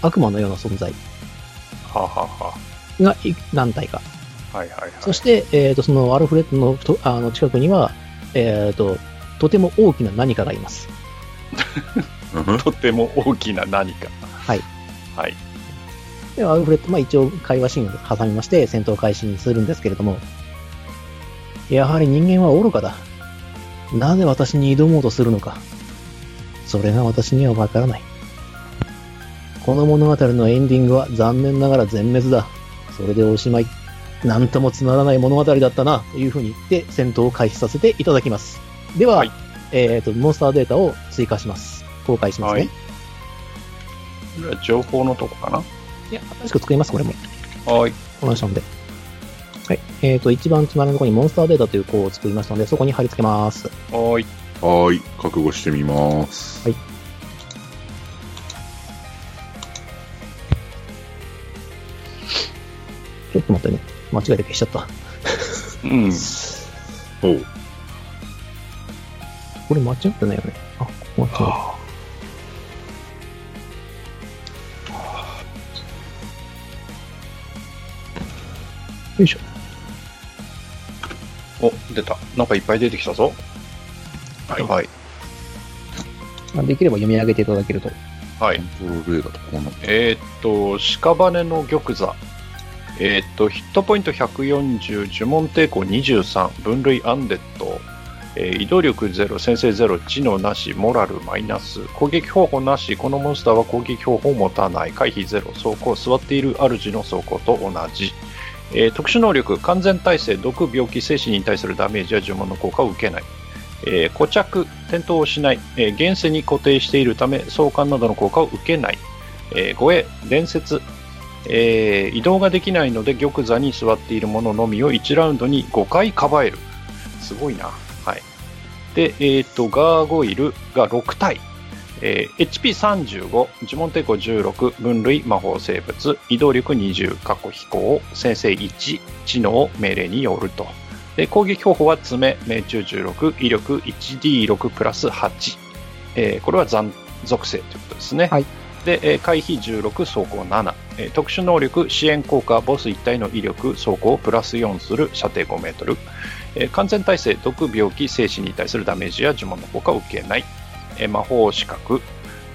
悪魔のような存在
はあ、はあは
がい何体か。
あ、はいはいはい。
そして、えー、とそのアルフレッドのとあの近くには、えーと、とても大きな何かがいます。
うんふん
とても大きな何か。
はい。
はい。
でアルフレッド、まあ、一応会話シーンを挟みまして戦闘開始にするんですけれども、やはり人間は愚かだ。なぜ私に挑もうとするのか。それが私にはわからない。この物語のエンディングは残念ながら全滅だ。それでおしまい。なんともつまらない物語だったな、というふうに言って戦闘を開始させていただきます。では、
はい
えっ、と、モンスターデータを追加します。公開しますね。
はいこれは情報のとこか
いや、新しく作ります、これも。
なはい。
この下ので。はい。えっ、と、一番隣のところにモンスターデータという項を作りましたので、そこに貼り付けます。
はい。
はーい。覚悟してみます。
ちょっと待ってね。間違えて消しちゃった。
うん。
おう。
これ間違ってないよね。あ、ここ間違え
は
た。よいしょ。
あお、出た。なんかいっぱい出てきたぞ。はい。はい。
まあできれば読み上げていただけると。
はい。
コントロール A だとこうなって
えーっと、屍の玉座。えーっと、ヒットポイント140、呪文抵抗23、分類アンデッド、えー移動力0、先制0、知能なし、モラルマイナス、攻撃方法なし、このモンスターは攻撃方法を持たない、回避0、走行、座っている主の走行と同じ。えー特殊能力、完全耐性、毒、病気、精神に対するダメージや呪文の効果を受けない。えー固着、転倒をしない、えー現世に固定しているため、相関などの効果を受けない。えー護衛、伝説、えー移動ができないので玉座に座っているもののみを1ラウンドに5回かばえる。すごいな。はい。で、えっ、と、ガーゴイルが6体。えー HP35、呪文抵抗16、分類、魔法生物、移動力20、過去飛行、先生1、知能、命令によると。で、攻撃方法は爪、命中16、威力 1D6 プラス8。えーこれは残属性ということですね。で、えー回避16、走行7、えー特殊能力、支援効果、ボス一体の威力、走行をプラス4する、射程5メートル、えー完全耐性、毒、病気、精神に対するダメージや呪文の効果を受けない、えー魔法資格、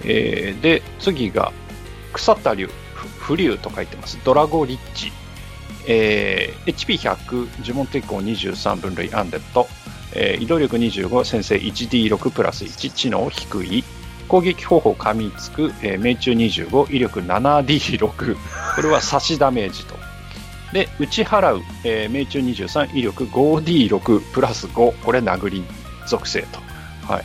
えーで、次が、腐った竜、ふ不竜と書いてます、ドラゴリッチ、えー HP100、呪文抵抗23分類、アンデッド、えー移動力25、先生 1D6 プラス1、知能低い、攻撃方法噛みつく、えー命中25威力 7D6 これは差しダメージとで打ち払う、えー命中23威力 5D6 プラス5これ殴り属性と、はい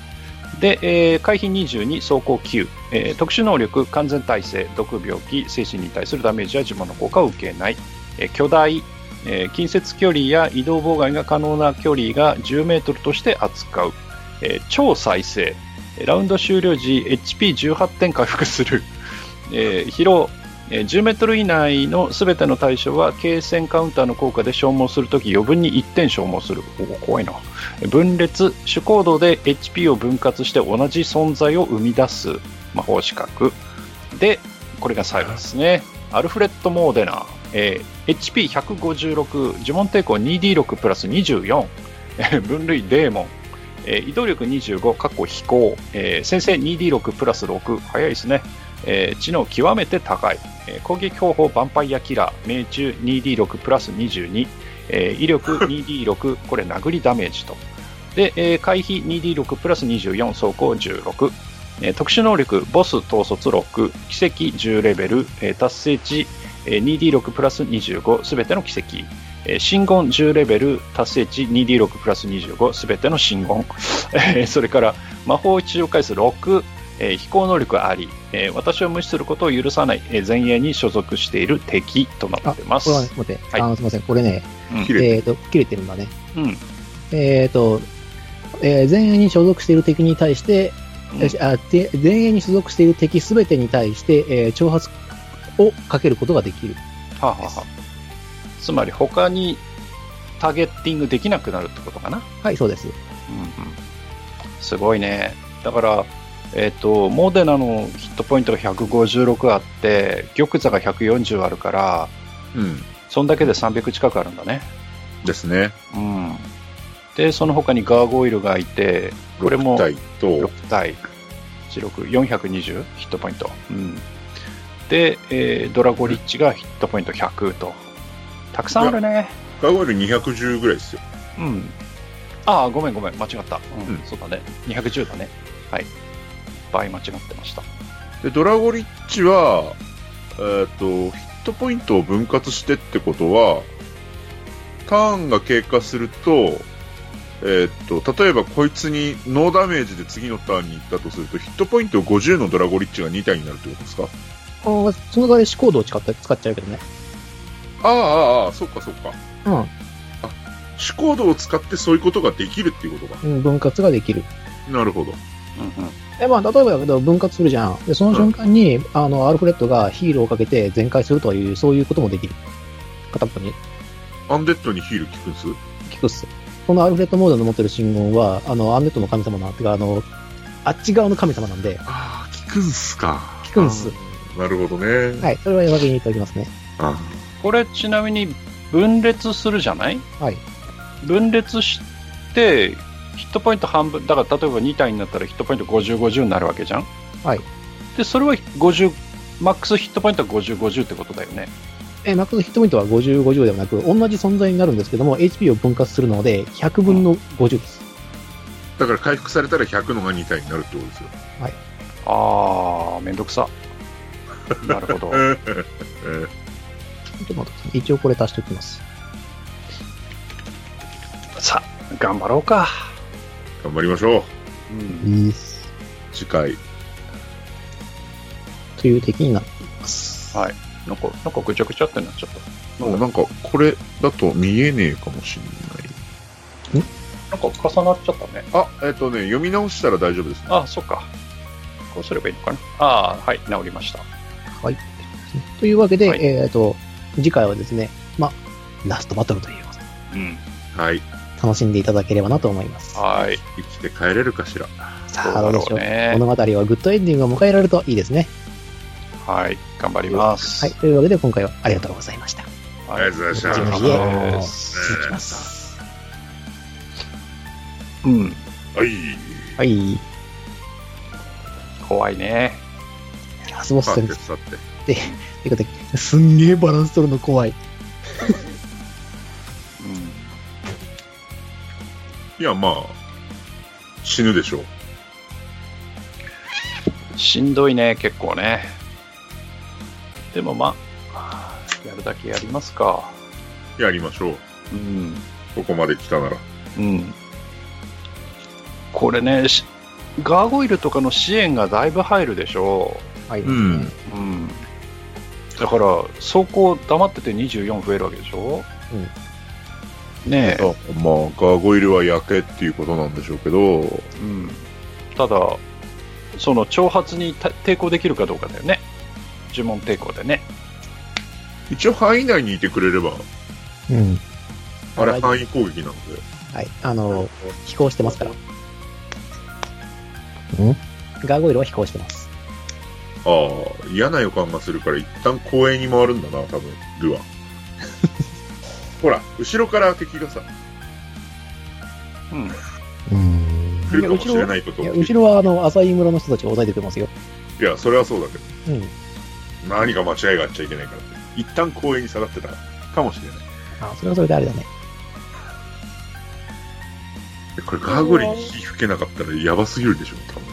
で、えー回避22、走行9、えー特殊能力、完全耐性、毒病気、精神に対するダメージは呪文の効果を受けない、えー巨大、えー近接距離や移動妨害が可能な距離が10メートルとして扱う、えー超再生、えーラウンド終了時 HP18 点回復する、 えー疲労、えー10メートル以内のすべての対象は継戦カウンターの効果で消耗するとき余分に1点消耗する。おー怖いな。分裂主行動で HP を分割して同じ存在を生み出す魔法資格でこれが最後ですねアルフレッド・モーデナ、えー HP156 呪文抵抗 2D6 プラス24えー分類デーモン、えー移動力25かっこ飛行、えー先生 2D6 プラス6早いですね、えー知能極めて高い、えー攻撃方法ヴァンパイアキラー命中 2D6 プラス22えー威力 2D6、これ殴りダメージと。で、えー回避 2D6 プラス24、走行16。えー特殊能力、ボス統率6、奇跡10レベル、えー達成値、えー 2D6 プラス25、すべての奇跡。えー信言10レベル、達成値 2D6 プラス25、すべての信言。 えーそれから、魔法使用回数6、えー飛行能力あり、えー私を無視することを許さない、えー前衛に所属している敵となってま
これはね
す。、
待って、
はい
あのすみません、これね、
うん
切れてる
えっ、と、切れてるんだね。
うん
えっ、と、えー前衛に所属している敵に対して、
うん
えあで前衛に所属している敵すべてに対して、えー挑発をかけることができる。
はあはあはあつまり他にターゲッティングできなくなるってことかな、
はい、そうです。
うんうん、すごいねだからえっ、とモデナのヒットポイントが156あって玉座が140あるから
うん。
そんだけで300近くあるんだね
ですね。
うんでその他にガーゴイルがいてこれも
6体
6
と、
対420ヒットポイント、うん、で、えードラゴリッチがヒットポイント100とたくさんあるね
ガーゴイル210ぐらいですよ。
うん。ああ、ごめんごめん、間違った。うん、
うん
そうだね。210だね。はい。倍間違ってました。
で、ドラゴリッチは、えーっ、と、ヒットポイントを分割してってことは、ターンが経過すると、えーっ、と、例えばこいつにノーダメージで次のターンに行ったとすると、ヒットポイント50のドラゴリッチが2体になるってことですか
あーその代わり思考度を使った使っちゃうけどね。
ああ、ああ、ああ、そっかそっか。
うん
主行動を使ってそういうことができるっていうことか。
うん、分割ができる。
なるほど。
うんうん。
え、まあ、例えばだけど、分割するじゃん。で、その瞬間に、あの、アルフレッドがヒールをかけて全開するという、そういうこともできる。片っぽに
アンデッドにヒール効くんす
聞くっす。このアルフレッドモードの持ってる信号は、あの、アンネットの神様なんてか、あの、あっち側の神様なんで、
ああ、効くんすか。
効くんす。
なるほどね。
はい、それはお分けにいただきますね。
あ
これちなみに分裂するじゃない
はい。
分裂して、ヒットポイント半分、だから例えば2体になったらヒットポイント50、50になるわけじゃん
はい。
で、それは50、マックスヒットポイントは50、50ってことだよね。
えーマックスヒットポイントは50、50ではなく、同じ存在になるんですけども、HP を分割するので、100分の50です。
だから回復されたら100のが2体になるってことですよ。
あー、めんどく さ。なるほど。
ちょっと待ってください一応これ足しておきます。
さあ、頑張ろうか。
頑張りましょう。
うん
いいっす。
次回。
という敵になっています。
はい。なんか、なんかぐちゃぐちゃってなっちゃった。
もうなんか、これだと見えねえかもしんない。
なんか重なっちゃったね。
あ、えっ、とね、読み直したら大丈夫ですね。
あ、そっか。こうすればいいのかな。ああ、はい、治りました。
というわけで、
はい
えっ、と、次回はですね、まあ、ラストバトルということで
うん。
はい。
楽しんでいただければなと思います。
はい。
生きて帰れるかしら。
さあ、どうでしょう。
ね。
物語はグッドエンディングを迎えられるといいですね。
はい、頑張ります。
はい。というわけで、今回はありがとうございました。
は
ありがとうございま
した
お疲れ様です
失礼します。
うん。
はい。
はい。
怖いね。
ラスボス
さ
戦
て
です。
さて。
ということで、すんげえバランス取るの怖い。
うん。
いや、まあ、死ぬでしょう。
しんどいね、結構ね。でもまあ、やるだけやりますか。
やりましょう。
うん。
ここまで来たなら。
うん。これね、しガーゴイルとかの支援がだいぶ入るでしょ
はい。
うん。
う、うん、だから走行黙ってて24増えるわけでしょ、うねえ
あまあ、ガーゴイルは焼けっていうことなんでしょうけど、
うん、ただ、その挑発にた抵抗できるかどうかだよね、呪文抵抗でね。
一応範囲内にいてくれれば、
うん。
あ
は
れ
い
範囲攻撃なので。
はい。あの、飛行してますから。うんガーゴイルは飛行してます。
ああ、嫌な予感がするから一旦公園に回るんだな、多分、ルアン。ほら、後ろから敵がさ、
うん、
うん。
来るかもしれないこと
い
い
や、
や、
後ろは、あの、浅い村の人たちが抑えてくれますよ。
それはそうだけど、
うん。
何か間違いがあっちゃいけないからって、一旦公園に下がってたかもしれない。
あ、それはそれであれだね。
でこれ、ガーゴリに火吹けなかったらやばすぎるでしょ、多分。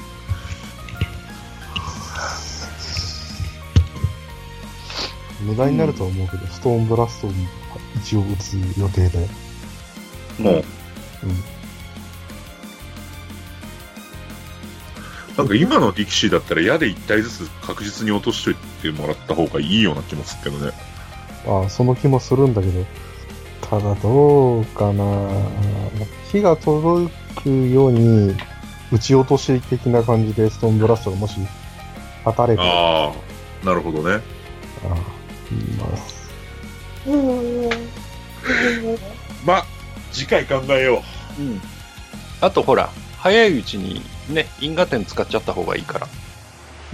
無駄になるとは思うけど、ストーンブラストに一応打つ予定で。
もう、なんか今の力士だったら矢で1体ずつ確実に落としといてもらった方がいいような気もするけどね。
ああ、その気もするんだけど、ただどうかな。火が届くように、打ち落とし的な感じでストーンブラストがもし当たれば、あ
ああ、なるほどね。
あまあ
まあ、次回考えよ
うん、あとほら、早いうちにね、因果点使っちゃった方がいいから。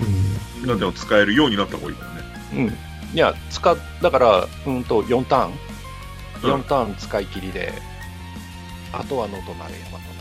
う
う。なんでも使えるようになった方がいいからね。
うん、いや、使っだから、うんと4ターン、
うん
4ターン使い切りで、あとは野となれ山となれ。